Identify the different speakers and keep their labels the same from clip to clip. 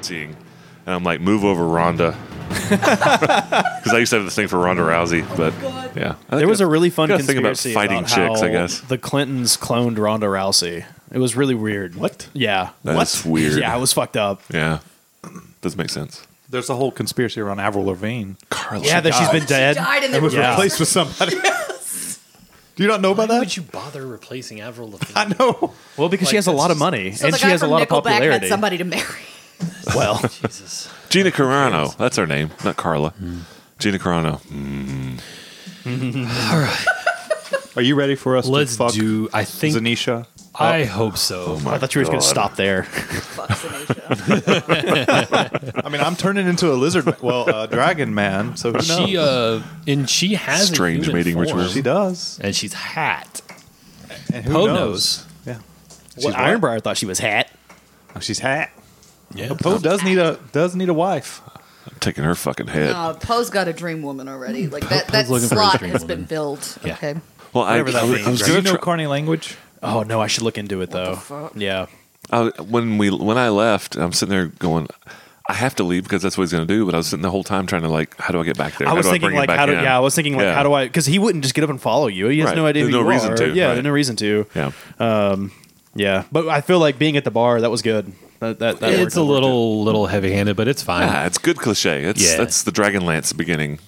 Speaker 1: seeing. And I'm like, move over Ronda. Because I used to have this thing for Ronda Rousey, but yeah, I
Speaker 2: There was a really fun
Speaker 1: gotta think about
Speaker 2: conspiracy
Speaker 1: fighting
Speaker 2: about
Speaker 1: chicks, I
Speaker 2: how
Speaker 1: guess.
Speaker 2: the Clintons cloned Ronda Rousey. It was really weird.
Speaker 3: What?
Speaker 2: Yeah.
Speaker 1: That's weird.
Speaker 2: Yeah, it was fucked up.
Speaker 1: yeah, doesn't make sense.
Speaker 3: There's a whole conspiracy around Avril Lavigne.
Speaker 1: Carla,
Speaker 2: yeah, that she's
Speaker 3: died.
Speaker 2: been dead.
Speaker 4: She died and then
Speaker 3: was
Speaker 2: Yeah.
Speaker 3: replaced with somebody. Do you not know about
Speaker 5: Why
Speaker 3: that?
Speaker 5: would you bother replacing Avril
Speaker 3: I
Speaker 5: Lavigne?
Speaker 3: know.
Speaker 2: Well, because she
Speaker 5: Like,
Speaker 2: has a lot of
Speaker 5: this-
Speaker 2: money
Speaker 4: So
Speaker 2: and
Speaker 4: the
Speaker 2: she
Speaker 4: guy
Speaker 2: has a
Speaker 4: from
Speaker 2: lot of
Speaker 4: Nickelback
Speaker 2: popularity.
Speaker 4: Had somebody to marry.
Speaker 2: Well,
Speaker 5: Jesus.
Speaker 1: Gina Carano. That's her name, not Carla.
Speaker 2: Hmm.
Speaker 1: Gina Carano.
Speaker 3: Are you ready for us
Speaker 5: Let's
Speaker 3: to fuck
Speaker 5: do. I think.
Speaker 3: Zanisha?
Speaker 1: Oh.
Speaker 5: I hope
Speaker 4: Oh
Speaker 5: so.
Speaker 2: I thought you were just going to stop there.
Speaker 4: Fuck Sinatra.
Speaker 3: I mean, I'm turning into a lizard. Well, uh, dragon man. So who knows?
Speaker 5: she uh, and she has
Speaker 1: Strange
Speaker 5: a human
Speaker 1: mating
Speaker 5: form,
Speaker 1: rituals.
Speaker 3: She does.
Speaker 5: and she's hot.
Speaker 3: And who
Speaker 5: Poe
Speaker 3: knows?
Speaker 5: knows.
Speaker 3: Yeah.
Speaker 2: Well, Ironbriar thought she was hat.
Speaker 3: Oh, she's hat.
Speaker 5: Yeah.
Speaker 3: Poe does need a does need a wife.
Speaker 1: I'm taking her fucking head.
Speaker 4: Uh, Poe's got a dream woman already. Like that,
Speaker 5: Poe's
Speaker 4: that
Speaker 5: looking for his
Speaker 4: slot
Speaker 5: dream
Speaker 4: has
Speaker 5: woman.
Speaker 4: been filled.
Speaker 5: Yeah.
Speaker 4: Okay.
Speaker 1: well, I, I,
Speaker 2: whatever that
Speaker 1: was-
Speaker 2: means,
Speaker 1: I was
Speaker 3: Do
Speaker 1: gonna
Speaker 3: you know
Speaker 1: try-
Speaker 3: Carney language?
Speaker 2: Oh, no, I should look into it, though.
Speaker 4: fuck?
Speaker 2: Yeah.
Speaker 1: I, when we when I left, I'm sitting there going, I have to leave because that's what he's going to do. But I was sitting the whole time trying to like, how do I get back there?
Speaker 2: I
Speaker 1: How
Speaker 2: was
Speaker 1: do
Speaker 2: thinking
Speaker 1: bring him
Speaker 2: like
Speaker 1: back
Speaker 2: how do
Speaker 1: in?
Speaker 2: yeah I was thinking like
Speaker 1: Yeah.
Speaker 2: how do I because he wouldn't just get up and follow you he has
Speaker 1: Right.
Speaker 2: no idea
Speaker 1: There's
Speaker 2: who
Speaker 1: no
Speaker 2: you
Speaker 1: reason
Speaker 2: are.
Speaker 1: to,
Speaker 2: yeah
Speaker 1: right.
Speaker 2: there's no reason to
Speaker 1: Yeah.
Speaker 2: yeah but I feel like being at the bar that was good that that, that
Speaker 5: It's
Speaker 2: worked.
Speaker 5: a little little heavy handed, but it's fine.
Speaker 1: Ah, it's good cliche. That's
Speaker 5: Yeah.
Speaker 1: that's the Dragonlance beginning.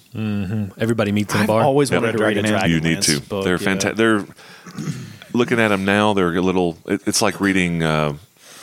Speaker 5: Everybody meets in a
Speaker 2: I've
Speaker 5: bar.
Speaker 2: always
Speaker 1: Yep.
Speaker 2: wanted to read a
Speaker 3: Dragon Man.
Speaker 2: Dragon
Speaker 1: you need to. they're fantastic. They're looking at them now. They're a little. It, it's like reading, uh,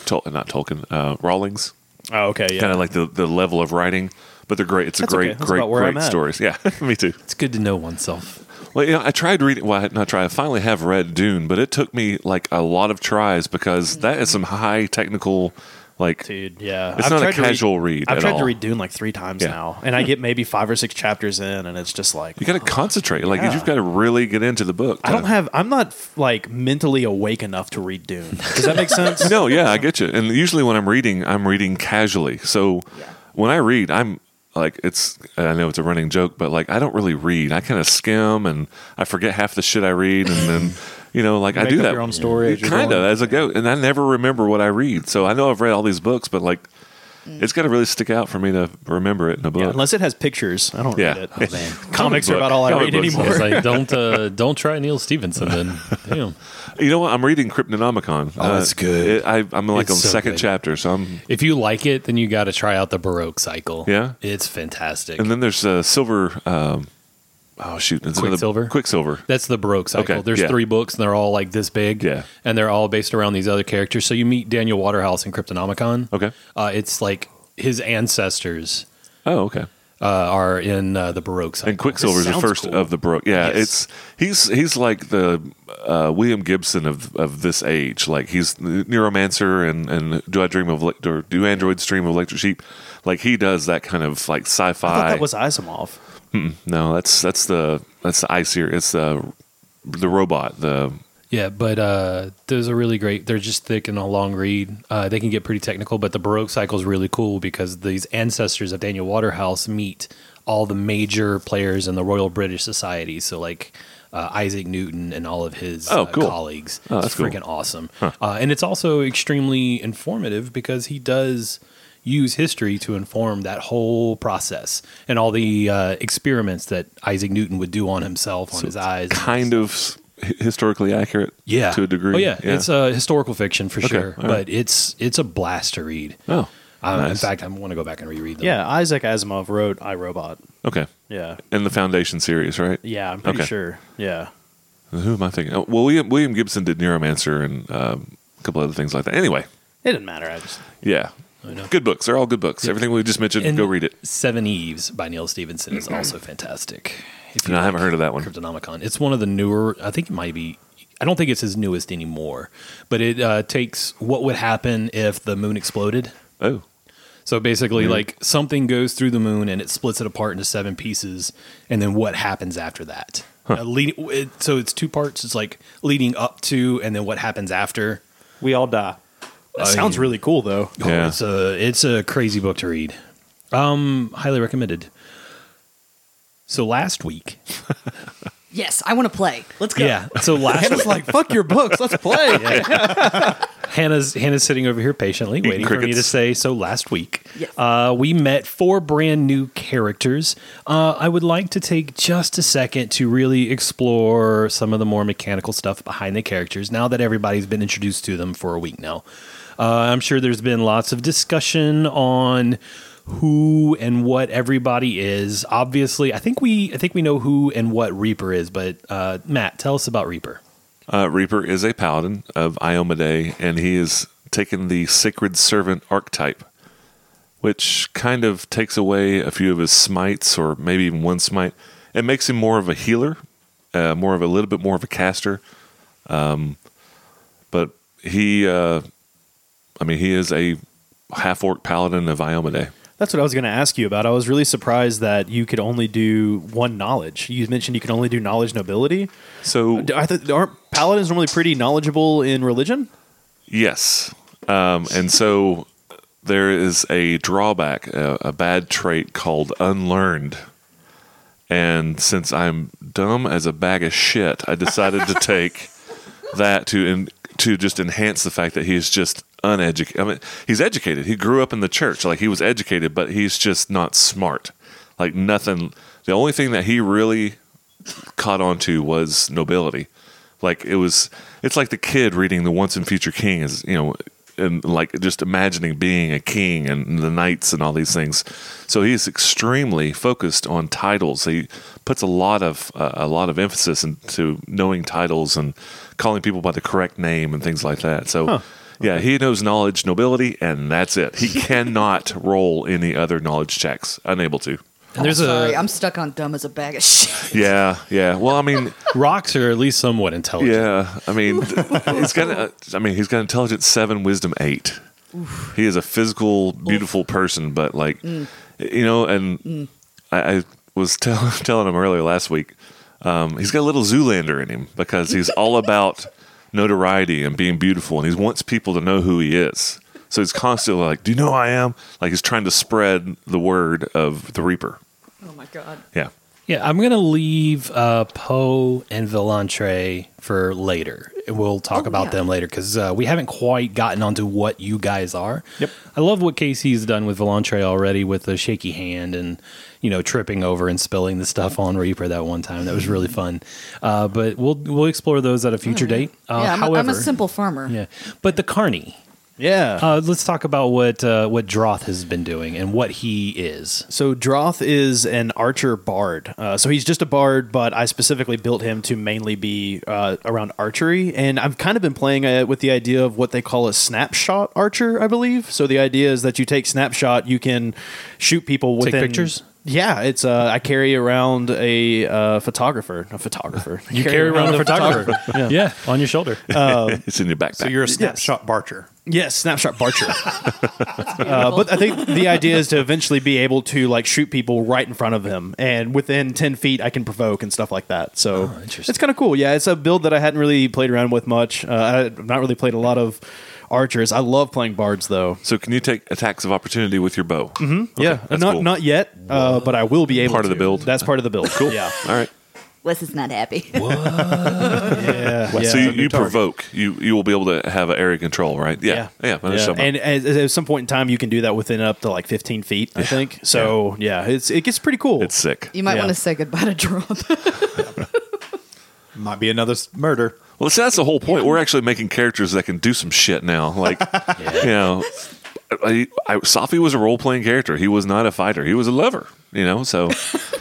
Speaker 1: Tol- not Tolkien, uh, Rawlings.
Speaker 2: oh okay yeah
Speaker 1: Kind of like the the level of writing, but they're great. It's a
Speaker 2: That's okay.
Speaker 1: great,
Speaker 2: That's
Speaker 1: great,
Speaker 2: about where I'm
Speaker 1: great
Speaker 2: at.
Speaker 1: stories. Yeah, me too.
Speaker 5: It's good to know oneself.
Speaker 1: Well, you know, I tried reading. Well, I- not try. I finally have read Dune, but it took me like a lot of tries because that is some high technical, like
Speaker 2: dude yeah
Speaker 1: It's not a
Speaker 2: tried to
Speaker 1: casual read
Speaker 2: I've
Speaker 1: at
Speaker 2: tried
Speaker 1: all.
Speaker 2: to read Dune like three times
Speaker 1: Yeah.
Speaker 2: now and I get maybe five or six chapters in and it's just like
Speaker 1: you got to concentrate. Like
Speaker 2: Yeah.
Speaker 1: you've got to really get into the book.
Speaker 2: I
Speaker 1: to-
Speaker 2: don't have I'm not like mentally awake enough to read Dune does that make sense
Speaker 1: No, yeah, I get you. And usually when I'm reading, I'm reading casually. So
Speaker 4: Yeah.
Speaker 1: when I read, I'm like it's. I know it's a running joke, but like I don't really read. I kind of skim and I forget half the shit I read, and then you know, like I
Speaker 3: Make
Speaker 1: do
Speaker 3: up
Speaker 1: that
Speaker 3: your own story as you're
Speaker 1: kind of
Speaker 3: going.
Speaker 1: as I go, and I never remember what I read. So I know I've read all these books, but like it's got to really stick out for me to remember it in a book.
Speaker 2: Yeah, unless it has pictures I don't
Speaker 1: Yeah.
Speaker 2: read it
Speaker 1: Oh,
Speaker 5: man.
Speaker 2: comics are
Speaker 1: book.
Speaker 2: about all I
Speaker 1: Comic
Speaker 2: read
Speaker 1: books.
Speaker 2: anymore
Speaker 5: It's like don't uh, don't try Neil Stevenson then. Damn.
Speaker 1: you know what? I'm reading Cryptonomicon. Oh,
Speaker 5: that's good.
Speaker 1: I, I'm like on
Speaker 5: It's so
Speaker 1: second
Speaker 5: good.
Speaker 1: chapter, so I'm.
Speaker 5: If you like it, then you got to try out the Baroque cycle.
Speaker 1: Yeah?
Speaker 5: it's fantastic.
Speaker 1: And then there's uh, silver. Um, oh shoot! it's another-
Speaker 5: Quicksilver?
Speaker 1: Quicksilver.
Speaker 5: That's the Baroque cycle.
Speaker 1: Okay,
Speaker 5: There's
Speaker 1: yeah.
Speaker 5: three books, and they're all like this big.
Speaker 1: Yeah.
Speaker 5: and they're all based around these other characters. So you meet Daniel Waterhouse in Cryptonomicon.
Speaker 1: Okay.
Speaker 5: uh, it's like his ancestors
Speaker 1: Oh, okay.
Speaker 5: uh, are in uh, the Baroque cycle.
Speaker 1: And Quicksilver is the
Speaker 5: Sounds
Speaker 1: first
Speaker 5: cool.
Speaker 1: of the Baroque. Yeah,
Speaker 5: Yes.
Speaker 1: it's he's he's like the uh, William Gibson of of this age. Like he's the Neuromancer and and Do I Dream of Elec- or Do Androids Dream of Electric Sheep? Like he does that kind of like
Speaker 2: I thought
Speaker 1: sci-fi.
Speaker 2: that was Asimov
Speaker 1: no, that's that's the that's the ice here. It's the the robot. The
Speaker 5: Yeah, but uh, those are really great. They're just thick and a long read. Uh, they can get pretty technical, but the Baroque cycle is really cool because these ancestors of Daniel Waterhouse meet all the major players in the Royal British Society. So, like uh, Isaac Newton and all of his
Speaker 1: Oh,
Speaker 5: uh,
Speaker 1: cool.
Speaker 5: colleagues.
Speaker 1: Oh,
Speaker 5: it's
Speaker 1: that's cool.
Speaker 5: freaking awesome. Uh, and it's also extremely informative because he does use history to inform that whole process and all the uh, experiments that Isaac Newton would do on himself, on his eyes. and
Speaker 1: kind of s- historically accurate.
Speaker 5: yeah
Speaker 1: to a degree.
Speaker 5: oh yeah, it's uh, historical fiction for sure
Speaker 1: all right.
Speaker 5: but it's it's a blast to read
Speaker 1: oh
Speaker 5: um, in
Speaker 1: nice.
Speaker 5: fact i want to go back and reread them
Speaker 2: yeah Isaac Asimov wrote I Robot
Speaker 1: okay.
Speaker 2: yeah
Speaker 1: In the Foundation series, right?
Speaker 2: Yeah, I'm pretty
Speaker 1: Okay.
Speaker 2: sure. Yeah.
Speaker 1: Who am I thinking? Oh, well, William, William Gibson did Neuromancer and um, a couple other things like that. Anyway,
Speaker 2: It didn't matter. I just
Speaker 1: yeah, good books. They're all good books. Everything we just mentioned,
Speaker 5: and
Speaker 1: go read it.
Speaker 5: seven eves by neil stevenson is also fantastic if
Speaker 1: No, I haven't heard of that one.
Speaker 5: Cryptonomicon. It's one of the newer. I think it might be. I don't think it's his newest anymore, but it uh, takes what would happen if the moon exploded.
Speaker 1: Oh,
Speaker 5: So basically,
Speaker 1: Mm-hmm.
Speaker 5: like something goes through the moon and it splits it apart into seven pieces, and then what happens after that? Uh, lead, it, so it's two parts. It's like leading up to, and then what happens after.
Speaker 3: We all die.
Speaker 2: that sounds really cool though.
Speaker 5: Oh,
Speaker 1: Yeah.
Speaker 5: It's a it's a crazy book to read. Um, highly recommended. So last week,
Speaker 4: Yes, I want to play. Let's go.
Speaker 5: yeah. So last
Speaker 2: Hannah's
Speaker 5: week,
Speaker 2: like, fuck your books, let's play.
Speaker 5: Hannah's Hannah's sitting over here patiently waiting for me to
Speaker 1: crickets.
Speaker 5: say so. Last week,
Speaker 4: Yes.
Speaker 5: uh, we met four brand new characters. Uh, I would like to take just a second to really explore some of the more mechanical stuff behind the characters. Now that everybody's been introduced to them for a week now, uh, I'm sure there's been lots of discussion on who and what everybody is. Obviously, I think we I think we know who and what Reaper is. But uh, Matt, tell us about Reaper.
Speaker 1: Uh, Reaper is a paladin of Iomade, and he has taken the sacred servant archetype, which kind of takes away a few of his smites, or maybe even one smite. It makes him more of a healer, uh, more of a little bit more of a caster. Um, but he, uh, I mean, he is a half orc paladin of Iomade.
Speaker 2: That's what I was going to ask you about. I was really surprised that you could only do one knowledge. You mentioned you can only do knowledge nobility.
Speaker 1: So
Speaker 2: D- I th- aren't paladins normally pretty knowledgeable in religion?
Speaker 1: Yes. Um, and so there is a drawback, a, a bad trait called unlearned. And since I'm dumb as a bag of shit, I decided to take that to en- to just enhance the fact that he's just uneducated. I mean, he's educated. He grew up in the church, like he was educated, but he's just not smart. Like nothing. The only thing that he really caught on to was nobility. Like it was, it's like the kid reading the Once and Future King is, you know, and like just imagining being a king and the knights and all these things. So he's extremely focused on titles. He puts a lot of uh, a lot of emphasis into knowing titles and calling people by the correct name and things like that. So. Yeah, he knows knowledge, nobility, and that's it. He cannot roll any other knowledge checks. Unable to.
Speaker 5: And there's
Speaker 4: Sorry,
Speaker 5: a
Speaker 4: I'm stuck on dumb as a bag of shit.
Speaker 1: Yeah, yeah. Well, I mean,
Speaker 5: rocks are at least somewhat intelligent.
Speaker 1: Yeah, I mean, he's got. A, I mean, he's got intelligence seven, wisdom eight. He is a physical, beautiful person, but like, you know, and I, I was tell, telling him earlier last week, um, he's got a little Zoolander in him because he's all about notoriety and being beautiful, and he wants people to know who he is. So he's constantly like, "Do you know who I am?" Like he's trying to spread the word of the Reaper.
Speaker 4: Oh my god.
Speaker 1: Yeah.
Speaker 5: Yeah, I'm gonna leave uh, Poe and Villantre for later. We'll talk
Speaker 4: Oh,
Speaker 5: about
Speaker 4: yeah.
Speaker 5: them later because uh, we haven't quite gotten onto what you guys are.
Speaker 2: Yep.
Speaker 5: I love what Casey's done with Villantre already with the shaky hand and you know tripping over and spilling the stuff on Reaper that one time. That was really fun. Uh, but we'll we'll explore those at a future date.
Speaker 4: Mm-hmm.
Speaker 5: Uh,
Speaker 4: Oh, yeah, I'm, a- I'm
Speaker 5: however,
Speaker 4: a simple farmer.
Speaker 5: Yeah, but the Carney.
Speaker 2: Yeah.
Speaker 5: Uh, let's talk about what uh, what Droth has been doing and what he is.
Speaker 2: So Droth is an archer bard. Uh, so he's just a bard, but I specifically built him to mainly be uh, around archery. And I've kind of been playing uh, with the idea of what they call a snapshot archer, I believe. So the idea is that you take snapshot, you can shoot people
Speaker 5: Take
Speaker 2: within
Speaker 5: pictures?
Speaker 2: Yeah, it's uh, I carry around a uh, photographer, a photographer. You
Speaker 5: the yeah. on your shoulder.
Speaker 1: It's in your backpack.
Speaker 3: So you're a snapshot barcher.
Speaker 2: Yes, snapshot barcher. uh, but I think the idea is to eventually be able to like shoot people right in front of him, and within ten feet, I can provoke and stuff like that. So
Speaker 5: interesting.
Speaker 2: it's kind of cool. Yeah, it's a build that I hadn't really played around with much. Uh, I've not really played a lot of archers. I love playing bards though.
Speaker 1: so can you take attacks of opportunity with your bow? Mm-hmm.
Speaker 2: yeah,
Speaker 1: that's
Speaker 2: not
Speaker 1: cool.
Speaker 2: not yet, uh, but I will be able.
Speaker 1: Part of the
Speaker 2: to.
Speaker 1: build.
Speaker 2: That's part of the build. cool. Yeah.
Speaker 1: All right.
Speaker 4: Wes is not happy.
Speaker 2: yeah. yeah.
Speaker 1: so you,
Speaker 3: new
Speaker 1: you
Speaker 3: target.
Speaker 1: provoke. You you will be able to have an area control, right? Yeah, yeah. I understand
Speaker 2: And
Speaker 1: that.
Speaker 2: at, at some point in time, you can do that within up to like 15 feet, I think. So yeah, it's it gets pretty cool.
Speaker 1: it's sick.
Speaker 4: You might
Speaker 2: Yeah.
Speaker 4: want to say goodbye to Drop.
Speaker 3: Might be another s- murder.
Speaker 1: Well, see, that's the whole point. We're actually making characters that can do some shit now. Like, you know, I, I, Safi was a role playing character. He was not a fighter. He was a lover. You know, so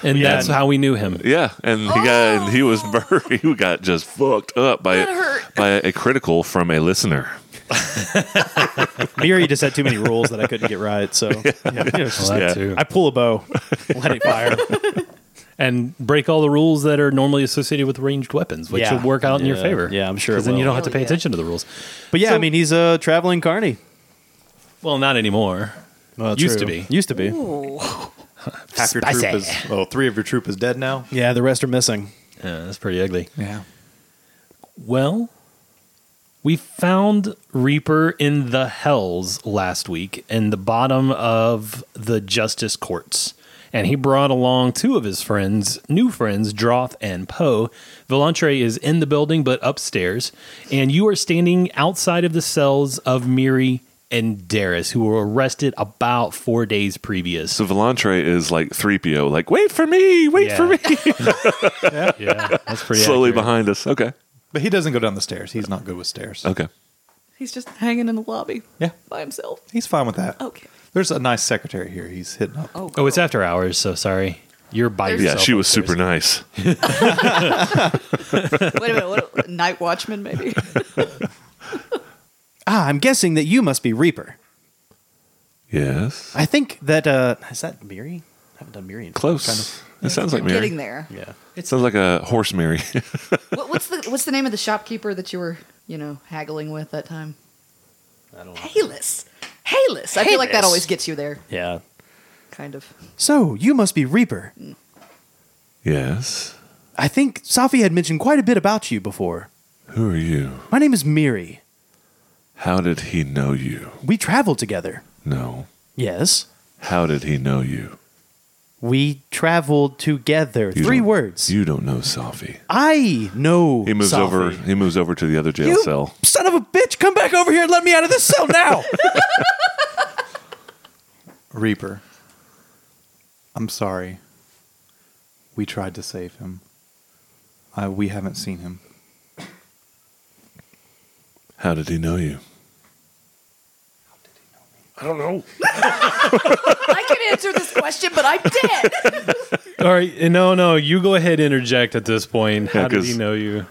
Speaker 5: and that's how we knew him.
Speaker 1: yeah. And he got and he was buried. he got just fucked up by
Speaker 4: That hurt.
Speaker 1: by a critical from a listener.
Speaker 2: Miri just had too many rules that I couldn't get right. So yeah, you know, it's just-
Speaker 5: Well, that
Speaker 1: Yeah.
Speaker 5: too.
Speaker 2: I pull a bow, let it fire.
Speaker 5: and break all the rules that are normally associated with ranged weapons, which
Speaker 2: Yeah.
Speaker 5: will work out in your
Speaker 2: Yeah.
Speaker 5: favor.
Speaker 2: Yeah, I'm sure it
Speaker 5: Because then you
Speaker 2: will.
Speaker 5: don't have to
Speaker 4: Hell
Speaker 5: pay
Speaker 4: yeah.
Speaker 5: attention to the rules.
Speaker 2: But yeah,
Speaker 5: So-
Speaker 2: I mean, he's a traveling carny.
Speaker 5: Well, not anymore.
Speaker 2: Well,
Speaker 5: Used to be.
Speaker 2: Used to be.
Speaker 3: Half your
Speaker 5: Spicy.
Speaker 3: troop is well, three of your troop is dead now.
Speaker 2: Yeah, the rest are missing.
Speaker 5: Yeah, that's pretty ugly.
Speaker 3: Yeah.
Speaker 5: Well, we found Reaper in the Hells last week in the bottom of the Justice Courts. and he brought along two of his friends, new friends, Droth and Poe. Volantre is in the building, but upstairs, and you are standing outside of the cells of Miri and Darius, who were arrested about four days previous.
Speaker 1: So Volantre is like 3PO, like, wait for me, wait for me.
Speaker 5: yeah, that's pretty
Speaker 1: Slowly
Speaker 5: accurate.
Speaker 1: behind us. Okay.
Speaker 3: But he doesn't go down the stairs. He's not good with stairs.
Speaker 1: Okay.
Speaker 4: He's just hanging in the lobby
Speaker 3: Yeah,
Speaker 4: by himself.
Speaker 3: he's fine with that.
Speaker 4: Okay.
Speaker 3: There's a nice secretary here. He's hitting up.
Speaker 4: Oh,
Speaker 5: Oh, it's after hours, so sorry. You're by
Speaker 4: There's-
Speaker 1: Yeah,
Speaker 5: yourself.
Speaker 1: she was
Speaker 5: upstairs.
Speaker 1: super nice.
Speaker 4: Wait a minute. What, night watchman, maybe?
Speaker 2: Ah, I'm guessing that you must be Reaper.
Speaker 1: Yes.
Speaker 2: I think that uh is that Miri? I haven't done Miri in
Speaker 1: Close. It sounds like Mary.
Speaker 4: Getting there.
Speaker 2: Yeah.
Speaker 1: It sounds like a horse Mary.
Speaker 4: What, what's the What's the name of the shopkeeper that you were, you know, haggling with that time?
Speaker 2: I don't know.
Speaker 4: Hayless. Hayless. I feel like that
Speaker 2: Hayless.
Speaker 4: always gets you there,
Speaker 2: Yeah.
Speaker 4: kind of.
Speaker 2: So you must be Reaper.
Speaker 1: yes.
Speaker 2: I think Safi had mentioned quite a bit about you before.
Speaker 1: Who are you?
Speaker 2: My name is Miri.
Speaker 1: How did he know you?
Speaker 2: We traveled together.
Speaker 1: No.
Speaker 2: Yes.
Speaker 1: How did he know you?
Speaker 2: We traveled together.
Speaker 1: You
Speaker 2: Three
Speaker 1: don't-
Speaker 2: words.
Speaker 1: You don't know Safi.
Speaker 2: I know.
Speaker 1: He moves
Speaker 2: Safi.
Speaker 1: over. He moves over to the other jail
Speaker 2: You
Speaker 1: cell.
Speaker 2: son of a bitch! Come back over here and let me out of this cell now.
Speaker 3: Reaper. I'm sorry. We tried to save him. I, we haven't seen him.
Speaker 1: How did he know you?
Speaker 4: I can answer this question, but I'm dead.
Speaker 5: All right, no, no, you go ahead and interject at this point. How
Speaker 1: Yeah,
Speaker 5: did
Speaker 1: 'cause-
Speaker 5: he know you?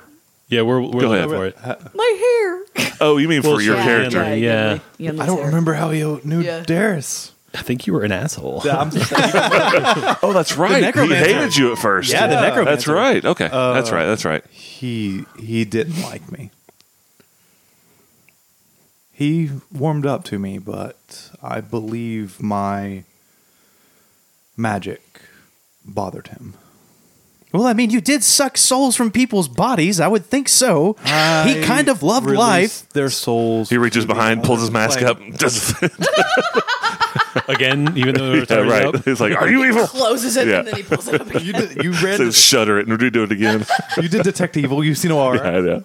Speaker 5: Yeah, we're we're
Speaker 1: Go
Speaker 5: looking
Speaker 1: ahead.
Speaker 5: for it.
Speaker 4: My hair.
Speaker 1: Oh, you mean for your
Speaker 5: sure.
Speaker 1: character?
Speaker 5: Yeah. yeah.
Speaker 3: I don't remember how he knew
Speaker 4: Yeah.
Speaker 3: Darius.
Speaker 5: I think you were an asshole.
Speaker 1: Oh, that's right. He
Speaker 2: necromancer.
Speaker 1: hated you at first.
Speaker 2: Yeah, the necromancer.
Speaker 1: That's right. Okay, that's right. That's right.
Speaker 3: he he didn't like me. He warmed up to me, but I believe my magic bothered him.
Speaker 2: Well, I mean, you did suck souls from people's bodies. I would think so. he kind of loved
Speaker 3: Release
Speaker 2: life.
Speaker 3: Their souls.
Speaker 1: He reaches behind, pulls his mask
Speaker 3: Like-
Speaker 1: up, does
Speaker 5: Again, even though it
Speaker 1: yeah,
Speaker 5: was
Speaker 1: right.
Speaker 5: up.
Speaker 1: He's like, "Are you evil?"
Speaker 4: Closes it
Speaker 1: Yeah.
Speaker 4: and then he pulls it up again.
Speaker 3: You did, you read.
Speaker 1: Says, "Shudder it and redo it again."
Speaker 3: you did detect evil. You've seen all. Right.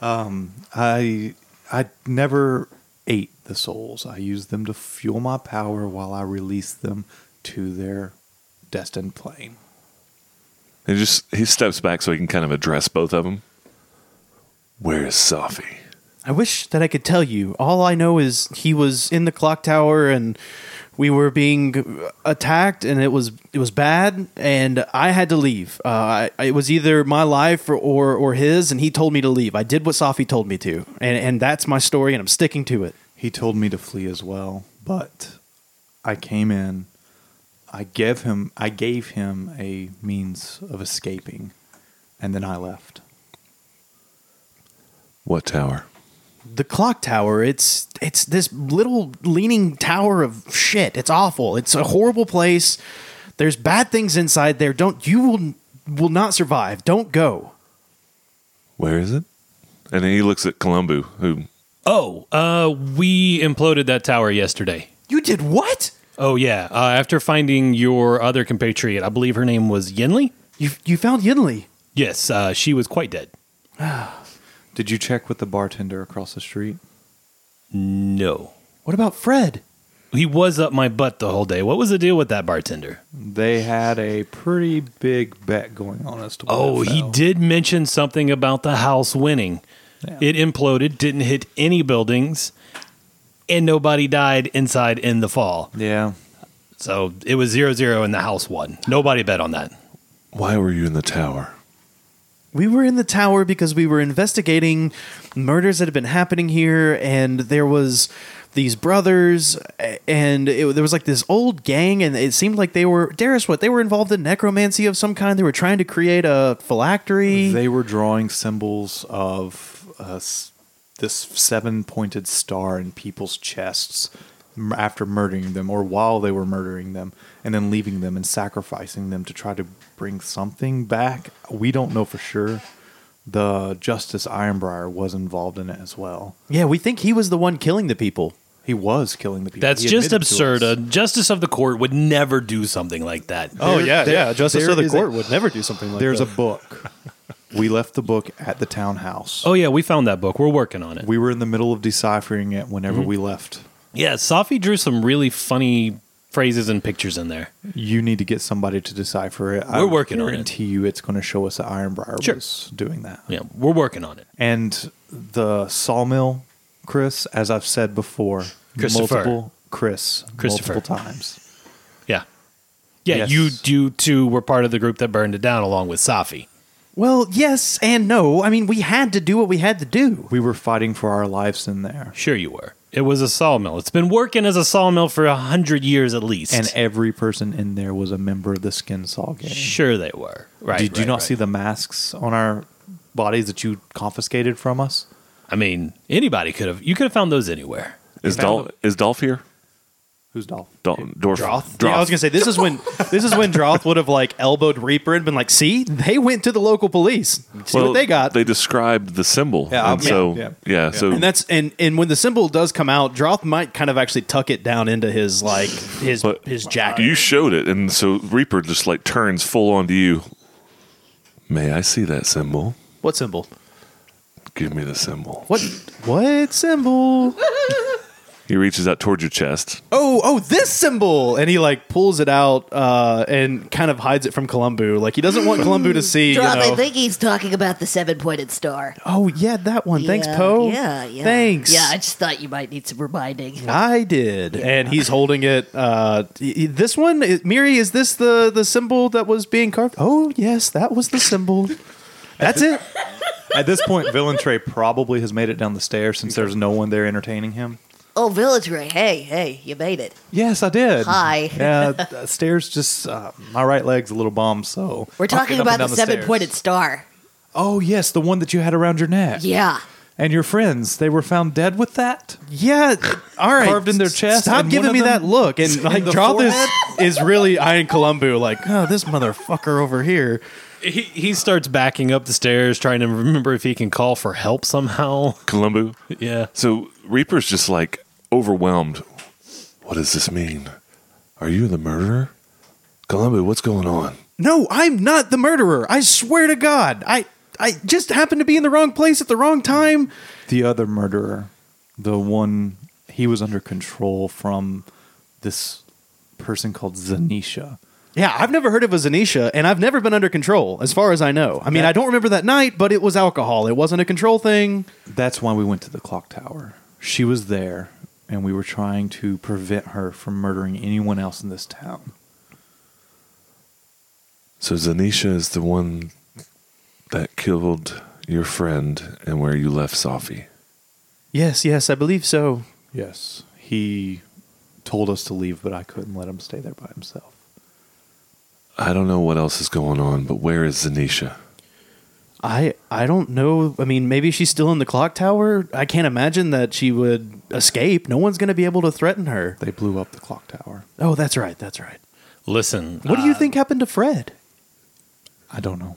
Speaker 1: I know.
Speaker 3: I I never ate the souls. I used them to fuel my power while I released them to their destined plane.
Speaker 1: And just he steps back so he can kind of address both of them. Where is Safi?
Speaker 2: I wish that I could tell you. All I know is he was in the clock tower and we were being attacked and it was it was bad and I had to leave. Uh, I, it was either my life or, or or his and he told me to leave. I did what Safi told me to. And and that's my story and I'm sticking to it.
Speaker 3: He told me to flee as well, but I came in. I gave him I gave him a means of escaping, and then I left.
Speaker 1: What tower?
Speaker 2: The clock tower, it's it's this little leaning tower of shit. It's awful. It's a horrible place. There's bad things inside there. Don't you will will not survive. Don't go.
Speaker 1: Where is it? And then he looks at Columbu, who
Speaker 5: Oh, uh, we imploded that tower yesterday.
Speaker 2: You did what?
Speaker 5: Oh yeah, uh, after finding your other compatriot, I believe her name was Yinli.
Speaker 2: You you found Yinli.
Speaker 5: Yes, uh, she was quite dead.
Speaker 3: Did you check with the bartender across the street?
Speaker 5: No,
Speaker 2: What about Fred?
Speaker 5: he was up my butt the whole day. What was the deal with that bartender?
Speaker 3: They had a pretty big bet going on as to where
Speaker 5: Oh,
Speaker 3: it
Speaker 5: he
Speaker 3: fell.
Speaker 5: did mention something about the house winning.
Speaker 3: Yeah.
Speaker 5: It imploded, didn't hit any buildings, and nobody died inside in the fall.
Speaker 3: Yeah.
Speaker 5: So it was zero zero, and the house won. Nobody bet on that.
Speaker 1: Why were you in the tower?
Speaker 2: We were in the tower because we were investigating murders that had been happening here, and there was these brothers, a- and it, there was like this old gang, and it seemed like they were Darius. What they were involved in necromancy of some kind. They were trying to create a phylactery.
Speaker 3: They were drawing symbols of uh, s- this seven pointed star in people's chests m- after murdering them or while they were murdering them and then leaving them and sacrificing them to try to bring something back. We don't know for sure. The Justice Ironbriar was involved in it as well.
Speaker 2: yeah, we think he was the one killing the people.
Speaker 3: He was killing the people.
Speaker 5: That's
Speaker 3: He
Speaker 5: just
Speaker 3: admitted to
Speaker 5: absurd.
Speaker 3: us.
Speaker 5: A justice of the court would never do something like that.
Speaker 2: Oh yeah,
Speaker 3: there-
Speaker 2: yeah. Justice
Speaker 3: there
Speaker 2: of the
Speaker 3: is a-
Speaker 2: court would never do something like
Speaker 3: There's
Speaker 2: that.
Speaker 3: a book. we left the book at the townhouse.
Speaker 5: Oh yeah, we found that book. We're working on it.
Speaker 3: We were in the middle of deciphering it whenever
Speaker 5: Mm-hmm.
Speaker 3: we left.
Speaker 5: yeah, Safi drew some really funny phrases and pictures in there.
Speaker 3: You need to get somebody to decipher it.
Speaker 5: We're working on it.
Speaker 3: guarantee you it's going to show us that Ironbriar
Speaker 5: Sure.
Speaker 3: was doing that.
Speaker 5: Yeah, we're working on it.
Speaker 3: And the sawmill, Chris, as I've said before,
Speaker 5: Christopher.
Speaker 3: multiple Chris,
Speaker 5: Christopher.
Speaker 3: multiple times.
Speaker 5: Yeah. Yeah,
Speaker 3: Yes.
Speaker 5: you you two were part of the group that burned it down along with Safi.
Speaker 2: well, yes and no. I mean, we had to do what we had to do.
Speaker 3: We were fighting for our lives in there.
Speaker 5: Sure you were. It was a sawmill. It's been working as a sawmill for a hundred years at least.
Speaker 3: And every person in there was a member of the Skin Saw gang.
Speaker 5: sure they were. Right.
Speaker 3: Did you
Speaker 5: right,
Speaker 3: not
Speaker 5: right.
Speaker 3: see the masks on our bodies that you confiscated from us?
Speaker 5: I mean, anybody could have you could have found those anywhere.
Speaker 1: Is
Speaker 3: found
Speaker 1: Dolph is Dolph here?
Speaker 3: Who's Dolph?
Speaker 1: Dolph, Dorf,
Speaker 2: Droth. Yeah, I was gonna say this is when this is when Droth would have like elbowed Reaper and been like, "See, they went to the local police. See
Speaker 1: Well,
Speaker 2: what they got."
Speaker 1: They described the symbol.
Speaker 3: Yeah,
Speaker 1: and
Speaker 3: yeah,
Speaker 1: so
Speaker 3: yeah.
Speaker 1: yeah, so
Speaker 2: and that's and and when the symbol does come out, Droth might kind of actually tuck it down into his like his
Speaker 1: But-
Speaker 2: his jacket.
Speaker 1: you showed it, and so Reaper just like turns full on to you. May I see that symbol?
Speaker 2: what symbol?
Speaker 1: Give me the symbol.
Speaker 2: What what symbol?
Speaker 1: He reaches out towards your chest.
Speaker 2: Oh oh, this symbol! And he like pulls it out uh, and kind of hides it from Columbu. Like he doesn't want Columbu to see. You
Speaker 6: Hmm. Drop, I
Speaker 2: know.
Speaker 6: think he's talking about the seven pointed star.
Speaker 2: Oh yeah, that one. Thanks,
Speaker 6: Yeah,
Speaker 2: Poe.
Speaker 6: Yeah, yeah.
Speaker 2: Thanks.
Speaker 6: Yeah, I just thought you might need some reminding.
Speaker 2: I did, and he's holding it. Uh, y- y- this one, is, Miri, is this the the symbol that was being carved? Oh yes, that was the symbol. That's it.
Speaker 3: At this point, Villain Trey probably has made it down the stairs since there's no one there entertaining him.
Speaker 6: Oh, villager, hey, hey, you made it.
Speaker 3: Yes, I did.
Speaker 6: Hi.
Speaker 3: Yeah, the stairs just uh, my right leg's a little bum, so
Speaker 6: We're talking about the, seven
Speaker 3: seven
Speaker 6: pointed star.
Speaker 3: Oh yes, the one that you had around your neck.
Speaker 6: Yeah.
Speaker 3: And your friends, they were found dead with that.
Speaker 2: Yeah. All right.
Speaker 3: Carved in their chest,
Speaker 2: Stop
Speaker 3: and
Speaker 2: giving
Speaker 3: one
Speaker 2: me
Speaker 3: of
Speaker 2: that
Speaker 3: them
Speaker 2: look. And
Speaker 3: in
Speaker 2: like,
Speaker 3: the
Speaker 2: draw this
Speaker 3: forehead?
Speaker 2: is really eyeing Columbu. Like, oh, this motherfucker over here.
Speaker 5: He he starts backing up the stairs, trying to remember if he can call for help somehow.
Speaker 1: Columbu.
Speaker 5: Yeah.
Speaker 1: So Reaper's just like overwhelmed. What does this mean? Are you the murderer? Columbu, what's going on?
Speaker 2: No, I'm not the murderer. I swear to God. I I just happened to be in the wrong place at the wrong time.
Speaker 3: The other murderer, the one he was under control from this person called Zanisha.
Speaker 2: Yeah, I've never heard of a Zanisha, and I've never been under control, as far as I know. I mean,
Speaker 3: That-
Speaker 2: I don't remember that night, but it was alcohol. It wasn't a control thing.
Speaker 3: That's why we went to the clock tower. She was there, and we were trying to prevent her from murdering anyone else in this town.
Speaker 1: So Zanisha is the one that killed your friend and where you left Safi.
Speaker 2: Yes, yes, I believe so.
Speaker 3: Yes. He told us to leave, but I couldn't let him stay there by himself.
Speaker 1: I don't know what else is going on, but where is Zanisha?
Speaker 2: I I don't know. I mean, maybe she's still in the clock tower. I can't imagine that she would escape. No one's going to be able to threaten her.
Speaker 3: They blew up the clock tower.
Speaker 2: Oh, that's right. That's right.
Speaker 5: Listen.
Speaker 2: What do you think happened to Fred?
Speaker 3: I don't know.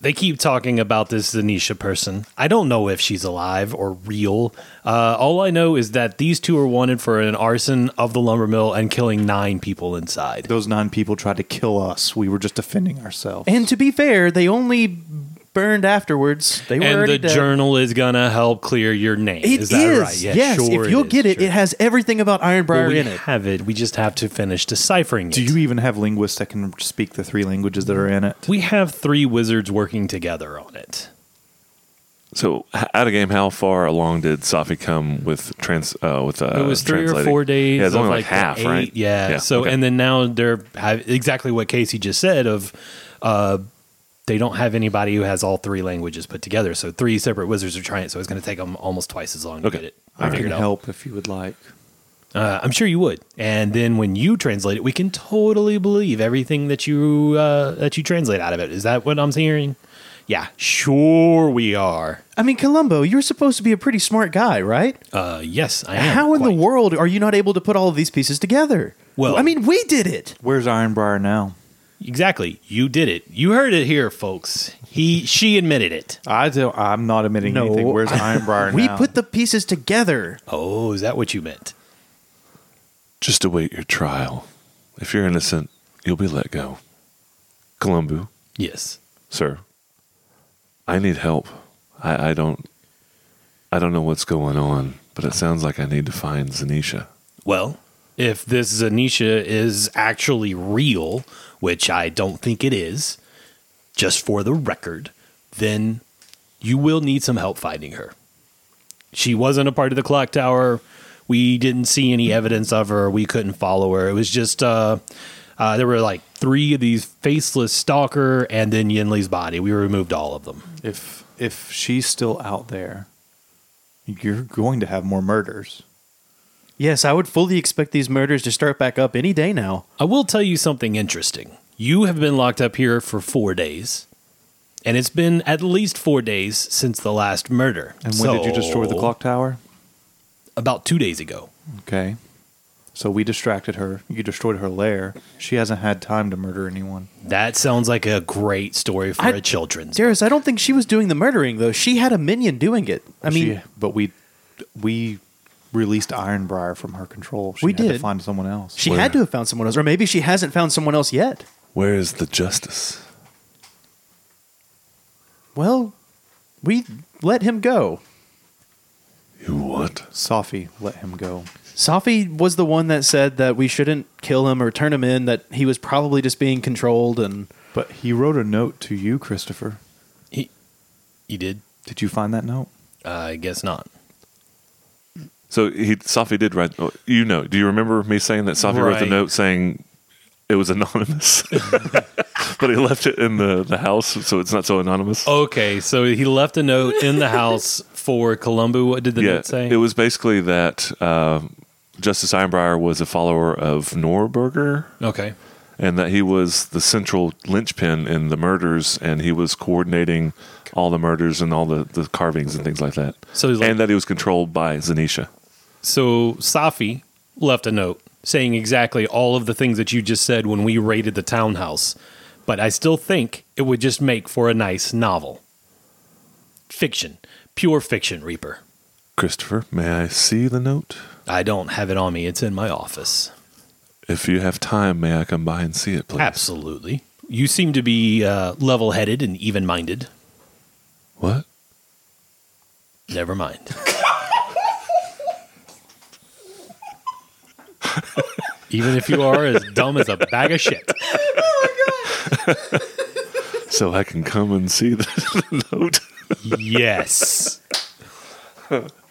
Speaker 5: They keep talking about this Zanisha person. I don't know if she's alive or real. Uh, all I know is that these two are wanted for an arson of the lumber mill and killing nine people inside.
Speaker 3: Those nine people tried to kill us. We were just defending ourselves.
Speaker 2: And to be fair, they only burned afterwards. They were
Speaker 5: and
Speaker 2: already
Speaker 5: the
Speaker 2: dead.
Speaker 5: journal is gonna help clear your name.
Speaker 2: It
Speaker 5: Is
Speaker 2: is,
Speaker 5: that right? Yeah,
Speaker 2: yes.
Speaker 5: sure
Speaker 2: if you'll
Speaker 5: is,
Speaker 2: get it,
Speaker 5: sure.
Speaker 2: it has everything about
Speaker 5: Well,
Speaker 2: Ironbriar
Speaker 5: we
Speaker 2: in it.
Speaker 5: have it. We just have to finish deciphering it.
Speaker 3: Do you even have linguists that can speak the three languages that are in it?
Speaker 5: We have three wizards working together on it.
Speaker 1: So h- out of game, how far along did Safi come with trans? Uh, with uh,
Speaker 5: it was three or
Speaker 1: translating?
Speaker 5: four days.
Speaker 1: Yeah, it's
Speaker 5: of,
Speaker 1: only like,
Speaker 5: the
Speaker 1: half,
Speaker 5: eight-
Speaker 1: right?
Speaker 5: Yeah. so
Speaker 1: okay.
Speaker 5: and then now they're have exactly what Casey just said of uh they don't have anybody who has all three languages put together. So three separate wizards are trying it. So it's going to take them almost twice as long to
Speaker 1: Okay.
Speaker 5: get it.
Speaker 3: I
Speaker 5: figured
Speaker 3: can
Speaker 5: out.
Speaker 3: help if you would like.
Speaker 5: Uh, I'm sure you would. And then when you translate it, we can totally believe everything that you uh, that you translate out of it. Is that what I'm hearing? Yeah, sure we are.
Speaker 2: I mean, Columbo, you're supposed to be a pretty smart guy, right?
Speaker 5: Uh, yes, I am.
Speaker 2: How in
Speaker 5: quite.
Speaker 2: the world are you not able to put all of these pieces together?
Speaker 5: Well-
Speaker 2: I mean, we did it.
Speaker 3: Where's Ironbriar now?
Speaker 5: Exactly. You did it. You heard it here, folks. He she admitted it.
Speaker 3: I don't, I'm not admitting
Speaker 2: No,
Speaker 3: anything. Where's Ironbriar
Speaker 2: we
Speaker 3: now?
Speaker 2: put the pieces together.
Speaker 5: Oh, is that what you meant?
Speaker 1: Just await your trial. If you're innocent, you'll be let go. Columbu,
Speaker 5: Yes.
Speaker 1: sir, I need help. I, I don't I don't know what's going on, but it sounds like I need to find Zanisha.
Speaker 5: Well, if this Zanisha is actually real, which I don't think it is, just for the record, then you will need some help finding her. She wasn't a part of the clock tower. We didn't see any evidence of her. We couldn't follow her. It was just uh, uh, there were like three of these faceless stalker, and then Yinli's body. We removed all of them.
Speaker 3: if if she's still out there, you're going to have more murders.
Speaker 2: Yes, I would fully expect these murders to start back up any day now.
Speaker 5: I will tell you something interesting. You have been locked up here for four days, and it's been at least four days since the last murder.
Speaker 3: And when did you destroy the
Speaker 5: So,
Speaker 3: clock tower?
Speaker 5: About two days ago.
Speaker 3: Okay. So we distracted her. You destroyed her lair. She hasn't had time to murder anyone.
Speaker 5: That sounds like a great story for
Speaker 2: I-
Speaker 5: a children's.
Speaker 2: Darius, I don't think she was doing the murdering though. She had a minion doing it. I mean,
Speaker 3: She- but we we released Ironbriar from her control. She
Speaker 2: We
Speaker 3: had to
Speaker 2: did.
Speaker 3: find someone else.
Speaker 2: she had to have found someone else, or maybe she hasn't found someone else yet.
Speaker 1: Where is the justice?
Speaker 2: Well, we let him go.
Speaker 1: You what?
Speaker 3: Safi let him go.
Speaker 2: Safi was the one that said that we shouldn't kill him or turn him in. That he was probably just being controlled, and
Speaker 3: But he wrote a note to you, Christopher.
Speaker 5: He, you did? Uh,
Speaker 3: Did you find that note?
Speaker 5: I guess not.
Speaker 1: So he Safi did write. oh, You know? Do you remember me saying that Safi wrote the
Speaker 5: Right.
Speaker 1: note saying it was anonymous, but he left it in the the house so it's not so anonymous.
Speaker 5: Okay, so he left a note in the house for Columbu. What did the
Speaker 1: yeah.
Speaker 5: note say?
Speaker 1: It was basically that uh, Justice Einbrier was a follower of Norberger,
Speaker 5: okay.
Speaker 1: and that he was the central linchpin in the murders, and he was coordinating all the murders and all the, the carvings and things like that.
Speaker 5: So he's like-
Speaker 1: and that he was controlled by Zanisha.
Speaker 5: So Safi left a note saying exactly all of the things that you just said when we raided the townhouse. But I still think it would just make for a nice novel. Fiction. Pure fiction, Reaper.
Speaker 1: Christopher, may I see the note?
Speaker 5: I don't have it on me. It's in my office.
Speaker 1: If you have time, may I come by and see it, please?
Speaker 5: Absolutely. You seem to be uh, level headed and even minded.
Speaker 1: What?
Speaker 5: Never mind. even if you are as dumb as a bag of shit.
Speaker 1: So I can come and see the, the note.
Speaker 5: Yes.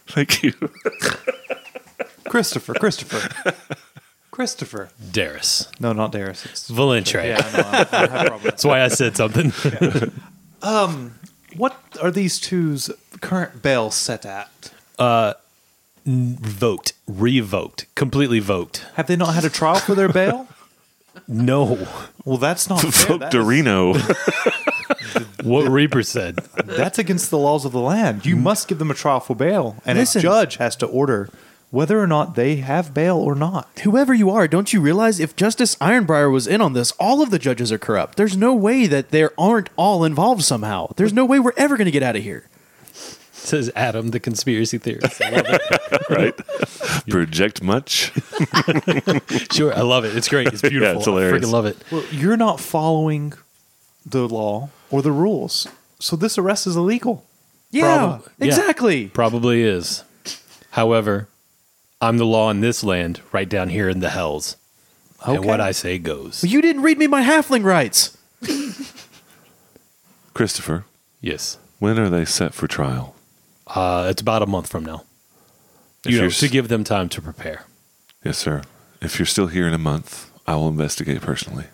Speaker 1: Thank you.
Speaker 3: Christopher, Christopher. Christopher.
Speaker 5: Darius.
Speaker 3: No, not Darius. It's,
Speaker 5: Valentre.
Speaker 3: yeah, I know. I, I have a problem.
Speaker 5: That's why I said something.
Speaker 3: What are these two's current bail set at?
Speaker 5: Voked, revoked, completely voked.
Speaker 3: Have they not had a trial for their bail?
Speaker 5: No.
Speaker 3: Well, that's not fair.
Speaker 1: Folk
Speaker 3: That is-
Speaker 1: Dorino.
Speaker 5: What Reaper said.
Speaker 3: That's against the laws of the land. You must give them a trial for bail, and
Speaker 2: Listen.
Speaker 3: a judge has to order whether or not they have bail or not.
Speaker 2: whoever you are, don't you realize if Justice Ironbriar was in on this, all of the judges are corrupt. There's no way that there aren't all involved somehow. There's no way we're ever going to get out of here.
Speaker 5: Says Adam, the conspiracy theorist. I love
Speaker 1: Project much?
Speaker 5: it. Sure, I love it. It's great. It's beautiful.
Speaker 1: it's hilarious.
Speaker 5: I freaking love it.
Speaker 3: Well, you're not following the law or the rules, so this arrest is illegal.
Speaker 2: Yeah,
Speaker 5: Probab- yeah.
Speaker 2: exactly.
Speaker 5: Probably is. However, I'm the law in this land, right down here in the hells. And
Speaker 3: Okay.
Speaker 5: what I say goes.
Speaker 2: But you didn't read me my halfling rights.
Speaker 1: Christopher,
Speaker 5: yes.
Speaker 1: when are they set for trial?
Speaker 5: Uh, it's about a month from now.
Speaker 1: If
Speaker 5: You know,
Speaker 1: you're s-
Speaker 5: to give them time to prepare.
Speaker 1: Yes, sir. If you're still here in a month, I will investigate personally.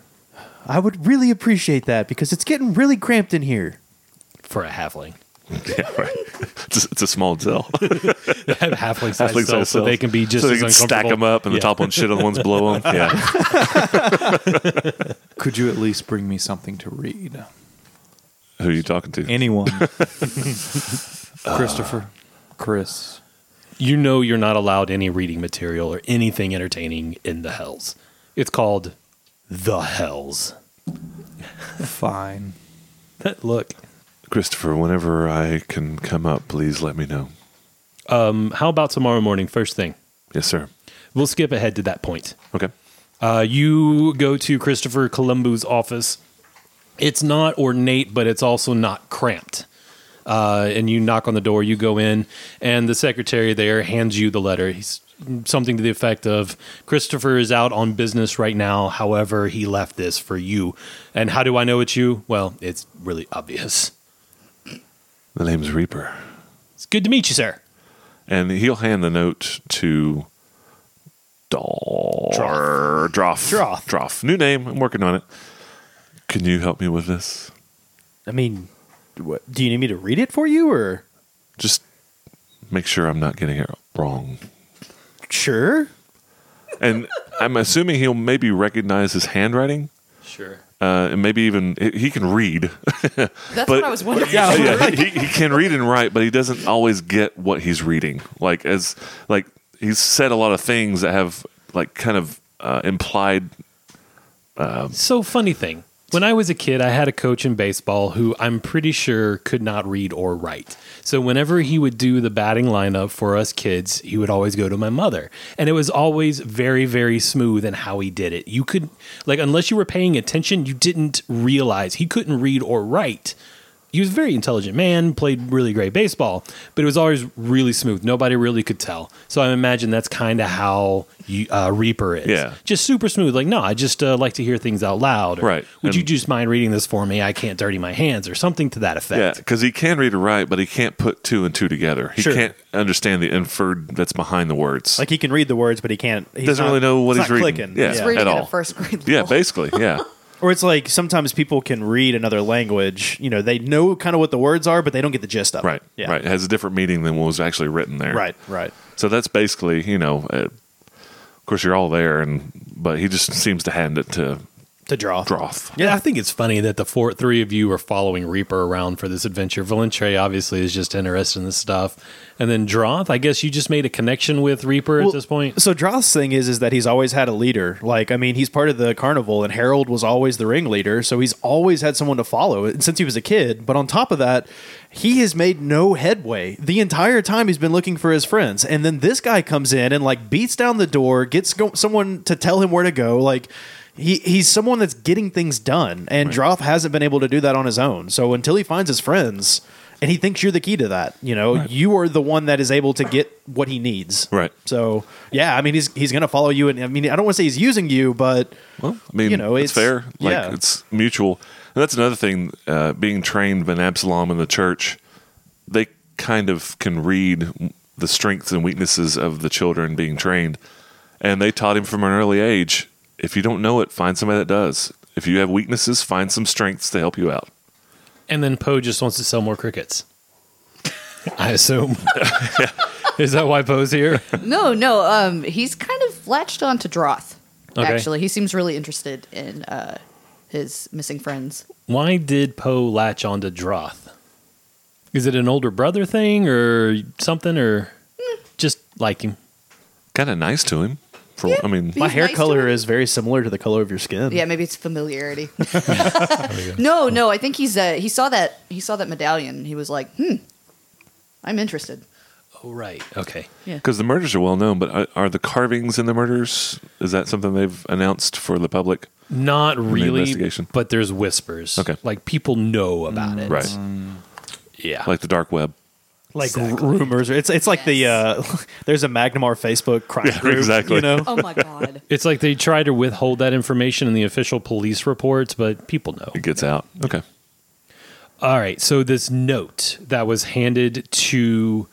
Speaker 2: I would really appreciate that because it's getting really cramped in here.
Speaker 5: For a halfling.
Speaker 1: Yeah, right. It's a, it's a small cell.
Speaker 5: Have halfling
Speaker 1: Halfling
Speaker 5: size cells,
Speaker 1: size
Speaker 5: so
Speaker 1: cells.
Speaker 5: they can be just
Speaker 1: so
Speaker 5: as
Speaker 1: you can stack
Speaker 5: uncomfortable.
Speaker 1: them up, and
Speaker 5: Yeah.
Speaker 1: the top ones shit on the ones below them. Yeah,
Speaker 3: Could you at least bring me something to read?
Speaker 1: who are you talking to?
Speaker 3: Anyone? Christopher, Chris.
Speaker 5: you know you're not allowed any reading material or anything entertaining in the hells. It's called the hells.
Speaker 3: Fine.
Speaker 5: Look.
Speaker 1: Christopher, whenever I can come up, please let me know.
Speaker 5: Um, How about tomorrow morning, first thing?
Speaker 1: Yes, sir.
Speaker 5: We'll skip ahead to that point.
Speaker 1: Okay.
Speaker 5: Uh, you go to Christopher Columbu's office. It's not ornate, but it's also not cramped. Uh, and you knock on the door, you go in, and the secretary there hands you the letter. He's something to the effect of Christopher is out on business right now. However, he left this for you. And how do I know it's you? Well, it's really obvious.
Speaker 1: The name's Reaper.
Speaker 5: It's good to meet you, sir.
Speaker 1: And he'll hand the note to Dor- Droth.
Speaker 2: Droth.
Speaker 1: Droth. New name. I'm working on it. Can you help me with this?
Speaker 2: I mean, what, do you need me to read it for you or?
Speaker 1: Just make sure I'm not getting it wrong.
Speaker 2: Sure.
Speaker 1: And I'm assuming he'll maybe recognize his handwriting.
Speaker 5: Sure.
Speaker 1: Uh, and maybe even he he can read.
Speaker 4: That's
Speaker 1: But-
Speaker 4: what I was wondering.
Speaker 1: Oh, yeah, he, he can read and write, but he doesn't always get what he's reading. Like as like he's said a lot of things that have like kind of uh, implied.
Speaker 5: So funny thing. When I was a kid, I had a coach in baseball who I'm pretty sure could not read or write. So whenever he would do the batting lineup for us kids, he would always go to my mother. And it was always very, very smooth in how he did it. You could like unless you were paying attention, you didn't realize he couldn't read or write. He was a very intelligent man, played really great baseball, but it was always really smooth. Nobody really could tell. So I imagine that's kind of how you, uh, Reaper is
Speaker 1: Yeah.
Speaker 5: just super smooth. Like, no, I just uh, like to hear things out loud. Or,
Speaker 1: Right.
Speaker 5: Would you
Speaker 1: And-
Speaker 5: just mind reading this for me? I can't dirty my hands or something to that
Speaker 1: Yeah,
Speaker 5: effect.
Speaker 1: because he can read and write, but he can't put two and two together. He
Speaker 5: Sure.
Speaker 1: can't understand the inferred that's behind the words.
Speaker 2: Like he can read the words, but he can't. He
Speaker 1: doesn't really know what he's reading.
Speaker 2: Clicking.
Speaker 1: Yeah.
Speaker 4: He's
Speaker 1: at
Speaker 4: reading
Speaker 1: all.
Speaker 4: at a first grade level.
Speaker 1: yeah, basically, yeah.
Speaker 2: Or it's like sometimes people can read another language. You know, they know kind of what the words are, but they don't get the gist of
Speaker 1: Right,
Speaker 2: it. Yeah.
Speaker 1: right. It has a different meaning than what was actually written there.
Speaker 2: Right. Right.
Speaker 1: So that's basically, you know, uh, of course you're all there, and but he just seems to hand it to
Speaker 2: To draw.
Speaker 1: Droth.
Speaker 5: Yeah, I think it's funny that the four, three of you are following Reaper around for this adventure. Valentre obviously is just interested in this stuff, and then Droth. I guess you just made a connection with Reaper
Speaker 2: Well,
Speaker 5: at this point.
Speaker 2: So Droth's thing is is that he's always had a leader. Like I mean, he's part of the carnival, and Harold was always the ringleader, so he's always had someone to follow and since he was a kid. But on top of that, he has made no headway the entire time he's been looking for his friends. And then this guy comes in and like beats down the door, gets go- someone to tell him where to go, like. He, he's someone that's getting things done, and Droth hasn't been able to do that on his own. So until he finds his friends, and he thinks you're the key to that, you know, you are the one that is able to get what he needs.
Speaker 1: Right.
Speaker 2: So yeah, I mean he's he's gonna follow you, and I mean I don't want to say he's using you, but
Speaker 1: Well, I mean,
Speaker 2: You know,
Speaker 1: it's,
Speaker 2: it's-
Speaker 1: fair. Like
Speaker 2: yeah.
Speaker 1: it's mutual, and that's another thing. Uh, being trained by Absalom in the church, they kind of can read the strengths and weaknesses of the children being trained, and they taught him from an early age. If you don't know it, find somebody that does. If you have weaknesses, find some strengths to help you out.
Speaker 5: And then Poe just wants to sell more crickets. I assume. Is that why Poe's here?
Speaker 4: No, no. Um, he's kind of latched onto Droth.
Speaker 5: Okay.
Speaker 4: Actually, he seems really interested in uh, his missing friends.
Speaker 5: Why did Poe latch onto Droth? Is it an older brother thing or something or just like him?
Speaker 1: Kind of nice to him. For I mean,
Speaker 4: He's
Speaker 2: my hair
Speaker 4: nice to
Speaker 2: color
Speaker 4: him.
Speaker 2: is very similar to the color of your skin.
Speaker 4: Yeah, maybe it's familiarity. no, no. I think he's uh, he saw that he saw that medallion. and He was like, hmm, I'm interested.
Speaker 5: Oh, right. Okay.
Speaker 1: because the murders are well known, but are, are the carvings in the murders? Is that something they've announced for the public?
Speaker 5: Not really,
Speaker 1: investigation.
Speaker 5: but there's whispers.
Speaker 1: Okay.
Speaker 5: Like people know about it.
Speaker 1: Right,
Speaker 4: um,
Speaker 5: Yeah.
Speaker 1: like the dark web.
Speaker 2: like r- rumors. It's it's like the uh, there's a Magnamar Facebook crime group.
Speaker 1: exactly.
Speaker 2: You know,
Speaker 4: Oh my god.
Speaker 5: it's like they try to withhold that information in the official police reports, but people know.
Speaker 1: It gets out. Okay.
Speaker 5: All right. So this note that was handed to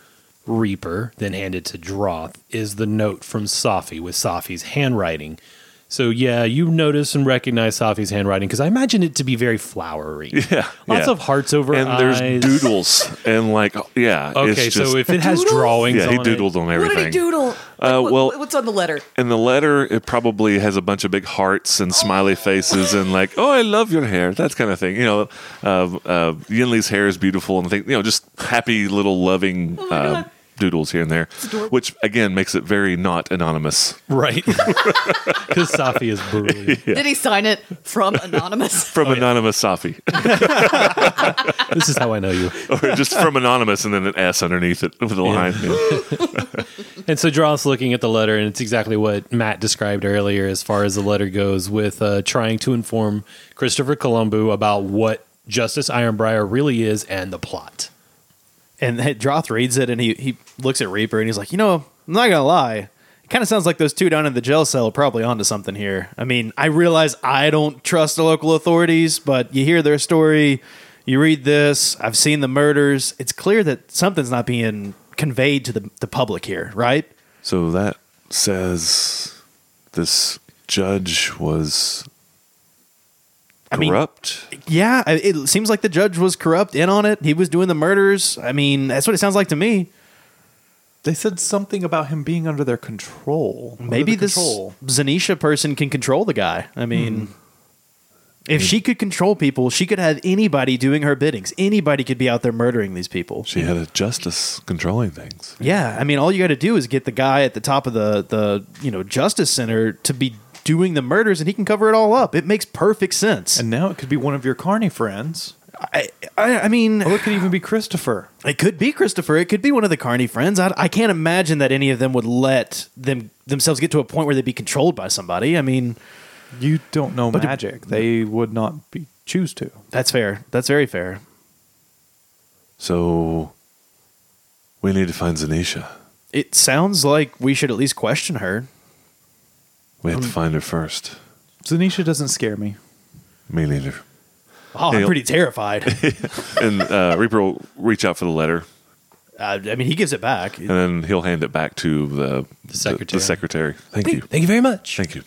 Speaker 5: Reaper, then handed to Droth, is the note from Safi with Safi's handwriting. So yeah, you notice and recognize Safi's handwriting because I imagine it to be very flowery.
Speaker 1: Yeah.
Speaker 5: Lots
Speaker 1: yeah.
Speaker 5: of hearts over
Speaker 1: and
Speaker 5: eyes.
Speaker 1: there's doodles and like yeah.
Speaker 5: Okay,
Speaker 1: it's just,
Speaker 5: so if it has
Speaker 4: Doodles?
Speaker 5: drawings,
Speaker 1: yeah, he
Speaker 5: on it-
Speaker 1: doodled on
Speaker 4: What
Speaker 1: everything.
Speaker 4: did he doodle?
Speaker 1: Uh,
Speaker 4: What-
Speaker 1: well-
Speaker 4: what's on the letter?
Speaker 1: And the letter, it probably has a bunch of big hearts and smiley faces and like, oh, I love your hair, that kind of thing. You know,
Speaker 4: Oh
Speaker 1: uh, uh, Yinli's hair is beautiful and think, you know, just happy little loving uh, doodles here and there, which again makes it very not anonymous
Speaker 5: Right. Because Safi is brilliant.
Speaker 4: Did he sign it from anonymous?
Speaker 1: from anonymous Safi,
Speaker 5: This is how I know you.
Speaker 1: or just from anonymous and then an S underneath it with a line. Yeah.
Speaker 5: And so Dross looking at the letter, and it's exactly what Matt described earlier as far as the letter goes, with uh, trying to inform Christopher Columbu about what Justice Ironbriar really is and the plot.
Speaker 2: And hey, Droth reads it and he, he looks at Reaper and he's like, you know, I'm not gonna lie. It kind of sounds like those two down in the jail cell are probably onto something here. I mean, I realize I don't trust the local authorities, but you hear their story, you read this, I've seen the murders. It's clear that something's not being conveyed to the, the public here, right?
Speaker 1: So that says this judge was
Speaker 2: I mean-
Speaker 1: corrupt.
Speaker 2: Yeah, I- it seems like the judge was corrupt in on it. He was doing the murders. I mean, that's what it sounds like to me.
Speaker 3: They said something about him being under their control. Under
Speaker 2: Maybe
Speaker 3: the
Speaker 2: this
Speaker 3: control. Hmm.
Speaker 2: Zanisha person can control the guy. I mean, if she could control people, she could have anybody doing her biddings. Anybody could be out there murdering these people.
Speaker 1: she had a justice controlling things.
Speaker 2: Yeah, I mean, all you got to do is get the guy at the top of the the you know justice center to be doing the murders, and he can cover it all up. It makes perfect sense.
Speaker 3: And now it could be one of your Carney friends.
Speaker 2: I, I, I mean,
Speaker 3: Or it could even be Christopher.
Speaker 2: It could be Christopher. It could be one of the Carney friends. I, I can't imagine that any of them would let them themselves get to a point where they'd be controlled by somebody. I mean,
Speaker 3: You don't know
Speaker 2: But-
Speaker 3: magic. They would not be choose to.
Speaker 2: that's fair. That's very fair.
Speaker 1: So we need to find Zanisha.
Speaker 2: It sounds like we should at least question her.
Speaker 1: We have to find her first.
Speaker 3: Zanisha doesn't scare me.
Speaker 1: Me neither.
Speaker 2: Oh,
Speaker 1: Hey,
Speaker 2: I'm pretty terrified.
Speaker 1: And uh, Reaper will reach out for the letter,
Speaker 2: uh, I mean, he gives it back.
Speaker 1: and then he'll hand it back to the the
Speaker 5: secretary.
Speaker 1: secretary. Thank you.
Speaker 5: Thank you very much.
Speaker 1: Thank you.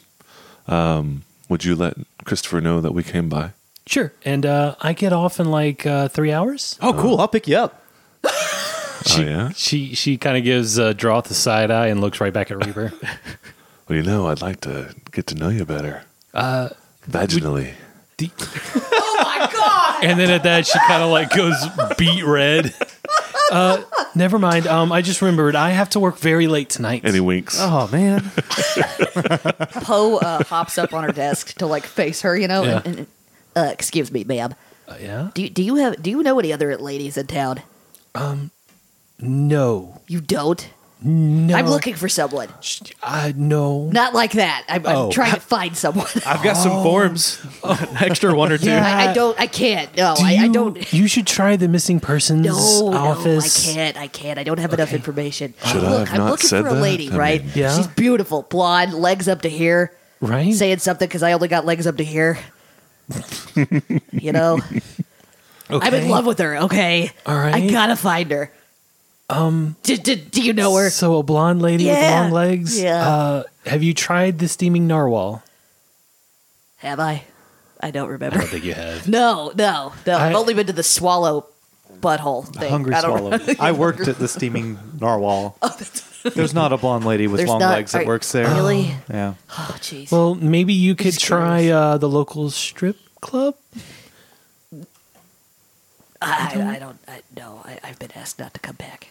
Speaker 1: Um, would you let Christopher know that we came by?
Speaker 5: Sure. And uh, I get off in like uh, three hours.
Speaker 2: Oh, cool. I'll pick you up.
Speaker 1: oh yeah.
Speaker 5: She she kind of gives uh, Droth the side eye and looks right back at Reaper.
Speaker 1: Well, you know, I'd like to get to know you better. Uh, vaginally.
Speaker 4: Oh my god!
Speaker 5: and then at that, she kind of like goes beat red. Uh, never mind. Um, I just remembered I have to work very late tonight.
Speaker 1: and he winks.
Speaker 2: Oh man,
Speaker 4: Poe uh, hops up on her desk to like face her, you know.
Speaker 5: Yeah.
Speaker 4: And, and
Speaker 6: Uh, excuse me, ma'am.
Speaker 5: Uh, yeah.
Speaker 6: Do, do you have do you know any other ladies in town?
Speaker 5: No.
Speaker 6: You don't.
Speaker 5: No.
Speaker 6: I'm looking for someone.
Speaker 5: Sh- Uh, no.
Speaker 6: Not like that. I'm,
Speaker 5: Oh.
Speaker 6: I'm trying to find someone.
Speaker 2: I've got
Speaker 3: Oh.
Speaker 2: some forms, extra one or two.
Speaker 5: Yeah.
Speaker 6: I, I don't. I can't. No,
Speaker 5: Uh, Do
Speaker 6: I, I
Speaker 5: you-
Speaker 6: don't.
Speaker 5: You should try the missing persons
Speaker 6: No,
Speaker 5: office.
Speaker 6: no, I can't. I can't. I don't have enough information.
Speaker 1: Should I
Speaker 6: Look,
Speaker 1: have
Speaker 6: I'm
Speaker 1: not
Speaker 6: looking
Speaker 1: said
Speaker 6: for a
Speaker 1: that?
Speaker 6: lady,
Speaker 1: I mean-
Speaker 6: right?
Speaker 5: Yeah.
Speaker 6: She's beautiful, blonde, legs up to here.
Speaker 5: Right?
Speaker 6: Saying something because I only got legs up to here. you know, I'm in
Speaker 5: Okay.
Speaker 6: love with her. Okay,
Speaker 5: All right.
Speaker 6: I gotta find her. Um, do, do, do you know her?
Speaker 5: So a blonde lady with
Speaker 6: Yeah.
Speaker 5: long legs.
Speaker 6: Yeah.
Speaker 5: Uh, have you tried the steaming narwhal?
Speaker 6: Have I? I don't remember.
Speaker 5: think you have.
Speaker 6: no, no, no. I,
Speaker 5: I-
Speaker 6: have only been to the swallow butthole thing.
Speaker 3: Hungry
Speaker 6: I don't-
Speaker 3: swallow. I worked at the steaming narwhal.
Speaker 4: Oh,
Speaker 3: There's not a blonde lady with
Speaker 6: There's
Speaker 3: long
Speaker 6: not-
Speaker 3: legs that
Speaker 6: are-
Speaker 3: works there.
Speaker 6: Really?
Speaker 3: Yeah.
Speaker 6: Oh, jeez.
Speaker 5: Well, maybe you could
Speaker 6: Just
Speaker 5: try
Speaker 6: curious.
Speaker 5: uh, the local strip club.
Speaker 6: I, I, I don't. I, no, I, I've been asked not to come back.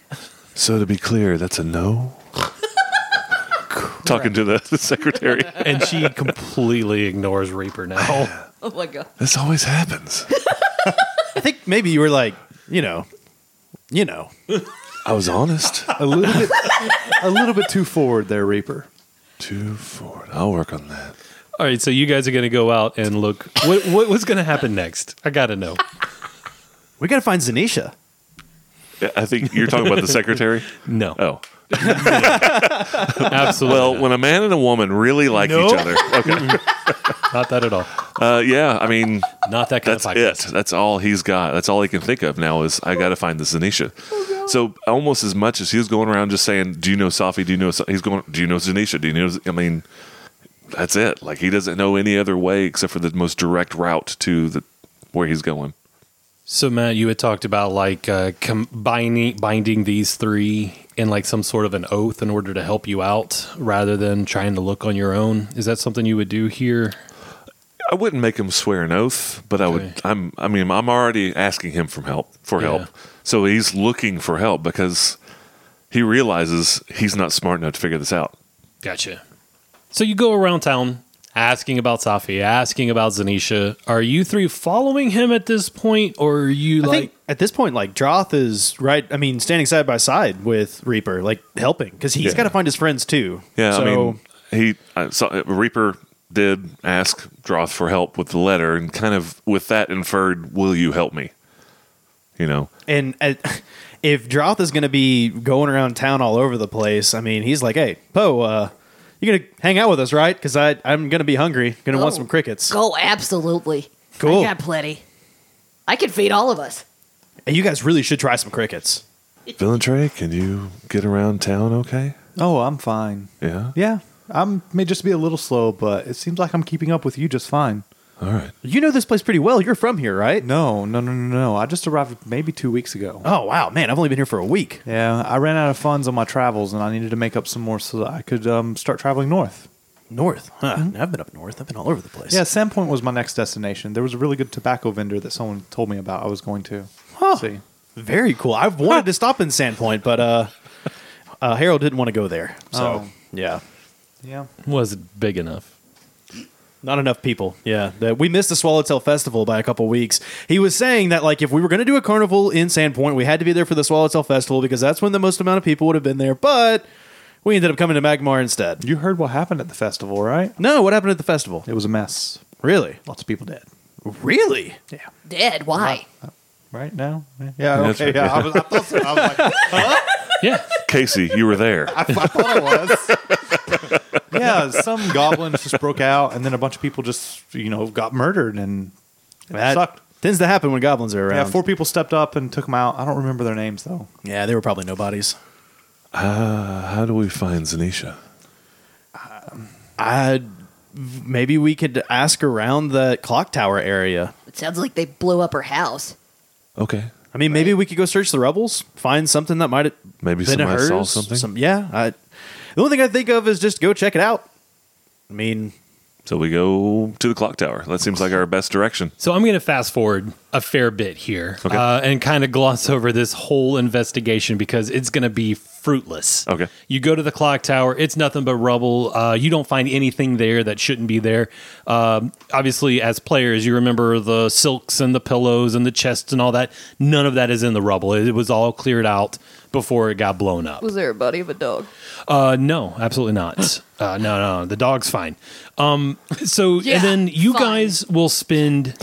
Speaker 1: So to be clear, that's a no. Talking to the, the secretary.
Speaker 5: And she completely ignores Reaper now.
Speaker 4: oh my god!
Speaker 1: this always happens.
Speaker 2: I think maybe you were like, you know, you know.
Speaker 1: I was honest.
Speaker 3: A little bit a little bit too forward there, Reaper.
Speaker 1: Two, four. I'll work on that.
Speaker 5: All right, so you guys are going to go out and look. What, what, what's going to happen next? I got to know.
Speaker 2: We got to find Zanisha.
Speaker 1: Yeah, I think you're talking about the secretary.
Speaker 5: No.
Speaker 1: Oh.
Speaker 5: Absolutely.
Speaker 1: Well, when a man and a woman really like each
Speaker 5: Nope.
Speaker 1: other, okay.
Speaker 5: not that at all.
Speaker 1: Uh, yeah, I mean,
Speaker 5: Not that kind
Speaker 1: that's
Speaker 5: of
Speaker 1: it.
Speaker 5: podcast.
Speaker 1: That's all he's got. That's all he can think of now is I got to find the Zanisha. So almost as much as he was going around just saying, "Do you know Safi? Do you know?" Sa-" He's going, "Do you know Zanisha? Do you know?" Z-" I mean, that's it. Like he doesn't know any other way except for the most direct route to the where he's going.
Speaker 5: So Matt, you had talked about like uh, combining binding these three in like some sort of an oath in order to help you out, rather than trying to look on your own. Is that something you would do here?
Speaker 1: I wouldn't make him swear an oath, but I would.
Speaker 5: Okay.
Speaker 1: I'm. I mean, I'm already asking him for help. For
Speaker 5: Yeah.
Speaker 1: help, so he's looking for help because he realizes he's not smart enough to figure this out.
Speaker 5: Gotcha. So you go around town asking about Safi, asking about Zanisha. Are you three following him at this point, or are you
Speaker 2: I
Speaker 5: like?
Speaker 2: think at this point, like Droth is right. I mean, standing side by side with Reaper, like helping because he's
Speaker 1: Yeah.
Speaker 2: got to find his friends too.
Speaker 1: Yeah,
Speaker 2: so
Speaker 1: I mean, he I saw, Reaper did ask Droth for help with the letter, and kind of with that inferred, "Will you help me?" You know,
Speaker 2: and at, if Droth is going to be going around town all over the place, I mean, he's like, hey, Poe, uh, you're gonna hang out with us, right? Because I I'm gonna be hungry, gonna want
Speaker 6: Oh,
Speaker 2: some crickets.
Speaker 6: Oh, absolutely.
Speaker 2: Cool.
Speaker 6: I got plenty.
Speaker 4: I could feed all of us.
Speaker 2: And you guys really should try some crickets.
Speaker 1: Villain Trey, can you get around town okay?
Speaker 3: Oh, I'm fine.
Speaker 1: Yeah.
Speaker 3: Yeah, I'm may just be a little slow, but it seems like I'm keeping up with you just fine.
Speaker 1: All right.
Speaker 2: You know this place pretty well. You're from here, right?
Speaker 3: No, no, no, no, no. I just arrived maybe two weeks ago.
Speaker 2: Oh wow, man, I've only been here for a week.
Speaker 3: Yeah, I ran out of funds on my travels, and I needed to make up some more so that I could um, start traveling north.
Speaker 2: North, huh? I've been up north. I've been all over the place.
Speaker 3: Yeah, Sandpoint was my next destination. There was a really good tobacco vendor that someone told me about. I was going to
Speaker 2: Huh.
Speaker 3: see.
Speaker 2: Very cool. I've wanted to stop in Sandpoint, but uh, uh, Harold didn't want to go there. So
Speaker 3: Oh.
Speaker 2: yeah,
Speaker 3: Yeah,
Speaker 5: was it big enough?
Speaker 2: not enough people. Yeah, that we missed the Swallowtail Festival by a couple weeks. He was saying that like if we were going to do a carnival in Sandpoint, we had to be there for the Swallowtail Festival because that's when the most amount of people would have been there. But we ended up coming to Magmar instead.
Speaker 3: you heard what happened at the festival, right?
Speaker 2: No, what happened at the festival?
Speaker 3: It was a mess.
Speaker 2: Really?
Speaker 3: Lots of people dead.
Speaker 2: Really?
Speaker 3: Yeah.
Speaker 4: Dead? Why?
Speaker 3: Right now? Yeah.
Speaker 1: That's
Speaker 3: Okay.
Speaker 1: right.
Speaker 3: Yeah. I was, I thought so. I was like,
Speaker 5: Yeah,
Speaker 1: Casey, you were there.
Speaker 3: I thought I was. yeah, some goblins just broke out, and then a bunch of people just, you know, got murdered, and it
Speaker 2: That
Speaker 3: sucked.
Speaker 2: tends to happen when goblins are around.
Speaker 3: Yeah, four people stepped up and took them out. I don't remember their names though.
Speaker 2: yeah they were probably nobodies.
Speaker 1: How do we find Zanisha?
Speaker 2: I maybe we could ask around the clock tower area.
Speaker 4: It sounds like they blew up her house.
Speaker 1: Okay.
Speaker 2: I mean, maybe we could go search the rebels, find something that might have
Speaker 1: Maybe
Speaker 2: been
Speaker 1: somebody
Speaker 2: hers.
Speaker 1: saw something.
Speaker 2: Some, yeah. I, the only thing I think of is just go check it out. I mean,
Speaker 1: So we go to the clock tower. That seems like our best direction.
Speaker 5: So I'm going to fast forward a fair bit here
Speaker 1: Okay.
Speaker 5: uh, and kind of gloss over this whole investigation because it's going to be fruitless.
Speaker 1: Okay.
Speaker 5: You go to the clock tower, it's nothing but rubble. Uh, you don't find anything there that shouldn't be there. Um, obviously, as players, you remember the silks and the pillows and the chests and all that. None of that is in the rubble. It, it was all cleared out before it got blown up.
Speaker 4: Was there a buddy of a dog?
Speaker 5: Uh, no, absolutely not. uh, no, no, the dog's fine. Um, so
Speaker 4: Yeah,
Speaker 5: and then you
Speaker 4: fine.
Speaker 5: guys will spend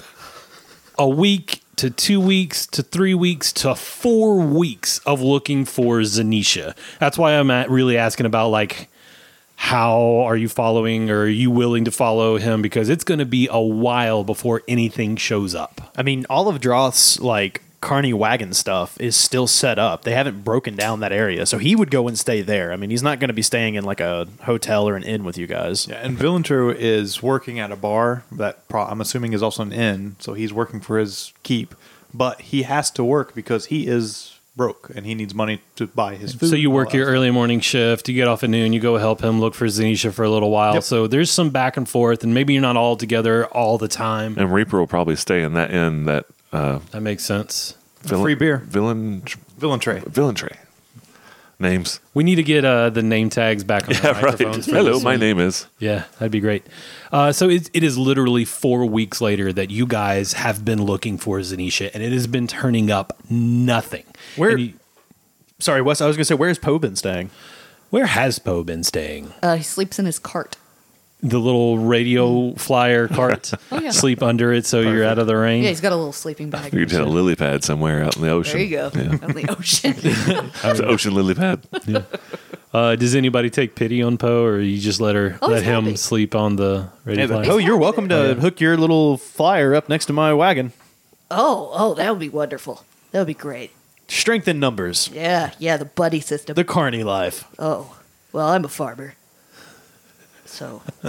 Speaker 5: a week to two weeks to three weeks to four weeks of looking for Zanisha. That's why I'm at really asking about like how are you following or are you willing to follow him because it's going to be a while before anything shows up.
Speaker 2: I mean, all of Droth's like carny wagon stuff is still set up. They haven't broken down that area, so he would go and stay there. I mean, he's not going to be staying in like a hotel or an inn with you guys.
Speaker 3: Yeah, and Villanter is working at a bar that pro- I'm assuming is also an inn, so he's working for his keep. But he has to work because he is broke and he needs money to buy his food.
Speaker 5: So you
Speaker 3: and all
Speaker 5: work
Speaker 3: that
Speaker 5: your
Speaker 3: stuff.
Speaker 5: early morning shift, you get off at noon, you go help him look for Zanisha for a little while.
Speaker 3: Yep.
Speaker 5: So there's some back and forth, and maybe you're not all together all the time.
Speaker 1: And Reaper will probably stay in that inn that uh,
Speaker 5: That makes sense.
Speaker 1: villain,
Speaker 3: free beer.
Speaker 1: villain
Speaker 3: Villantre.
Speaker 1: villain tray names.
Speaker 5: We need to get uh, the name tags back on the
Speaker 1: Yeah, right.
Speaker 5: microphones. for
Speaker 1: Hello,
Speaker 5: this
Speaker 1: my
Speaker 5: one.
Speaker 1: name is.
Speaker 5: Yeah, that'd be great. Uh, so it, it is literally four weeks later that you guys have been looking for Zanisha, and it has been turning up nothing.
Speaker 2: Where-
Speaker 5: And you-
Speaker 2: Sorry, Wes. I was going to say, where's Poe been staying?
Speaker 5: where has Poe been staying?
Speaker 4: Uh, he sleeps in his cart.
Speaker 5: The little radio flyer cart.
Speaker 4: Oh, yeah.
Speaker 5: Sleep under it so you're out of the rain.
Speaker 4: Yeah, he's got a little sleeping bag.
Speaker 1: You could hit a lily pad somewhere out in the ocean.
Speaker 4: There you go.
Speaker 1: Yeah.
Speaker 4: On the ocean.
Speaker 1: It's an ocean lily pad.
Speaker 5: Uh, does anybody take pity on Poe, or you just let her
Speaker 4: Oh,
Speaker 5: let
Speaker 4: he's
Speaker 5: him
Speaker 4: happy.
Speaker 5: sleep on the radio?
Speaker 2: Hey, but
Speaker 5: flyer?
Speaker 2: Poe, you're welcome to hook your little flyer up next to my wagon.
Speaker 4: oh, oh, that would be wonderful. That would be great.
Speaker 2: Strength in numbers.
Speaker 4: Yeah, yeah, the buddy system.
Speaker 2: The carny life.
Speaker 4: oh, well, I'm a farmer. So,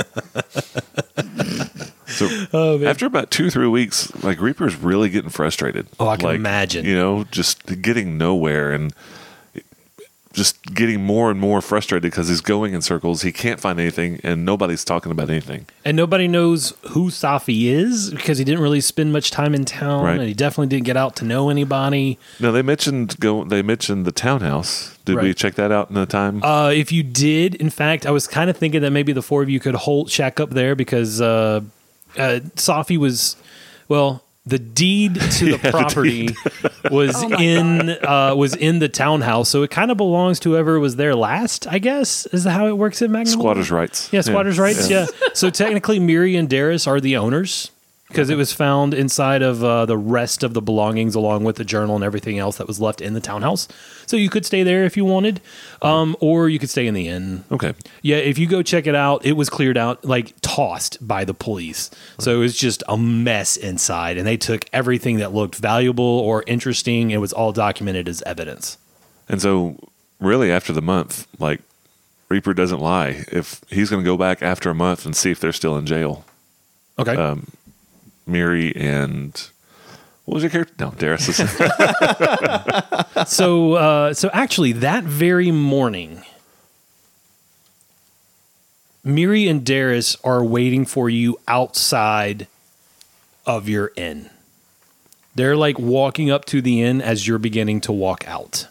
Speaker 1: So
Speaker 5: Oh, man.
Speaker 1: after about two, three weeks, like Reaper's really getting frustrated.
Speaker 5: Oh, I can
Speaker 1: Like,
Speaker 5: imagine.
Speaker 1: You know, just getting nowhere and just getting more and more frustrated because he's going in circles. He can't find anything, and nobody's talking about anything.
Speaker 5: And nobody knows who Safi is because he didn't really spend much time in town,
Speaker 1: Right.
Speaker 5: and he definitely didn't get out to know anybody.
Speaker 1: No, they mentioned go. They mentioned the townhouse. Did we
Speaker 5: Right.
Speaker 1: check that out in the time?
Speaker 5: Uh, if you did, in fact, I was kind of thinking that maybe the four of you could hold shack up there because uh, uh, Safi was, well, the deed to the property was
Speaker 4: Oh my
Speaker 5: in uh, was in the townhouse, so it kind of belongs to whoever was there last. I guess is how it works in Magnolia.
Speaker 1: squatters' rights.
Speaker 5: Yeah, squatters' rights. Yeah. so technically, Miri and Darius are the owners because it was found inside of uh, the rest of the belongings, along with the journal and everything else that was left in the townhouse. So you could stay there if you wanted, um, or you could stay in the inn.
Speaker 1: Okay.
Speaker 5: Yeah, if you go check it out, it was cleared out, like tossed by the police. So it was just a mess inside, and they took everything that looked valuable or interesting. It was all documented as evidence.
Speaker 1: And so, really, after the month, like Reaper doesn't lie. If he's going to go back after a month and see if they're still in jail,
Speaker 5: Okay.
Speaker 1: Miri and what was your character? No, Darius. is-
Speaker 5: so uh, so actually that very morning Miri and Darius are waiting for you outside of your inn. They're like walking up to the inn as you're beginning to walk out.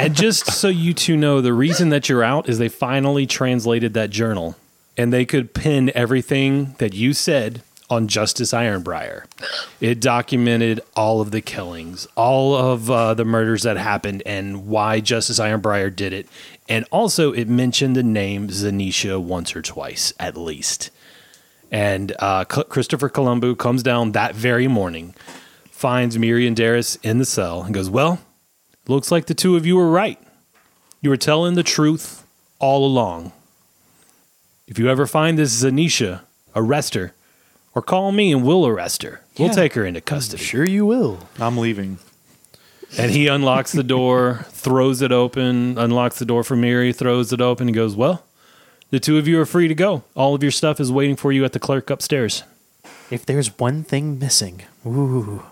Speaker 5: and just so you two know, the reason that you're out is they finally translated that journal and they could pin everything that you said on Justice Ironbriar. It documented all of the killings, all of uh, the murders that happened, and why Justice Ironbriar did it. And also, it mentioned the name Zanisha once or twice, at least. And uh, C- Christopher Columbu comes down that very morning, finds Miri and Darius in the cell, and goes, Well, looks like the two of you were right. You were telling the truth all along. If you ever find this Zanisha, arrest her. Or call me and we'll arrest her. We'll
Speaker 2: Yeah.
Speaker 5: take her into custody.
Speaker 2: Sure, you will.
Speaker 3: I'm leaving.
Speaker 5: And he unlocks the door, throws it open, unlocks the door for Miri, throws it open, and goes, Well, the two of you are free to go. All of your stuff is waiting for you at the clerk upstairs.
Speaker 2: If there's one thing missing, ooh,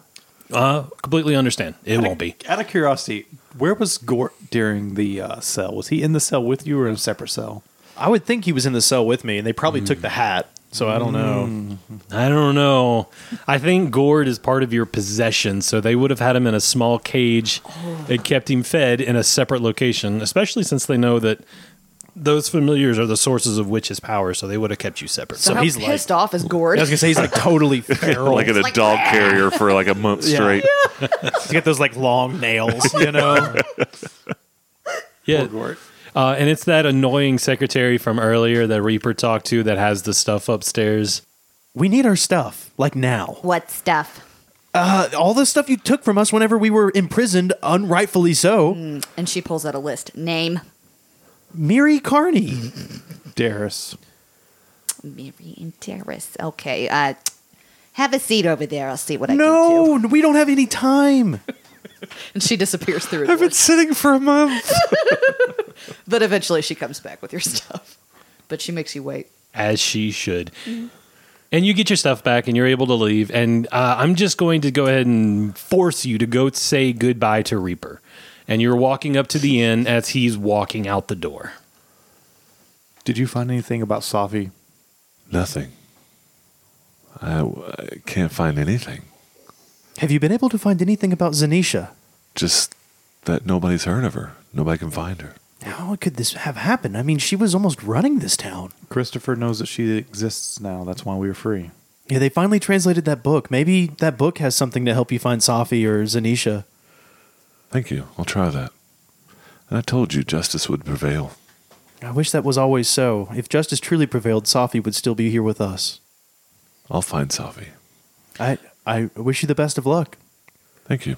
Speaker 5: Uh, completely understand. It won't be.
Speaker 3: Out of curiosity, where was Gort during the uh, cell? Was he in the cell with you or in a separate cell?
Speaker 2: I would think he was in the cell with me, and they probably took the hat. So I
Speaker 1: Mm.
Speaker 2: don't know.
Speaker 5: I don't know. I think Gord is part of your possession, so they would have had him in a small cage
Speaker 4: Oh.
Speaker 5: and kept him fed in a separate location, especially since they know that those familiars are the sources of witch's power, so they would have kept you separate.
Speaker 4: So,
Speaker 2: So
Speaker 4: how
Speaker 2: he's like-
Speaker 4: pissed off is Gord?
Speaker 2: I was gonna say he's like totally feral.
Speaker 1: like in a
Speaker 4: Like-
Speaker 1: dog carrier for like a month
Speaker 2: Yeah.
Speaker 1: straight.
Speaker 2: he's got those like long nails, you know.
Speaker 5: Yeah. Uh, and it's that annoying secretary from earlier that Reaper talked to that has the stuff upstairs.
Speaker 2: we need our stuff like now.
Speaker 4: what stuff?
Speaker 2: Uh, all the stuff you took from us whenever we were imprisoned, unrightfully so.
Speaker 1: Mm.
Speaker 4: And she pulls out a list. Name.
Speaker 2: Miri
Speaker 1: Mm,
Speaker 2: Carney.
Speaker 3: Darius.
Speaker 4: Mary and Terrace. Okay. Uh, have a seat over there. I'll see what I can do.
Speaker 2: No, we don't have any time.
Speaker 4: And she disappears through the
Speaker 1: I've
Speaker 4: door.
Speaker 1: been sitting for a month.
Speaker 4: But eventually she comes back with your stuff. But she makes you wait.
Speaker 5: as she should. And you get your stuff back and you're able to leave. And uh, I'm just going to go ahead and force you to go say goodbye to Reaper. And you're walking up to the inn as he's walking out the door.
Speaker 3: Did you find anything about Safi?
Speaker 1: Nothing. I, I can't find anything.
Speaker 2: Have you been able to find anything about Zanisha?
Speaker 1: Just that nobody's heard of her. Nobody can find her.
Speaker 2: How could this have happened? I mean, she was almost running this town.
Speaker 3: Christopher knows that she exists now. That's why we were free.
Speaker 2: Yeah, they finally translated that book. Maybe that book has something to help you find Safi or Zanisha.
Speaker 1: Thank you. I'll try that. And I told you justice would prevail.
Speaker 2: I wish that was always so. If justice truly prevailed, Safi would still be here with us.
Speaker 1: I'll find Safi.
Speaker 2: I I wish you the best of luck.
Speaker 1: Thank you.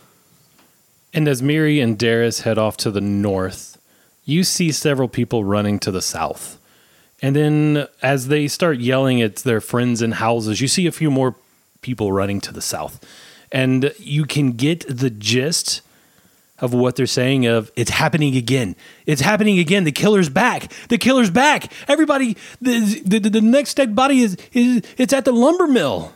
Speaker 5: And as Miri and Darius head off to the north, you see several people running to the south. And then as they start yelling at their friends in houses, you see a few more people running to the south. And you can get the gist of what they're saying of it's happening again. It's happening again. The killer's back. The killer's back. Everybody the the, the- the next dead body is is it's at the lumber mill.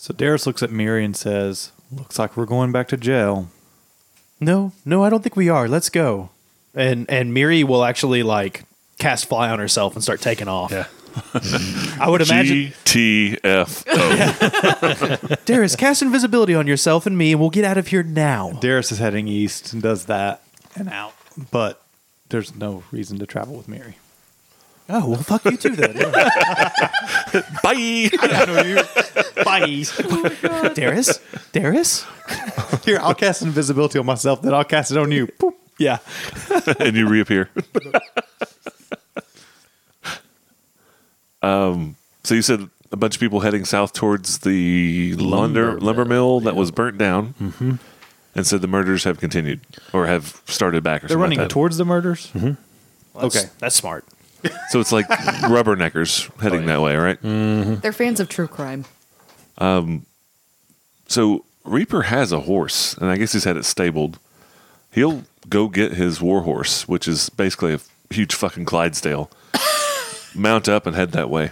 Speaker 3: So Darius looks at Miri and says, Looks like we're going back to jail.
Speaker 2: No, no, I don't think we are. Let's go. and and Miri will actually like cast fly on herself and start taking off.
Speaker 5: Yeah.
Speaker 2: I would imagine.
Speaker 1: GTFO.
Speaker 2: Darius, cast invisibility on yourself and me, and we'll get out of here now.
Speaker 3: Darius is heading east and does that and out, but there's no reason to travel with Mary.
Speaker 2: Oh well, fuck you too then. Yeah.
Speaker 1: Bye.
Speaker 2: Bye, Darius. Darius.
Speaker 3: Here, I'll cast invisibility on myself, then I'll cast it on you. Boop.
Speaker 2: Yeah.
Speaker 1: and you reappear. um, Um, so you said a bunch of people heading south towards the lumber lumber, mill that was burnt down, mm-hmm. and said the murders have continued or have started back. Or
Speaker 3: They're
Speaker 1: something
Speaker 3: running
Speaker 1: like that.
Speaker 3: towards the murders.
Speaker 2: Well, that's-
Speaker 3: Okay.
Speaker 2: that's smart.
Speaker 1: So it's like rubberneckers heading that way, right?
Speaker 4: They're fans of true crime.
Speaker 1: So Reaper has a horse, and I guess he's had it stabled. He'll go get his war horse, which is basically a huge fucking Clydesdale. mount up and head that way.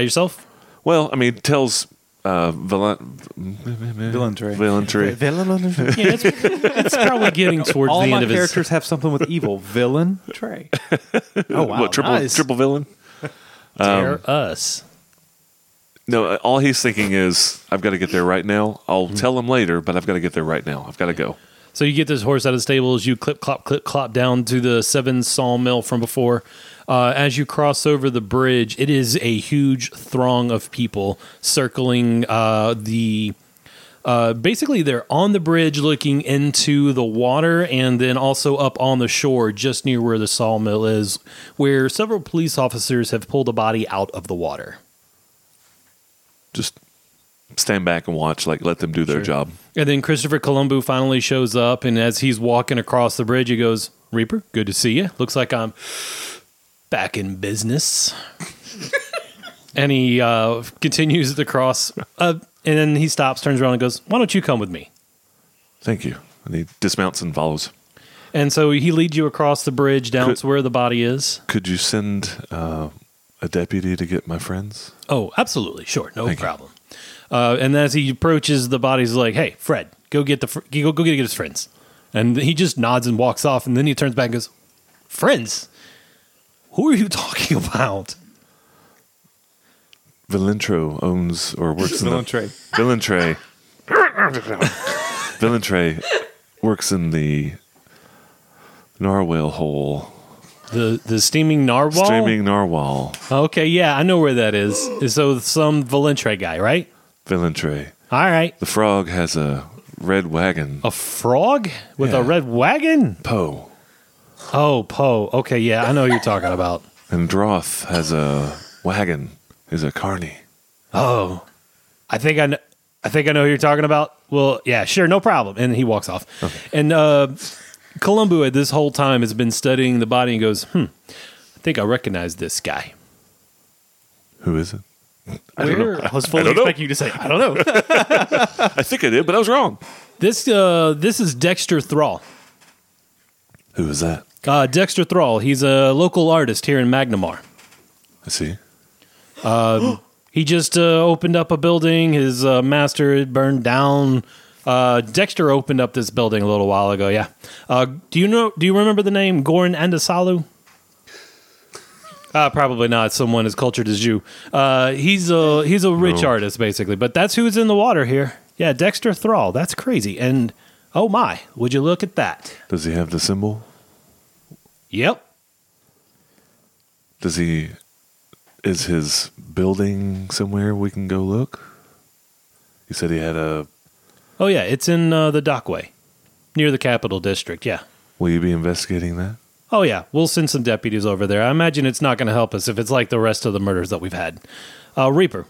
Speaker 5: yourself?
Speaker 1: Well, I mean, tells uh, Valen-
Speaker 3: Villainry.
Speaker 1: Valentry.
Speaker 3: Villain.
Speaker 5: Yeah, it's, it's probably getting towards
Speaker 3: All
Speaker 5: the
Speaker 3: my
Speaker 5: end of his.
Speaker 3: characters have something with evil. Villain. Trey.
Speaker 2: Oh wow,
Speaker 1: what triple
Speaker 2: nice.
Speaker 1: triple villain?
Speaker 5: Tear us.
Speaker 1: No, uh, all he's thinking is, I've got to get there right now.
Speaker 2: Mm-hmm.
Speaker 1: I'll tell him later, but I've got to get there right now. I've got to go.
Speaker 5: So you get this horse out of the stables, you clip clop clip clop down to the seven sawmill from before. Uh, as you cross over the bridge, it is a huge throng of people circling uh, the. Uh, basically, they're on the bridge looking into the water and then also up on the shore just near where the sawmill is, where several police officers have pulled a body out of the water.
Speaker 1: Just stand back and watch. Like, let them do their job.
Speaker 5: And then Christopher Colombo finally shows up, and as he's walking across the bridge, he goes, "Reaper, good to see you. Looks like I'm back in business." and he uh, continues to cross, uh, and then he stops, turns around, and goes, "Why don't you come with me?"
Speaker 1: Thank you. And he dismounts and follows.
Speaker 5: And so he leads you across the bridge down
Speaker 1: Could-
Speaker 5: to where the body is.
Speaker 1: Could you send uh, a deputy to get my friends?
Speaker 5: Oh, absolutely, sure, no
Speaker 1: Thank you.
Speaker 5: problem. Uh, and as he approaches the body, he's like, "Hey, Fred, go get the fr- go go get, get his friends." And he just nods and walks off. And then he turns back and goes, "Friends, who are you talking about?"
Speaker 1: Valentro owns or works in the
Speaker 3: Villainry.
Speaker 1: Villantre. Villantre works in the narwhal hole.
Speaker 5: The the steaming narwhal.
Speaker 1: Streaming narwhal.
Speaker 5: Okay, yeah, I know where that is. So some Valentre guy, right?
Speaker 1: Villantre.
Speaker 5: All right,
Speaker 1: The frog has a red wagon.
Speaker 5: a frog with
Speaker 1: Yeah.
Speaker 5: a red wagon.
Speaker 1: Poe.
Speaker 5: Oh, Poe. Okay, yeah, I know what you're talking about.
Speaker 1: And Droth has a wagon. Is a carney.
Speaker 5: oh, I think I, kn- I think I know who you're talking about. Well, yeah, sure, no problem. And he walks off. And uh, Columbu at this whole time has been studying the body and goes, hmm, I think I recognize this guy.
Speaker 1: Who is it?
Speaker 2: I, don't know. I was fully
Speaker 1: don't know.
Speaker 2: expecting you to say, I don't know.
Speaker 1: I think I did, but I was wrong.
Speaker 5: This uh, this is Dexter Thrall.
Speaker 1: Who is that?
Speaker 5: Uh, Dexter Thrall. He's a local artist here in Magnamar.
Speaker 1: I see.
Speaker 5: He just uh, opened up a building. His uh, master had burned down. Uh, Dexter opened up this building a little while ago. Yeah. Uh, do you know? Do you remember the name Goran Andasalu? Uh, probably not. Someone as cultured as you. Uh, he's a he's a rich
Speaker 1: No.
Speaker 5: artist basically, but that's who's in the water here. Yeah, Dexter Thrall. That's crazy. And oh my, would you look at that?
Speaker 1: Does he have the symbol?
Speaker 5: Yep.
Speaker 1: Does he? Is his building somewhere we can go look? You said he had a.
Speaker 5: Oh yeah, it's in uh, the Dockway, near the Capital District. Yeah.
Speaker 1: Will you be investigating that?
Speaker 5: Oh yeah, we'll send some deputies over there. I imagine it's not going to help us if it's like the rest of the murders that we've had. Uh, Reaper,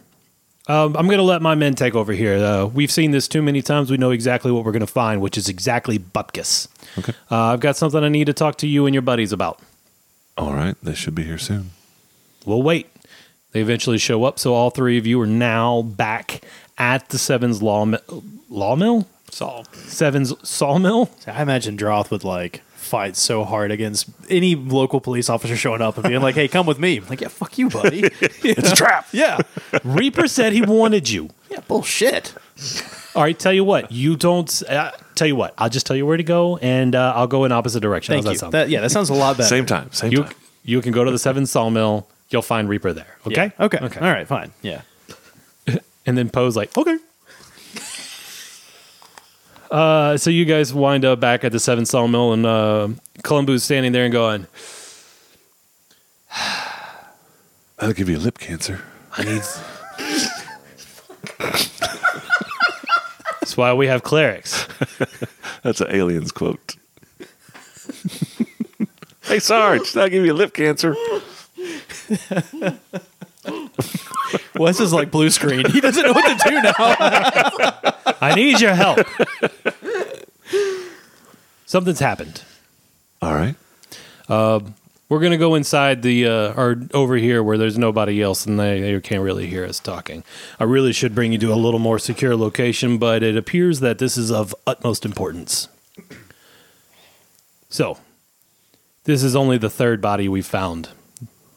Speaker 5: um, I'm going to let my men take over here. Uh, we've seen this too many times. We know exactly what we're going to find, which is exactly Bupkis.
Speaker 1: Okay.
Speaker 5: Uh, I've got something I need to talk to you and your buddies about.
Speaker 1: All right, they should be here soon.
Speaker 5: We'll wait. They eventually show up, so all three of you are now back at the Sevens Law mi- Law Mill. Saw Sevens Sawmill.
Speaker 2: I imagine Droth would like fight so hard against any local police officer showing up and being like, hey, come with me. like, yeah, fuck you, buddy. it's a trap. Yeah.
Speaker 5: Reaper said he wanted you.
Speaker 2: Yeah, bullshit.
Speaker 5: All right, tell you what, you don't. Uh, tell you what, I'll just tell you where to go, and uh, I'll go in opposite direction.
Speaker 2: Thank
Speaker 5: How's
Speaker 2: you.
Speaker 5: That sound?
Speaker 2: That- yeah, that sounds a lot better.
Speaker 1: Same time. Same
Speaker 5: you
Speaker 1: time.
Speaker 5: you can go to the Seven Sawmill. You'll find Reaper there. Okay.
Speaker 2: Okay. All right. Fine. Yeah.
Speaker 5: And then Poe's like, okay. uh, so you guys wind up back at the Seven Sawmill, and uh, Columbo's standing there and going,
Speaker 1: That'll give you lip cancer.
Speaker 5: I need. That's why we have clerics.
Speaker 1: That's an aliens quote. hey Sarge, that'll give you lip cancer.
Speaker 2: Wes is like blue screen. He doesn't know what to do now.
Speaker 5: I need your help. Something's happened.
Speaker 1: All right.
Speaker 5: We're gonna go inside the uh, or over here where there's nobody else and they, they can't really hear us talking. I really should bring you to a little more secure location, but it appears that this is of utmost importance. So, this is only the third body we found.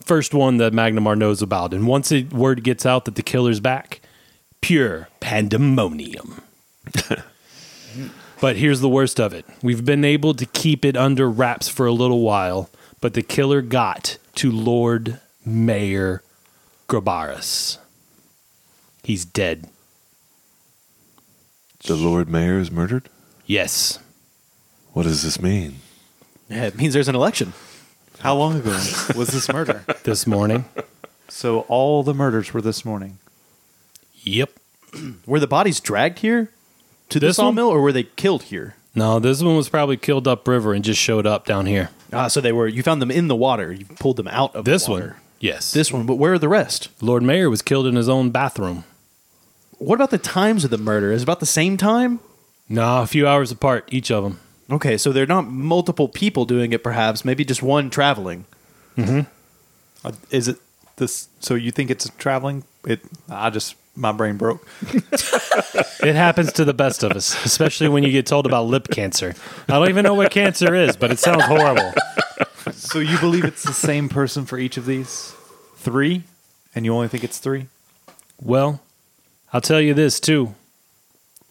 Speaker 5: First one that Magnamar knows about, and once it, word gets out that the killer's back, pure pandemonium. But here's the worst of it. We've been able to keep it under wraps for a little while, but the killer got to Lord Mayor Grabaris. He's dead.
Speaker 1: The Lord Mayor is murdered?
Speaker 5: Yes.
Speaker 1: What does this mean?
Speaker 2: Yeah, it means there's an election.
Speaker 3: How long ago was this murder?
Speaker 5: This morning.
Speaker 3: So all the murders were this morning.
Speaker 5: yep.
Speaker 2: Were the bodies dragged here to the
Speaker 5: This one?
Speaker 2: sawmill, or were they killed here?
Speaker 5: No, this one was probably killed upriver and just showed up down here.
Speaker 2: Ah, so they were. You found them in the water. You pulled them out of
Speaker 5: This
Speaker 2: the water.
Speaker 5: one. Yes.
Speaker 2: This one. But where are the rest?
Speaker 5: Lord Mayor was killed in his own bathroom.
Speaker 2: What about the times of the murder? Is it about the same time?
Speaker 5: Nah, a few hours apart, each of them.
Speaker 2: Okay, so they're not multiple people doing it. Perhaps maybe just one traveling.
Speaker 3: Uh, Is it this? So you think it's traveling? It. I just my brain broke.
Speaker 5: It happens to the best of us, especially when you get told about lip cancer. I don't even know what cancer is, but it sounds horrible.
Speaker 3: So you believe it's the same person for each of these three, and you only think it's three?
Speaker 5: Well, I'll tell you this too.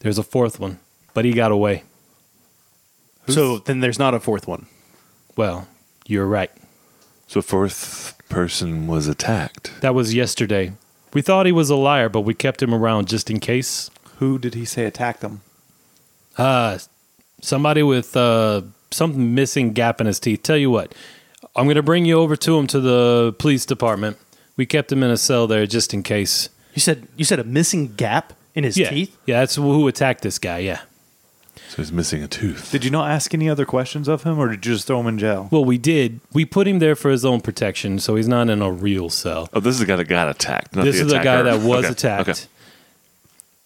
Speaker 5: There's a fourth one, but he got away.
Speaker 2: So then there's not a fourth one.
Speaker 5: Well, you're right.
Speaker 1: So fourth person was attacked.
Speaker 5: That was yesterday. We thought he was a liar, but we kept him around just in case.
Speaker 3: Who did he say attacked them?
Speaker 5: Uh, somebody with uh, something missing gap in his teeth. Tell you what, I'm going to bring you over to him to the police department. We kept him in a cell there just in case.
Speaker 2: You said you said a missing gap in his
Speaker 5: yeah.
Speaker 2: teeth.
Speaker 5: Yeah, that's who attacked this guy. Yeah.
Speaker 1: So he's missing a tooth.
Speaker 3: Did you not ask any other questions of him, or did you just throw him in jail?
Speaker 5: Well, we did. We put him there for his own protection, so he's not in a real cell.
Speaker 1: Oh, this is the guy that got attacked. Not
Speaker 5: this
Speaker 1: the
Speaker 5: is the guy
Speaker 1: attacker.
Speaker 5: that was
Speaker 1: Okay,
Speaker 5: attacked.
Speaker 1: okay.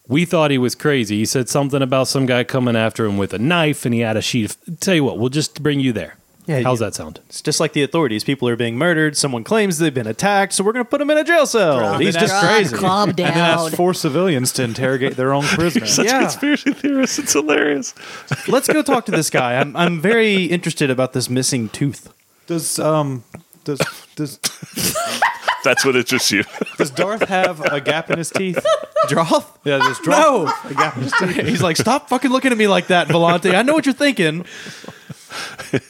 Speaker 5: We thought he was crazy. He said something about some guy coming after him with a knife, and he had a sheet. Of, tell you what, we'll just bring you there.
Speaker 2: Yeah,
Speaker 5: how's
Speaker 2: you-
Speaker 5: that sound?
Speaker 2: It's just like the authorities. People are being murdered. Someone claims they've been attacked, so we're going to put him in a jail cell.
Speaker 4: Drop
Speaker 2: He's
Speaker 4: it
Speaker 2: just
Speaker 4: out.
Speaker 2: crazy.
Speaker 6: Calm
Speaker 3: And then
Speaker 6: down.
Speaker 3: asked four civilians to interrogate their own prisoners.
Speaker 1: Such
Speaker 2: Yeah.
Speaker 1: conspiracy theorists. It's hilarious.
Speaker 2: Let's go talk to this guy. I'm, I'm very interested about this missing tooth.
Speaker 3: Does um does does
Speaker 1: That's what interests you.
Speaker 3: does Darth have a gap in his teeth?
Speaker 2: Droth?
Speaker 3: Yeah, does Darth
Speaker 2: No!
Speaker 3: a gap in his teeth?
Speaker 2: He's like, stop fucking looking at me like that, Volante. I know what you're thinking.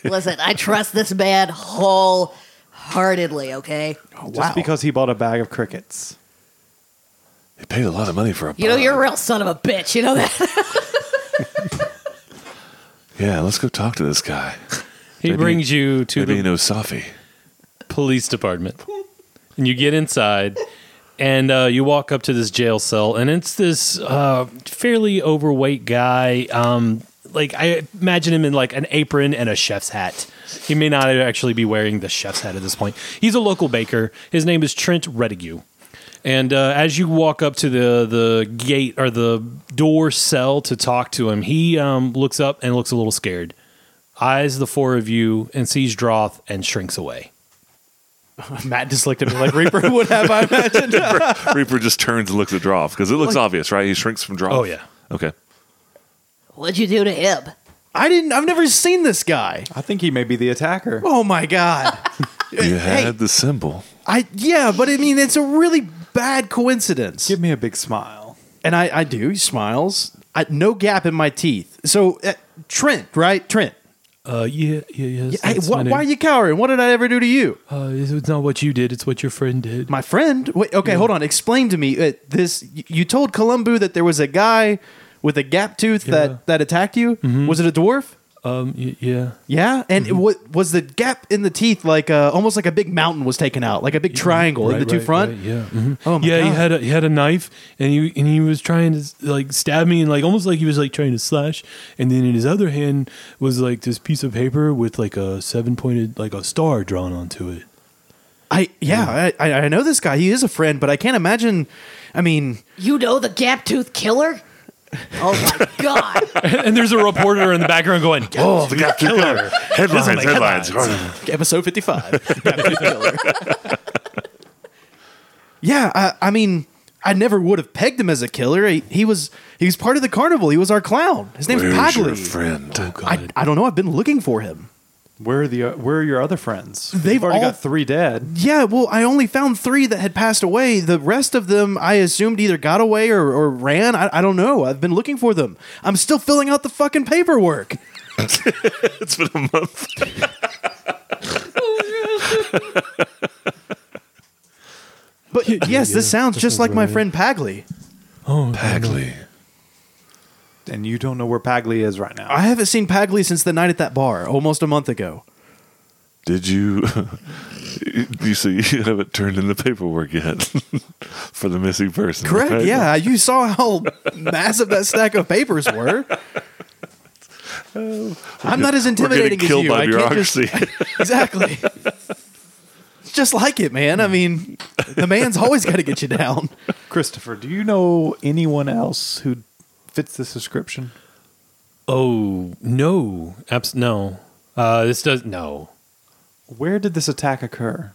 Speaker 6: Listen, I trust this man wholeheartedly, okay?
Speaker 2: Oh,
Speaker 3: Just because he bought a bag of crickets.
Speaker 1: He paid a lot of money for a.
Speaker 6: You know,
Speaker 1: bond.
Speaker 6: you're a real son of a bitch. You know that?
Speaker 1: Yeah, let's go talk to this guy.
Speaker 5: He
Speaker 1: Maybe-
Speaker 5: brings you to
Speaker 1: Maybe
Speaker 5: the
Speaker 1: he knows Safi.
Speaker 5: police department, and you get inside, and uh, you walk up to this jail cell, and it's this uh, fairly overweight guy. Um, like I imagine him in like an apron and a chef's hat. He may not actually be wearing the chef's hat at this point. He's a local baker. His name is Trent Redigue. And uh, as you walk up to the the gate or the door cell to talk to him, he um, looks up and looks a little scared. Eyes the four of you and sees Droth and shrinks away.
Speaker 2: Matt just looked at me like Reaper would have, I imagined.
Speaker 1: Reaper just turns and looks at Droff because it looks obvious, right? He shrinks from Droff.
Speaker 5: Oh, yeah.
Speaker 1: Okay.
Speaker 6: What'd you do to him?
Speaker 2: I didn't, I've never seen this guy.
Speaker 3: I think he may be the attacker.
Speaker 2: Oh my God.
Speaker 1: You had
Speaker 2: hey.
Speaker 1: the symbol.
Speaker 2: I, yeah, but I mean, it's a really bad coincidence.
Speaker 3: Give me a big smile.
Speaker 2: and I, I do. He smiles. I, no gap in my teeth. So uh, Trent, right? Trent.
Speaker 5: Uh, yeah, yeah, yeah. that's-
Speaker 2: Hey,
Speaker 5: that's
Speaker 2: why,
Speaker 5: my
Speaker 2: why are
Speaker 5: name.
Speaker 2: you cowering? What did I ever do to you?
Speaker 5: Uh, it's it's not what you did. It's what your friend did.
Speaker 2: My friend. Wait, okay, hold on. Explain to me uh, this. y- You told Columbu that there was a guy with a gap tooth
Speaker 5: Yeah. Mm-hmm.
Speaker 2: that that attacked you. Was it a dwarf?
Speaker 5: um, y- yeah.
Speaker 2: Yeah, and
Speaker 5: Mm-hmm.
Speaker 2: what was the gap in the teeth like? Uh, almost like a big mountain was taken out, like a big triangle in
Speaker 5: Right,
Speaker 2: the two
Speaker 5: right,
Speaker 2: front.
Speaker 5: right, yeah. mhm.
Speaker 2: Oh my
Speaker 5: yeah, he
Speaker 2: God.
Speaker 5: had a, he had a knife and he and he was trying to like stab me and like almost like he was like trying to slash and then in his other hand was like this piece of paper with like a seven pointed like a star drawn onto it.
Speaker 2: I yeah, I, I I know this guy. He is a friend, but I can't imagine. I mean,
Speaker 4: You know the gap tooth killer? Oh my god.
Speaker 5: and there's a reporter in the background going,
Speaker 1: Oh, the gap tooth killer. Headlines, headlines.
Speaker 2: episode fifty five. yeah, I, I mean, I never would have pegged him as a killer. He, he was he was part of the carnival. He was our clown. His name's
Speaker 1: Where's your
Speaker 2: Pagli.
Speaker 1: friend?
Speaker 2: I, I don't know. I've been looking for him.
Speaker 3: Where are the uh, Where are your other friends?
Speaker 2: They've
Speaker 3: You've already
Speaker 2: all-
Speaker 3: got three dead.
Speaker 2: Yeah, well, I only found three that had passed away. The rest of them, I assumed either got away or, or ran. I, I don't know. I've been looking for them. I'm still filling out the fucking paperwork.
Speaker 1: it's been a month.
Speaker 2: But yes, this sounds just like my friend Pagli.
Speaker 5: "Oh,
Speaker 1: Pagli.
Speaker 3: And you don't know where Pagli is right now.
Speaker 2: I haven't seen Pagli since the night at that bar, almost a month ago.
Speaker 1: Did you? You see, you haven't turned in the paperwork yet for the missing person.
Speaker 2: Correct?
Speaker 1: right?
Speaker 2: Yeah, you saw how massive that stack of papers were. I'm not as
Speaker 1: Oh. We're getting
Speaker 2: intimidating as
Speaker 1: killed
Speaker 2: you.
Speaker 1: by
Speaker 2: I can't just
Speaker 1: bureaucracy.
Speaker 2: exactly. It's Just like it, man. I mean, the man's always got to get you down.
Speaker 3: Christopher, do you know anyone else who fits this description?
Speaker 5: Oh no, abs- no. Uh, this does no.
Speaker 3: Where did this attack occur?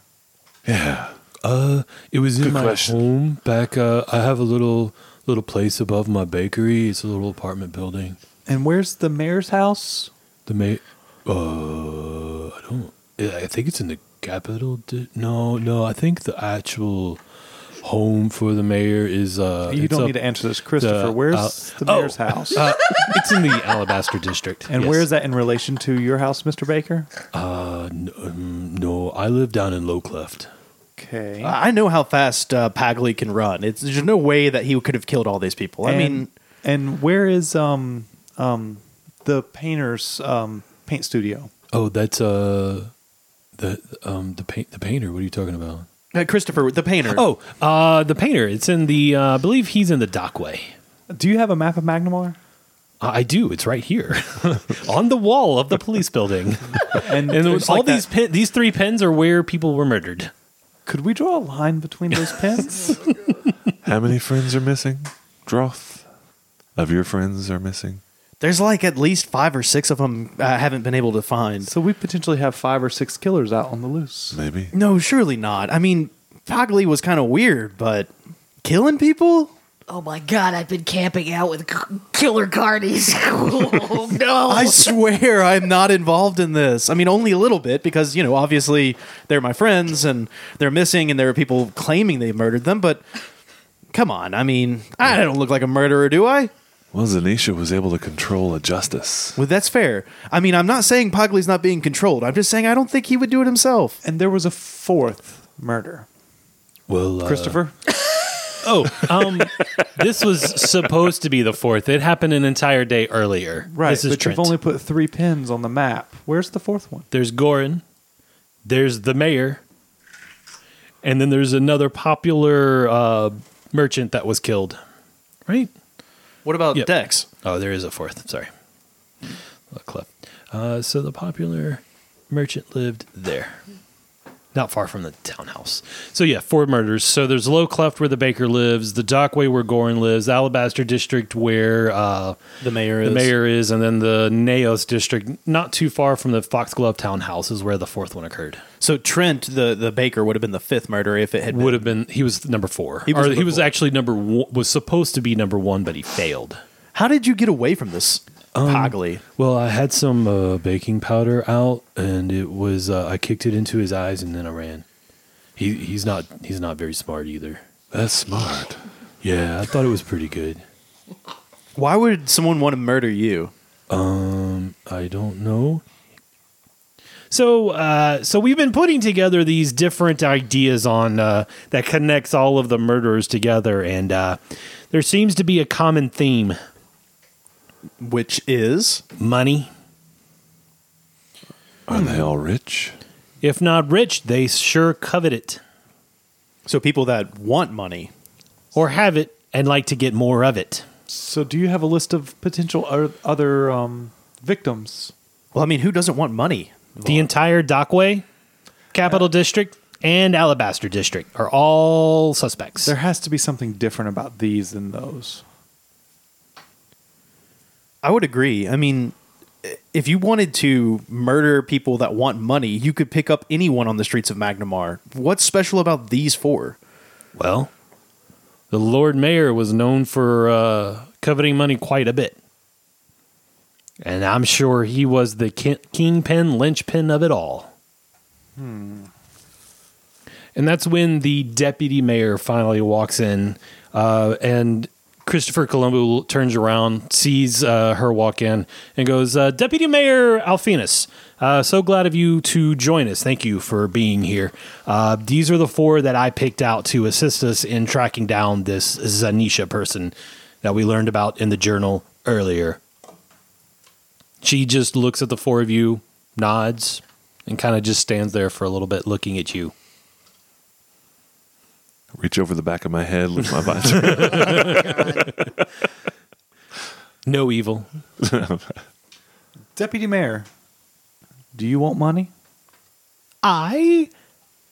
Speaker 1: yeah.
Speaker 5: Uh, it was
Speaker 1: Good
Speaker 5: in my
Speaker 1: question.
Speaker 5: home back. Uh, I have a little little place above my bakery. It's a little apartment building.
Speaker 3: And where's the mayor's house?
Speaker 5: The may. Uh, I don't. I think it's in the capital. Di- no, no. I think the actual home for the mayor is. Uh,
Speaker 3: you
Speaker 5: it's
Speaker 3: don't
Speaker 5: up-
Speaker 3: need to answer this, Christopher.
Speaker 5: the-
Speaker 3: where's
Speaker 5: uh,
Speaker 3: the
Speaker 5: oh.
Speaker 3: mayor's house?
Speaker 5: Uh, it's in the Alabaster district.
Speaker 3: and
Speaker 5: yes.
Speaker 3: where is that in relation to your house, Mr. Baker?
Speaker 5: Uh, no, um, no, I live down in Low Cleft.
Speaker 3: Okay.
Speaker 2: I know how fast uh, Pagli can run. It's, there's no way that he could have killed all these people. I
Speaker 3: And-
Speaker 2: mean,
Speaker 3: and where is um um the painter's um paint studio?
Speaker 5: Oh, that's uh, the um the paint the painter. What are you talking about?
Speaker 2: uh, Christopher, the painter.
Speaker 5: Oh, uh, the painter. It's in the. Uh, I believe he's in the dockway.
Speaker 3: Do you have a map of Magnamar?
Speaker 5: Uh, I I do. It's right here, on the wall of the police building.
Speaker 3: And,
Speaker 5: And
Speaker 3: there's
Speaker 5: all
Speaker 3: like that-
Speaker 5: these pin, these three pins are where people were murdered.
Speaker 3: Could we draw a line between those pins?
Speaker 1: How many friends are missing? Droth, of your friends are missing.
Speaker 2: There's like at least five or six of them I haven't been able to find.
Speaker 3: so we potentially have five or six killers out on the loose.
Speaker 1: Maybe.
Speaker 2: No, surely not. I mean, Pagli was kind of weird, but killing people?
Speaker 4: Oh my god, I've been camping out with k- killer carnies. oh no.
Speaker 2: I swear I'm not involved in this. I mean, only a little bit because, you know, obviously they're my friends and they're missing and there are people claiming they murdered them, but come on. I mean, I don't look like a murderer, do I?
Speaker 1: Well, Zanisha was able to control a justice.
Speaker 2: Well, that's fair. I mean, I'm not saying Pogley's not being controlled. I'm just saying I don't think he would do it himself.
Speaker 3: And there was a fourth murder.
Speaker 5: Well, uh,
Speaker 3: Christopher?
Speaker 5: Oh, um, this was supposed to be the fourth. It happened an entire day earlier.
Speaker 3: Right.
Speaker 5: This is
Speaker 3: but
Speaker 5: Trent.
Speaker 3: you've only put three pins on the map. Where's the fourth one?
Speaker 5: there's Gorin, there's the mayor, and then there's another popular uh, merchant that was killed. Right?
Speaker 2: What about
Speaker 5: Yep.
Speaker 2: Dex?
Speaker 5: Oh, there is a fourth. Sorry. A clip. Uh, so the popular merchant lived there, not far from the townhouse. So yeah, four murders. So there's Low Cleft where the baker lives, the Dockway where Gorin lives, Alabaster District where uh,
Speaker 2: The mayor
Speaker 5: the mayor is, and then the Naos District, not too far from the Foxglove townhouse, is where the fourth one occurred.
Speaker 2: So Trent, the, the baker, would have been the fifth murder if it had been.
Speaker 5: Would have been he was number four,
Speaker 2: He was
Speaker 5: or
Speaker 2: number
Speaker 5: he was
Speaker 2: four.
Speaker 5: actually number one, was supposed to be number one, but he failed.
Speaker 2: How did you get away from this, Pogley?
Speaker 5: Well, I had some uh, baking powder out, and it was uh, I kicked it into his eyes, and then I ran. He he's not he's not very smart either.
Speaker 1: That's smart.
Speaker 5: Yeah, I thought it was pretty good.
Speaker 2: Why would someone want to murder you?
Speaker 5: Um, I don't know. So, uh, so we've been putting together these different ideas on uh, that connects all of the murderers together, and uh, there seems to be a common theme:
Speaker 2: which is
Speaker 5: money.
Speaker 1: Are they all rich?
Speaker 5: If not rich, they sure covet it
Speaker 2: so people that want money.
Speaker 5: or have it and like to get more of it.
Speaker 3: So, do you have a list of potential o- other um, victims?
Speaker 2: Well, I mean, who doesn't want money?
Speaker 5: The entire Dockway, Capital District, and Alabaster District are all suspects.
Speaker 3: There has to be something different about these than those.
Speaker 2: I would agree. I mean, i- if you wanted to murder people that want money, you could pick up anyone on the streets of Magnamar. What's special about these four?
Speaker 5: Well, the Lord Mayor was known for uh, coveting money quite a bit. And I'm sure he was the ki- kingpin, linchpin of it all. And that's when the deputy mayor finally walks in, uh, and Christopher Colombo turns around, sees uh, her walk in, and goes, uh, "Deputy Mayor Alphenis, uh, so glad of you to join us. Thank you for being here. Uh, these are the four that I picked out to assist us in tracking down this Zanisha person that we learned about in the journal earlier." She just looks at the four of you, nods, and kind of just stands there for a little bit, looking at you.
Speaker 1: Reach over the back of my head, lift my visor.
Speaker 5: No evil.
Speaker 3: Deputy Mayor, do you want money?
Speaker 5: I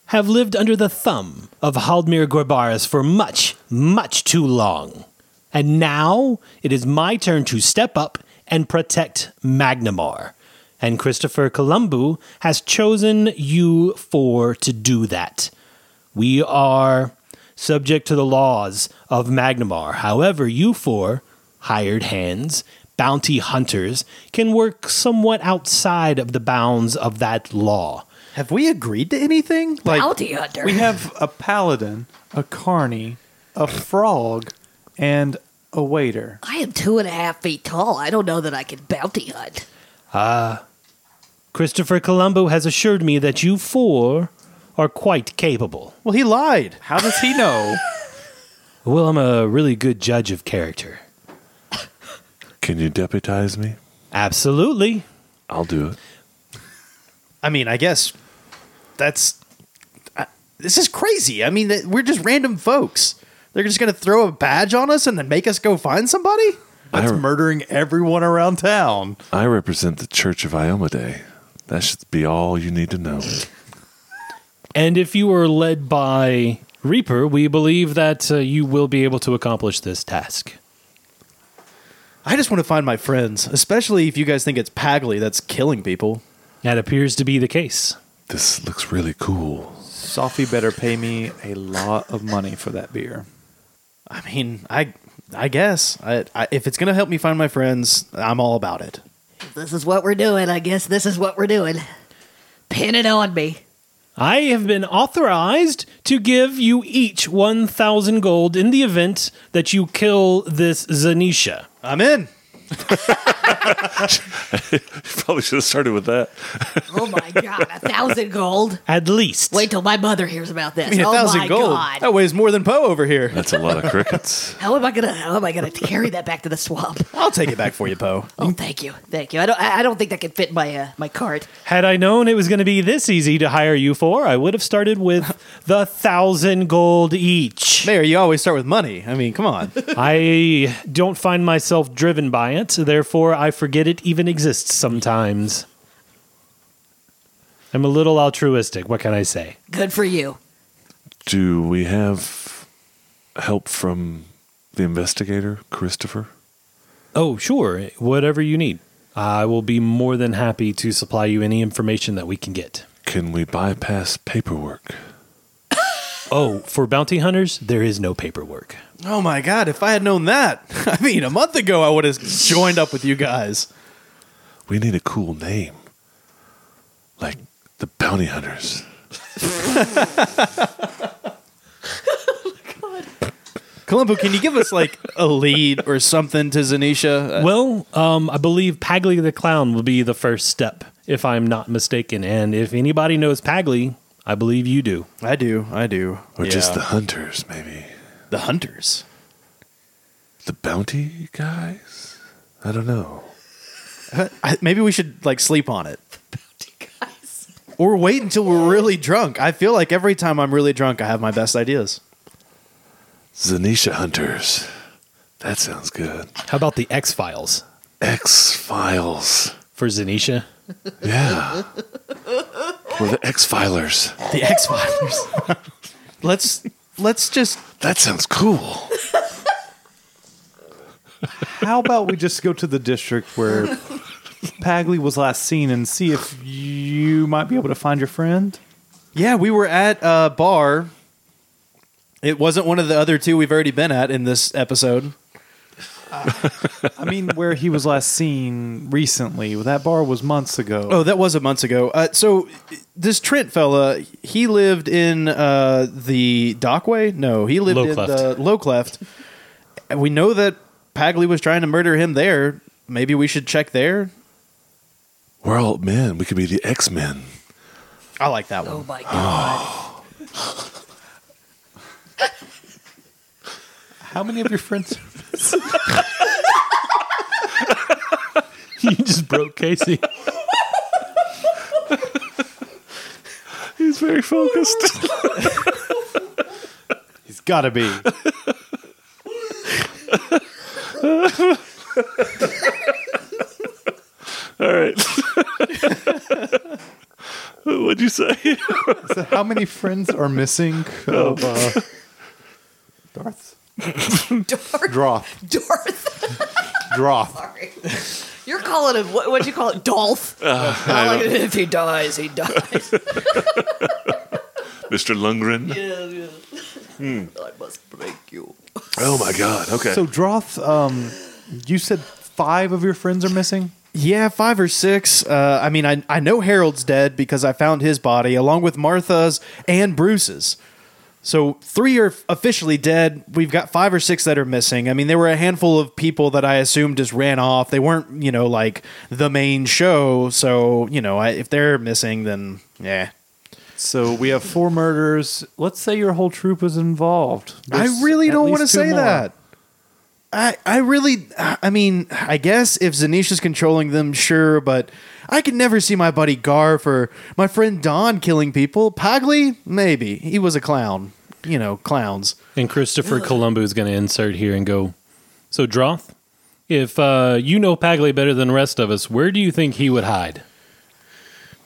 Speaker 5: have lived under the thumb of Haldmir Gorbaris for much, much too long. And now it is my turn to step up and protect Magnamar. And Christopher Columbu has chosen you for to do that. We are subject to the laws of Magnamar. However, you four, hired hands, bounty hunters, can work somewhat outside of the bounds of that law.
Speaker 2: Have we agreed to anything? Like,
Speaker 6: Bounty hunter.
Speaker 3: We have a paladin, a carney, a frog, and a waiter.
Speaker 6: I am two and a half feet tall. I don't know that I can bounty hunt.
Speaker 5: Christopher Colombo has assured me that you four are quite capable.
Speaker 2: well, he lied.
Speaker 3: How does he know?
Speaker 5: Well, I'm a really good judge of character.
Speaker 1: Can you deputize me?
Speaker 5: Absolutely.
Speaker 1: I'll do it.
Speaker 2: I mean, I guess that's I- this is crazy. I mean, that- we're just random folks. They're just going to throw a badge on us and then make us go find somebody.
Speaker 1: I,
Speaker 3: That's
Speaker 1: re-
Speaker 3: murdering everyone around town.
Speaker 1: I represent the Church of Iomade. That should be all you need to know.
Speaker 5: And if you are led by Reaper, we believe that uh, you will be able to accomplish this task.
Speaker 2: I just want to find my friends, especially if you guys think it's Pagley that's killing people.
Speaker 5: That appears to be the case.
Speaker 1: This looks really cool.
Speaker 3: Sophie better pay me a lot of money for that beer.
Speaker 2: I mean, I I guess I, I, if it's going to help me find my friends, I'm all about it.
Speaker 6: If This is what we're doing. I guess this is what we're doing. Pin it on me.
Speaker 5: I have been authorized to give you each 1,000 gold in the event that you kill this Zanisha.
Speaker 2: I'm in.
Speaker 1: Probably should have started with that.
Speaker 6: Oh my god, a thousand gold.
Speaker 5: At least.
Speaker 6: Wait till my mother hears about this.
Speaker 2: I mean, a
Speaker 6: oh
Speaker 2: thousand
Speaker 6: my
Speaker 2: gold.
Speaker 6: god.
Speaker 2: That weighs more than Poe over here.
Speaker 1: That's a lot of crickets.
Speaker 6: How am I gonna how am I gonna carry that back to the swamp?
Speaker 2: I'll take it back for you, Poe.
Speaker 6: Oh thank you. Thank you. I don't I I don't think that can fit my uh, my cart.
Speaker 5: Had I known it was going to be this easy to hire you for, I would have started with the thousand gold each.
Speaker 2: Mayor, you always start with money. I mean, come on.
Speaker 5: I don't find myself driven by it, therefore, I forget it even exists sometimes. I'm a little altruistic. What can I say?
Speaker 6: Good for you.
Speaker 1: Do we have help from the investigator, Christopher?
Speaker 5: Oh, sure. Whatever you need. I will be more than happy to supply you any information that we can get.
Speaker 1: Can we bypass paperwork?
Speaker 5: Oh, for bounty hunters, there is no paperwork.
Speaker 2: oh my God! If I had known that, I mean, a month ago I would have joined up with you guys.
Speaker 1: We need a cool name. Like the bounty hunters.
Speaker 2: Columbo, can you give us like a lead or something to Zanisha? Uh,
Speaker 5: Well, um, I believe Pagli the clown will be the first step, if I'm not mistaken. And if anybody knows Pagli, I believe you do.
Speaker 2: I do, I do.
Speaker 1: Or just the
Speaker 2: Yeah.
Speaker 1: hunters, maybe.
Speaker 2: the hunters.
Speaker 1: The bounty guys? I don't know.
Speaker 2: I, maybe we should like sleep on it. Or wait until we're really drunk. I feel like every time I'm really drunk, I have my best ideas.
Speaker 1: Zanisha Hunters. That sounds good.
Speaker 5: How about the X Files
Speaker 1: X Files.
Speaker 5: for Zanisha?
Speaker 1: Yeah. Or the X Filers.
Speaker 2: The X Files. let's let's just
Speaker 1: That sounds cool.
Speaker 3: How about we just go to the district where Pagli was last seen and see if you might be able to find your friend?
Speaker 2: yeah. We were at a bar. It wasn't one of the other two we've already been at in this episode.
Speaker 3: I mean, where he was last seen recently. That bar was months ago.
Speaker 2: Oh, that was a months ago. Uh, so this Trent fella, he lived in uh, the Dockway. No, he lived in
Speaker 5: Lowcleft.
Speaker 2: the Low Cleft. And we know that Pagley was trying to murder him there. Maybe we should check there.
Speaker 1: We're all men. We could be the X Men.
Speaker 2: I like that
Speaker 6: Oh
Speaker 2: one.
Speaker 6: my god.
Speaker 3: How many of your friends?
Speaker 5: you just broke Casey.
Speaker 1: He's very focused.
Speaker 3: He's got to be.
Speaker 1: all right. What'd you say?
Speaker 3: So how many friends are missing of uh, Darth?
Speaker 4: Darth.
Speaker 3: Droth.
Speaker 4: Darth.
Speaker 3: Droth.
Speaker 4: Sorry. You're calling him, what, what'd you call it? Dolph.
Speaker 1: Uh,
Speaker 4: I like it. if he dies, he dies.
Speaker 1: Mr. Lundgren. Hmm.
Speaker 4: I must break you.
Speaker 1: Oh my God. Okay.
Speaker 3: So Droth, um, you said five of your friends are missing.
Speaker 2: Yeah, five or six. Uh, I mean, I, I know Harold's dead because I found his body along with Martha's and Bruce's. So three are officially dead. We've got five or six that are missing. I mean, there were a handful of people that I assumed just ran off. They weren't, you know, like the main show. So you know, I, if they're missing, then yeah.
Speaker 3: So we have four murders. Let's say your whole troop is involved. There's
Speaker 2: I really
Speaker 3: at
Speaker 2: don't
Speaker 3: least
Speaker 2: want to
Speaker 3: two
Speaker 2: say
Speaker 3: more.
Speaker 2: that. I I really I mean I guess if Zanisha's controlling them, sure, but I could never see my buddy Garf or my friend Don killing people. Pagli, maybe he was a clown. You know, clowns.
Speaker 5: And Christopher Columbo is going to insert here and go, So, Droth, if uh, you know Pagli better than the rest of us, where do you think he would hide?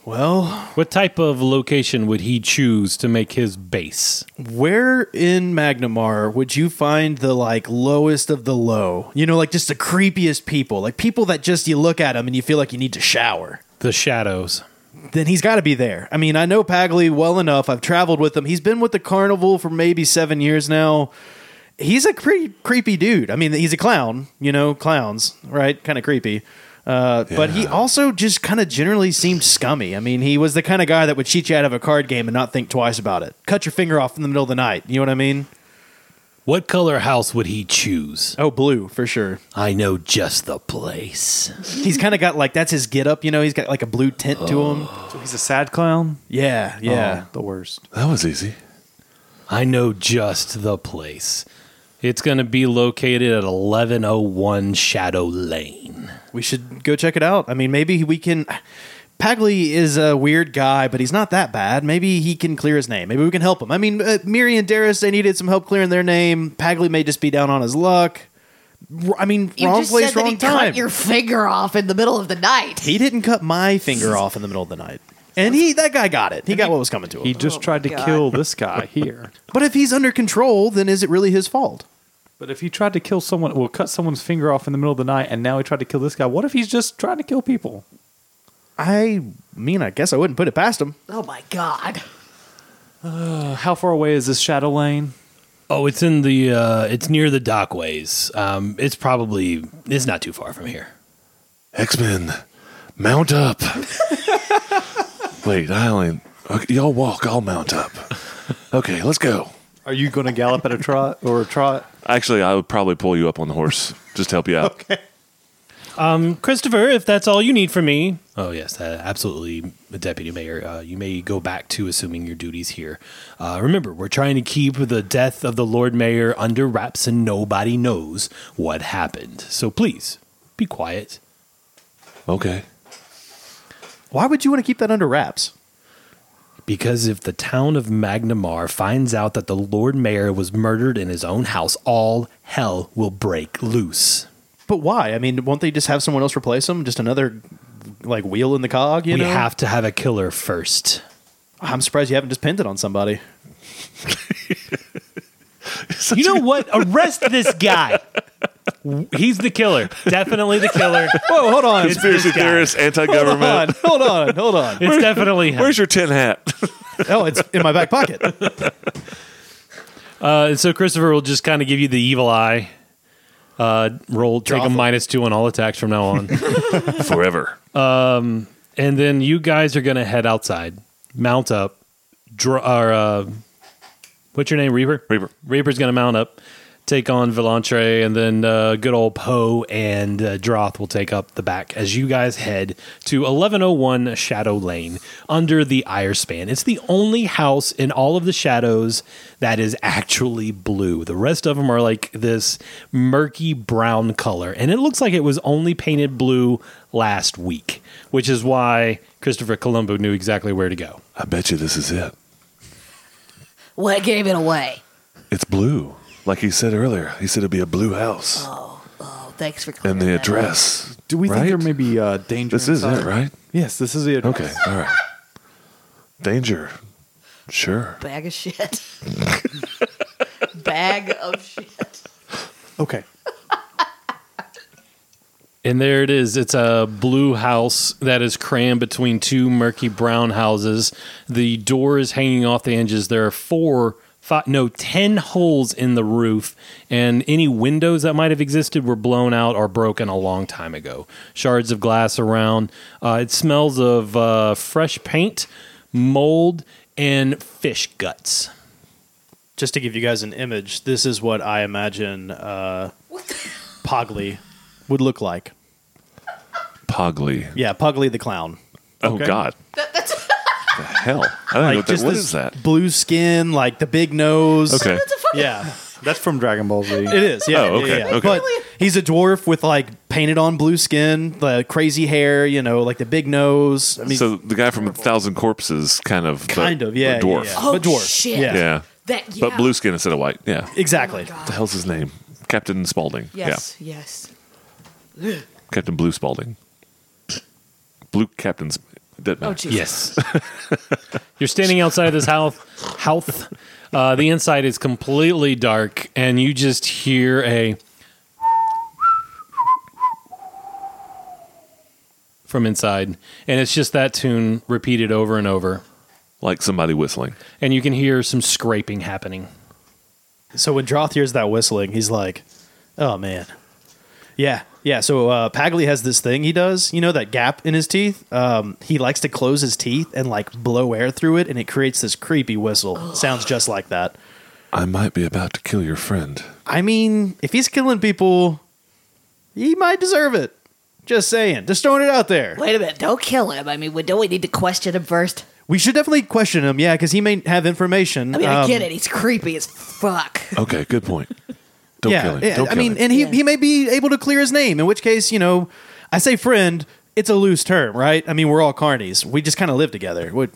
Speaker 2: Well,
Speaker 5: What type of location would he choose to make his base?
Speaker 2: where in Magnamar would you find the like lowest of the low? You know, like just the creepiest people, like people that just you look at them and you feel like you need to shower.
Speaker 5: The shadows.
Speaker 2: then he's got to be there. I mean, I know Pagli well enough. I've traveled with him. He's been with the carnival for maybe seven years now. He's a pretty creepy dude. I mean, he's a clown, you know, clowns, right? Kind of creepy. Uh, But he also just kind of generally seemed scummy. I mean, he was the kind of guy that would cheat you out of a card game and not think twice about it. Cut your finger off in the middle of the night. You know what I mean?
Speaker 5: What color house would he choose?
Speaker 2: Oh, blue, for sure.
Speaker 5: I know just the place.
Speaker 2: He's kind of got like, that's his get up, you know? He's got like a blue tint to him.
Speaker 3: So he's a sad clown.
Speaker 2: Yeah, yeah.
Speaker 3: Oh, the worst.
Speaker 1: that was easy.
Speaker 5: I know just the place. It's going to be located at 1101 Shadow Lane.
Speaker 2: we should go check it out. I mean, maybe we can. Pagli is a weird guy, but he's not that bad. Maybe he can clear his name. Maybe we can help him. I mean, uh, Miri and Darius, they needed some help clearing their name. Pagli may just be down on his luck. R- I mean,
Speaker 4: You
Speaker 2: wrong
Speaker 4: just
Speaker 2: place,
Speaker 4: said that
Speaker 2: wrong
Speaker 4: he
Speaker 2: time.
Speaker 4: cut your finger off in the middle of the night.
Speaker 2: he didn't cut my finger off in the middle of the night. And he, that guy got it. He got what was coming to him.
Speaker 3: He just tried to
Speaker 4: God.
Speaker 3: kill this guy here.
Speaker 2: but if he's under control, then is it really his fault?
Speaker 3: But if he tried to kill someone, well, cut someone's finger off in the middle of the night, and now he tried to kill this guy. What if he's just trying to kill people?
Speaker 2: I mean, I guess I wouldn't put it past him.
Speaker 4: oh my god.
Speaker 3: How far away is this shadow lane?
Speaker 5: Oh, it's in the, uh, it's near the dockways. Um, it's probably, it's not too far from here.
Speaker 1: X Men, mount up. Wait, I only. Okay, y'all walk. I'll mount up. Okay, let's go.
Speaker 3: Are you going to gallop at a trot or a trot?
Speaker 1: Actually, I would probably pull you up on the horse just to help you out.
Speaker 5: Christopher, if that's all you need from me. Oh, yes, uh, absolutely, Deputy Mayor. Uh, you may go back to assuming your duties here. Uh, remember, we're trying to keep the death of the Lord Mayor under wraps and nobody knows what happened. So please, be quiet.
Speaker 1: Okay.
Speaker 2: Why would you want to keep that under wraps?
Speaker 5: Because if the town of Magnamar finds out that the Lord Mayor was murdered in his own house, all hell will break loose.
Speaker 2: But why? I mean, won't they just have someone else replace him? Just another like wheel in the cog? You
Speaker 5: we
Speaker 2: know,
Speaker 5: have to have a killer first.
Speaker 2: I'm surprised you haven't just pinned it on somebody.
Speaker 5: You know what? Arrest this guy. He's the killer. Definitely the killer.
Speaker 2: Whoa, hold on,
Speaker 1: Conspiracy
Speaker 5: this guy.
Speaker 1: theorists, anti
Speaker 2: hold on,
Speaker 1: government.
Speaker 2: hold on, hold on.
Speaker 5: It's definitely him.
Speaker 1: Where's your tin hat?
Speaker 2: Oh, it's in my back pocket.
Speaker 5: Uh, so Christopher will just kind of give you the evil eye. Uh, roll, take a minus two on all attacks from now on,
Speaker 1: Forever.
Speaker 5: and then you guys are gonna head outside, mount up, draw. Or, uh, what's your name, Reaper?
Speaker 1: Reaper.
Speaker 5: Reaper's gonna mount up, take on Volantre, and then uh, good old Poe and uh, Droth will take up the back as you guys head to 1101 Shadow Lane under the Iron Span. It's the only house in all of the shadows that is actually blue. The rest of them are like this murky brown color, and it looks like it was only painted blue last week, which is why Christopher Colombo knew exactly where to go.
Speaker 1: I bet you this is it.
Speaker 6: What gave it away?
Speaker 1: It's blue. Like he said earlier, he said it'd be a blue house.
Speaker 6: Oh, thanks for clearing
Speaker 1: and the
Speaker 6: that up.
Speaker 1: address.
Speaker 3: Do we
Speaker 1: right?
Speaker 3: think there may be uh, danger?
Speaker 1: This is it,
Speaker 3: inside?
Speaker 1: right?
Speaker 3: Yes, this is the address.
Speaker 1: Okay. All right. Danger. Sure.
Speaker 4: Bag of shit. Bag of shit.
Speaker 3: Okay.
Speaker 5: And there it is. It's a blue house that is crammed between two murky brown houses. The door is hanging off the hinges. There are four, five, no, ten holes in the roof, and any windows that might have existed were blown out or broken a long time ago. Shards of glass around. Uh, it smells of uh, fresh paint, mold, and fish guts.
Speaker 2: just to give you guys an image, this is what I imagine uh, Pogli would look like.
Speaker 1: Pogli.
Speaker 2: Yeah, Pogli the clown.
Speaker 1: Oh
Speaker 2: Okay.
Speaker 1: God. the hell. I don't know
Speaker 2: Like
Speaker 1: what, that,
Speaker 2: just
Speaker 1: what
Speaker 2: this
Speaker 1: is that.
Speaker 2: blue skin, like the big nose.
Speaker 1: Okay.
Speaker 2: Yeah,
Speaker 3: That's from Dragon Ball Z.
Speaker 2: it is. Yeah.
Speaker 1: Oh, okay,
Speaker 2: yeah, yeah.
Speaker 1: okay.
Speaker 2: But he's a dwarf with like painted on blue skin, the crazy hair. You know, like the big nose. I mean,
Speaker 1: so the guy from A Thousand Corpses, kind of, but
Speaker 2: kind of. Yeah.
Speaker 1: a dwarf.
Speaker 2: Yeah. yeah.
Speaker 6: Oh,
Speaker 2: but dwarf.
Speaker 6: shit.
Speaker 2: Yeah.
Speaker 1: Yeah.
Speaker 6: That,
Speaker 1: but blue skin instead of white. Yeah.
Speaker 2: Exactly.
Speaker 1: What the hell's his name? Captain Spaulding.
Speaker 4: Oh Yes, yes.
Speaker 1: Yeah. Captain Blue Spaulding. Blue Captain. Sp- that
Speaker 4: Oh,
Speaker 1: matter.
Speaker 4: Jesus.
Speaker 5: Yes. You're standing outside of this house. House. Uh, the inside is completely dark, and you just hear a from inside, and it's just that tune repeated over and over,
Speaker 1: like somebody whistling.
Speaker 5: and you can hear some scraping happening.
Speaker 2: So when Droth hears that whistling, he's like, "Oh man, yeah, yeah." So uh, Pagli has this thing he does, you know, that gap in his teeth. Um, he likes to close his teeth and like blow air through it, and it creates this creepy whistle. Sounds just like that.
Speaker 1: I might be about to kill your friend.
Speaker 2: I mean, if he's killing people, he might deserve it. Just saying, just throwing it out there.
Speaker 6: Wait a minute. Don't kill him. I mean, we- don't we need to question him first?
Speaker 2: We should definitely question him, yeah, because he may have information.
Speaker 6: I mean, I
Speaker 2: Um,
Speaker 6: get it. He's creepy as fuck.
Speaker 1: Okay, good point. Don't
Speaker 2: yeah,
Speaker 1: kill him.
Speaker 2: yeah,
Speaker 1: Don't
Speaker 2: I
Speaker 1: kill
Speaker 2: mean,
Speaker 1: him.
Speaker 2: and he,
Speaker 6: Yeah.
Speaker 2: he may be able to clear his name, in which case, you know, I say friend, it's a loose term, right? I mean, we're all carnies. We just kind of live together. we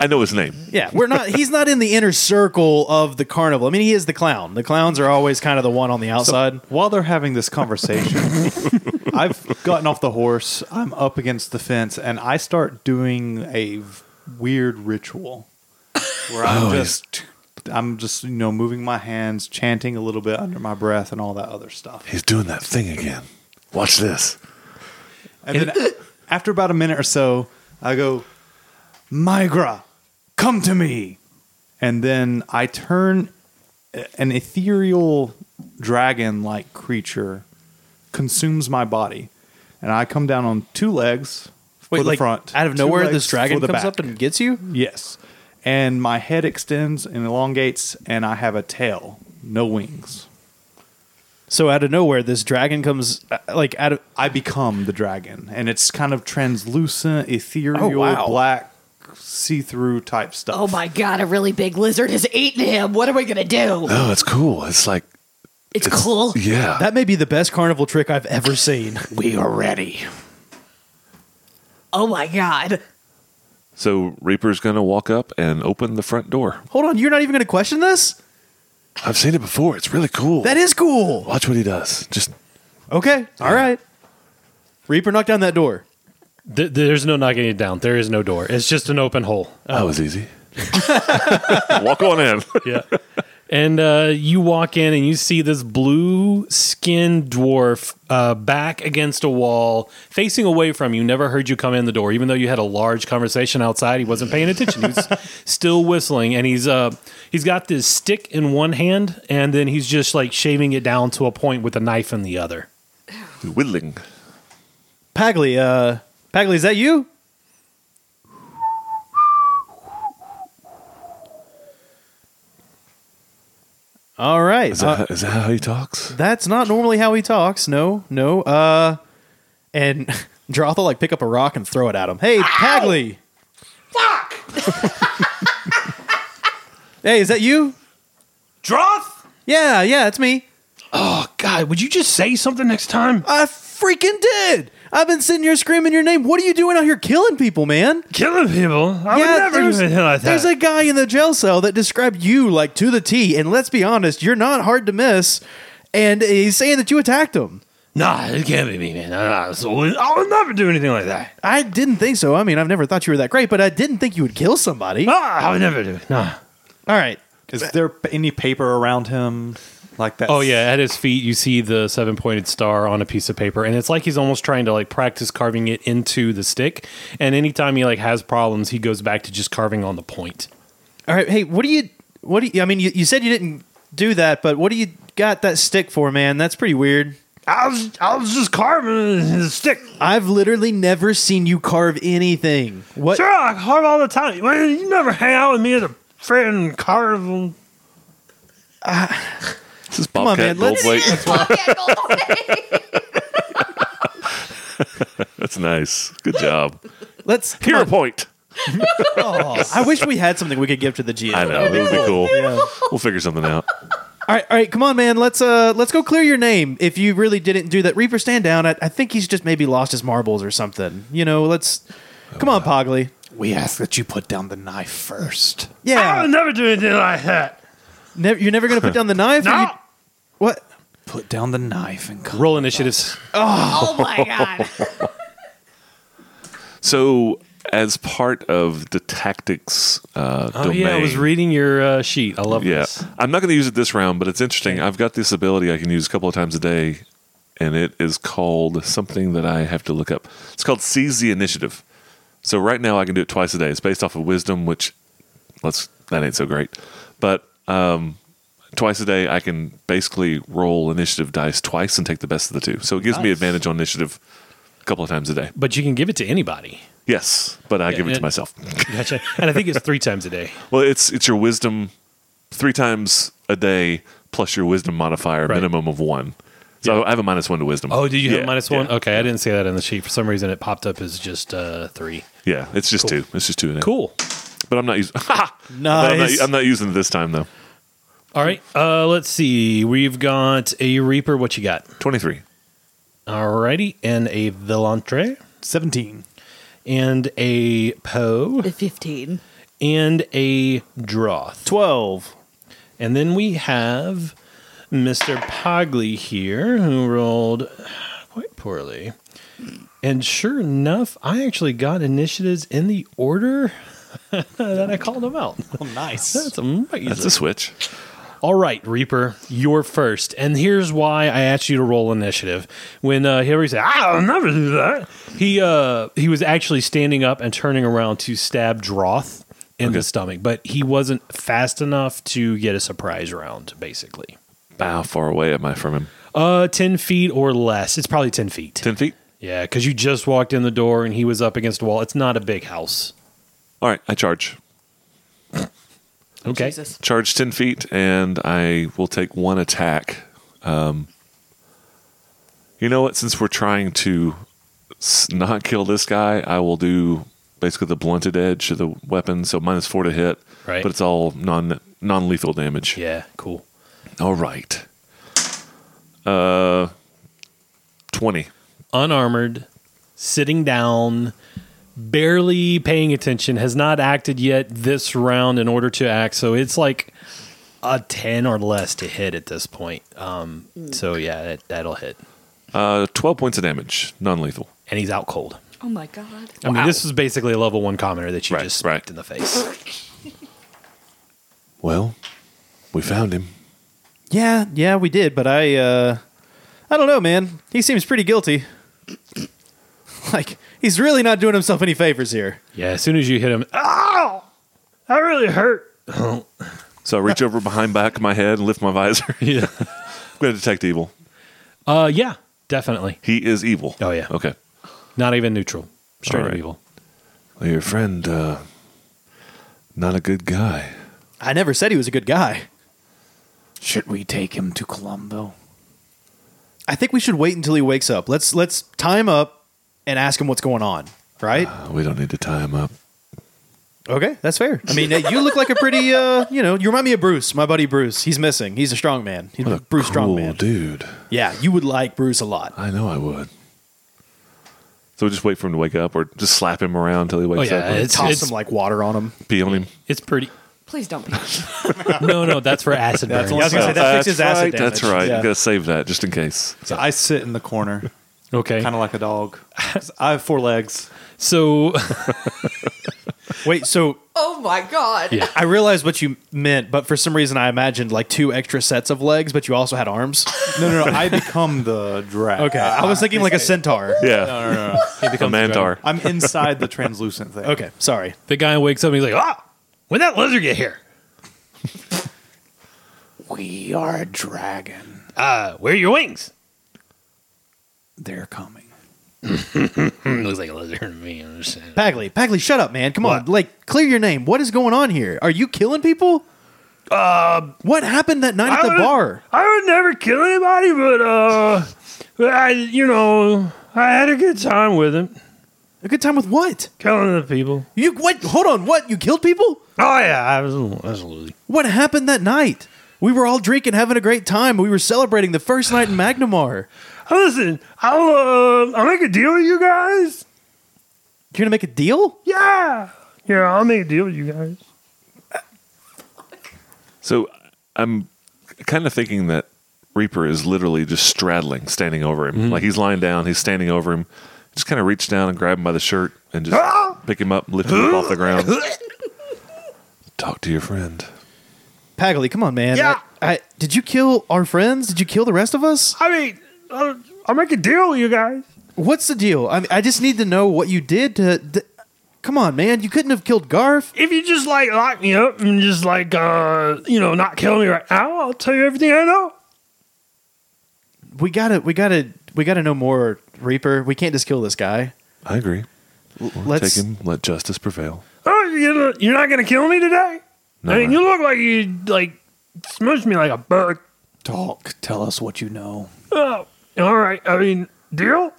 Speaker 1: I know his name.
Speaker 2: yeah, we're not, he's not in the inner circle of the carnival. I mean, he is the clown. The clowns are always kind of the one on the
Speaker 3: So,
Speaker 2: outside.
Speaker 3: while they're having this conversation, I've gotten off the horse. I'm up against the fence, and I start doing a v- weird ritual where I'm
Speaker 1: Oh,
Speaker 3: just, I'm just you know moving my hands, chanting a little bit under my breath, and all that other stuff.
Speaker 1: He's doing that thing again. Watch this.
Speaker 3: And then after about a minute or so, I go, Migra, come to me. And then I turn a- an ethereal dragon like creature consumes my body. And I come down on two legs for the front.
Speaker 2: out of
Speaker 3: two
Speaker 2: nowhere,
Speaker 3: legs
Speaker 2: this dragon
Speaker 3: for the
Speaker 2: comes
Speaker 3: back.
Speaker 2: up and gets you?
Speaker 3: Yes. and my head extends and elongates, and I have a tail, no wings.
Speaker 2: So out of nowhere, this dragon comes uh, like out of
Speaker 3: I become the dragon, and it's kind of translucent, ethereal,
Speaker 2: Oh, wow.
Speaker 3: black, see-through type stuff.
Speaker 4: Oh my god, a really big lizard has eaten him. What are we gonna do?
Speaker 1: No, Oh, it's cool. It's like
Speaker 4: It's,
Speaker 2: Oh,
Speaker 4: cool.
Speaker 1: yeah.
Speaker 2: that may be the best carnival trick I've ever seen.
Speaker 3: We are ready.
Speaker 4: Oh my god.
Speaker 1: so Reaper's gonna walk up and open the front door.
Speaker 2: Hold on, you're not even going to question this?
Speaker 1: I've seen it before. It's really cool.
Speaker 2: That is cool.
Speaker 1: Watch what he does. Just
Speaker 2: Okay, all right. Reaper, knock down that door.
Speaker 5: Th- there's no knocking it down. There is no door. It's just an open hole.
Speaker 1: that was easy. walk on in.
Speaker 5: yeah. And uh, you walk in and you see this blue skinned dwarf uh, back against a wall, facing away from you. Never heard you come in the door, even though you had a large conversation outside. He wasn't paying attention. He's still whistling, and he's uh, he's got this stick in one hand, and then he's just like shaving it down to a point with a knife in the other.
Speaker 1: Whittling.
Speaker 2: Pagli, uh, Pagli, is that you? All right.
Speaker 1: Is
Speaker 2: uh,
Speaker 1: that, is that how he talks?
Speaker 2: that's not normally how he talks. No, no. Uh, and Droth will like pick up a rock and throw it at him. Hey, Pagli. Fuck. hey, is that you?
Speaker 5: Droth,
Speaker 2: Yeah, yeah, it's me.
Speaker 5: oh God, would you just say something next time?
Speaker 2: I freaking did. I've been sitting here screaming your name. What are you doing out here killing people, man?
Speaker 5: Killing people? I would never do
Speaker 2: there's,
Speaker 5: anything like that.
Speaker 2: there's a guy in the jail cell that described you like to the T, and let's be honest, you're not hard to miss. And he's saying that you attacked him.
Speaker 5: nah, it can't be me, man. Nah, nah, so I would never do anything like that.
Speaker 2: I didn't think so. I mean, I've never thought you were that great, but I didn't think you would kill somebody. All
Speaker 5: Ah, I would never do it. Nah.
Speaker 2: right.
Speaker 3: Is there p- any paper around him like that?
Speaker 5: Oh yeah, at his feet you see the seven pointed star on a piece of paper, and it's like he's almost trying to like practice carving it into the stick. And anytime he like has problems, he goes back to just carving on the point.
Speaker 2: All right. Hey, what do you, what do you, I mean, you, you said you didn't do that, but what do you got that stick for, man? That's pretty weird.
Speaker 5: I was I was just carving the stick.
Speaker 2: I've literally never seen you carve anything. What?
Speaker 5: I carve all the time. Well, you never hang out with me as a friend and carve.
Speaker 1: This is
Speaker 2: on,
Speaker 1: Bobcat
Speaker 2: man, let's-
Speaker 1: Goldthwait.
Speaker 4: Fucking gold.
Speaker 1: That's nice. Good job.
Speaker 2: Let's come
Speaker 1: Hero
Speaker 2: on.
Speaker 1: point.
Speaker 2: Oh, I wish we had something we could give to the GM.
Speaker 1: I know. It would be cool. We'll figure something out.
Speaker 2: All right, all right, come on, man. Let's uh, let's go clear your name. If you really didn't do that, Reaper, stand down. I, I think he's just maybe lost his marbles or something. You know, let's come on, Pogli.
Speaker 3: uh, We ask that you put down the knife first.
Speaker 7: Ah,
Speaker 5: I would
Speaker 2: Yeah,
Speaker 5: never do anything like that.
Speaker 2: Nev- you're never gonna put down the knife. Are
Speaker 5: No.
Speaker 2: you- what?
Speaker 3: Put down the knife and come.
Speaker 5: Roll initiatives.
Speaker 4: oh my god.
Speaker 1: So, as part of the tactics uh,
Speaker 5: Oh
Speaker 1: domain,
Speaker 5: yeah, I was reading your uh, sheet. I love
Speaker 1: Yeah,
Speaker 5: this.
Speaker 1: I'm not going to use it this round, but it's interesting. I've got this ability I can use a couple of times a day, and it is called something that I have to look up. It's called Seize the Initiative. So right now I can do it twice a day. It's based off of wisdom, which let's that ain't so great, but um, twice a day I can basically roll initiative dice twice and take the best of the two. So it gives me advantage on initiative a couple of times a day.
Speaker 5: But you can give it to anybody.
Speaker 1: Yes, but I give it to
Speaker 5: and-
Speaker 1: myself.
Speaker 5: Gotcha. and I think it's three times a day.
Speaker 1: Well, it's it's your wisdom three times a day plus your wisdom modifier,
Speaker 5: Right.
Speaker 1: minimum of one. So I have a minus one to wisdom.
Speaker 5: Oh, did you have
Speaker 1: Yeah,
Speaker 5: minus one?
Speaker 1: Yeah,
Speaker 5: Okay, I didn't see that in the sheet. For some reason, it popped up as just uh, three.
Speaker 1: yeah it's just two. It's just two. in it.
Speaker 5: Cool.
Speaker 1: But I'm not using. I'm, not,
Speaker 2: Nice.
Speaker 1: I'm not using it this time though.
Speaker 5: All right. Uh, let's see. We've got a Reaper. What you got?
Speaker 1: Twenty three.
Speaker 5: All righty. And a Villantre.
Speaker 3: 17.
Speaker 5: And a Poe.
Speaker 4: 15.
Speaker 5: And a Droth.
Speaker 2: Twelve.
Speaker 5: And then we have Mr. Pogli here, who rolled quite poorly. And sure enough, I actually got initiatives in the order that I called them out.
Speaker 3: Oh, nice.
Speaker 5: That's amazing.
Speaker 1: That's a switch.
Speaker 5: All right, Reaper, you're first. And here's why I asked you to roll initiative. When uh, Hillary said, I'll never do that, he, uh, he was actually standing up and turning around to stab Droth in the stomach, but he wasn't fast enough to get a surprise round, basically.
Speaker 1: How far away am I from him?
Speaker 5: Uh, 10 feet or less. It's probably 10 feet.
Speaker 1: Ten feet.
Speaker 5: Yeah, because you just walked in the door and he was up against a wall. It's not a big house.
Speaker 1: All right, I charge.
Speaker 7: Okay.
Speaker 5: Jesus.
Speaker 1: charge 10 feet and i will take one attack um, you know what since we're trying to s- not kill this guy i will do basically the blunted edge of the weapon so minus four to hit
Speaker 7: Right.
Speaker 1: but it's all non non-lethal damage
Speaker 7: Yeah, cool.
Speaker 1: all right uh 20
Speaker 7: Unarmored, sitting down, barely paying attention, has not acted yet this round in order to act. So it's like a 10 or less to hit at this point. Um, so yeah, that, that'll hit.
Speaker 1: uh 12 points of damage non-lethal
Speaker 7: And he's out cold.
Speaker 5: Oh my god.
Speaker 7: I mean, this is basically a level one commoner that you
Speaker 1: Right,
Speaker 7: just smacked
Speaker 1: right.
Speaker 7: in the face.
Speaker 1: well we found him
Speaker 2: Yeah, yeah, we did, but I, uh, I don't know, man. He seems pretty guilty. like he's really not doing himself any favors here.
Speaker 7: Yeah, as soon as you hit him, ow, that really hurt.
Speaker 1: so i reach over behind back of my head and lift my visor
Speaker 7: Yeah,
Speaker 1: i'm gonna detect evil
Speaker 7: uh, yeah, definitely.
Speaker 1: He is evil.
Speaker 7: Oh, yeah.
Speaker 1: Okay.
Speaker 7: Not even neutral, straight
Speaker 1: All
Speaker 7: up
Speaker 1: right.
Speaker 7: evil.
Speaker 1: Well, your friend, uh, not a good guy.
Speaker 2: I never said he was a good guy.
Speaker 3: Should we take him to Colombo?
Speaker 2: I think we should wait until he wakes up. Let's let's tie him up and ask him what's going on. Right?
Speaker 1: Uh, we don't need to tie him up.
Speaker 2: Okay, that's fair. I mean, uh, you look like a pretty, uh, you know, you remind me of Bruce, my buddy Bruce. He's missing. He's a strong man. He's
Speaker 1: What
Speaker 2: a
Speaker 1: a
Speaker 2: Bruce
Speaker 1: cruel
Speaker 2: strong man.
Speaker 1: dude. Uh,
Speaker 2: Yeah, you would like Bruce a lot.
Speaker 1: I know I would. So we just wait for him to wake up, or just slap him around till he wakes
Speaker 2: Oh,
Speaker 7: yeah,
Speaker 1: up, and
Speaker 7: It's-
Speaker 2: Toss
Speaker 7: it's-
Speaker 2: some like water on him.
Speaker 1: pee on him.
Speaker 7: It's pretty.
Speaker 5: Please don't be.
Speaker 7: No, no, that's for acid burn.
Speaker 2: I was gonna say that fixes acid
Speaker 1: right.
Speaker 2: damage.
Speaker 1: That's right.
Speaker 2: Yeah.
Speaker 1: You gotta save that just in case.
Speaker 3: So I sit in the corner,
Speaker 7: Okay,
Speaker 3: kind of like a dog. 'Cause I have four legs.
Speaker 7: so
Speaker 2: Wait, so
Speaker 5: oh my god.
Speaker 7: Yeah.
Speaker 2: I realized what you meant, but for some reason I imagined like two extra sets of legs, but you also had arms.
Speaker 3: No, no, no. I become the dragon.
Speaker 2: Okay, I was thinking like a centaur.
Speaker 1: Yeah.
Speaker 3: No, no, no.
Speaker 1: He becomes a mantar.
Speaker 3: I'm inside the translucent thing.
Speaker 2: Okay, sorry.
Speaker 7: the guy wakes up. and He's like, ah, when that lizard get here?
Speaker 3: We are a dragon.
Speaker 7: Uh, where are your wings?
Speaker 3: They're coming.
Speaker 7: Hmm, looks like a lizard to me. I understand.
Speaker 2: Pagley, Pagley, shut up, man. Come on,
Speaker 7: What?
Speaker 2: like clear your name. What is going on here? Are you killing people? Uh, what happened that night at the
Speaker 7: was-
Speaker 2: bar?
Speaker 7: I would never kill anybody, but uh, I, you know, I had a good time with him,
Speaker 2: A good time with what?
Speaker 7: killing the people.
Speaker 2: You what? Hold on. What? You killed people?
Speaker 7: Oh yeah, absolutely.
Speaker 2: What happened that night? We were all drinking, having a great time. We were celebrating the first night in Magnamar.
Speaker 7: Listen, I'll uh, I'll make a deal with you guys.
Speaker 2: You're gonna make a deal?
Speaker 7: Yeah, yeah, I'll make a deal with you guys.
Speaker 1: So I'm kind of thinking that Reaper is literally just straddling, standing over him. Like he's lying down, he's standing over him. Just kind of reach down and grab him by the shirt and just pick him up, lift him up off the ground. Talk to your friend.
Speaker 2: Pagley, come on, man.
Speaker 7: Yeah.
Speaker 2: I, I, did you kill our friends? Did you kill the rest of us?
Speaker 7: I mean, I'll, I'll make a deal with you guys.
Speaker 2: What's the deal? I, mean, I just need to know what you did to. th- come on, man. You couldn't have killed Garf.
Speaker 7: If you just like lock me up and just like uh, you know, not kill me right now, I'll tell you everything I know.
Speaker 2: We gotta, we gotta, we gotta know more, Reaper. We can't just kill this guy.
Speaker 1: I agree.
Speaker 2: Let's.
Speaker 1: Take him, let justice prevail.
Speaker 7: Oh, you're gonna- you're not gonna kill me today?
Speaker 1: No,
Speaker 7: I mean,
Speaker 1: I-
Speaker 7: you look like you like smushed me like a bug.
Speaker 3: Talk. Tell us what you know.
Speaker 7: Oh, all right. I mean, deal.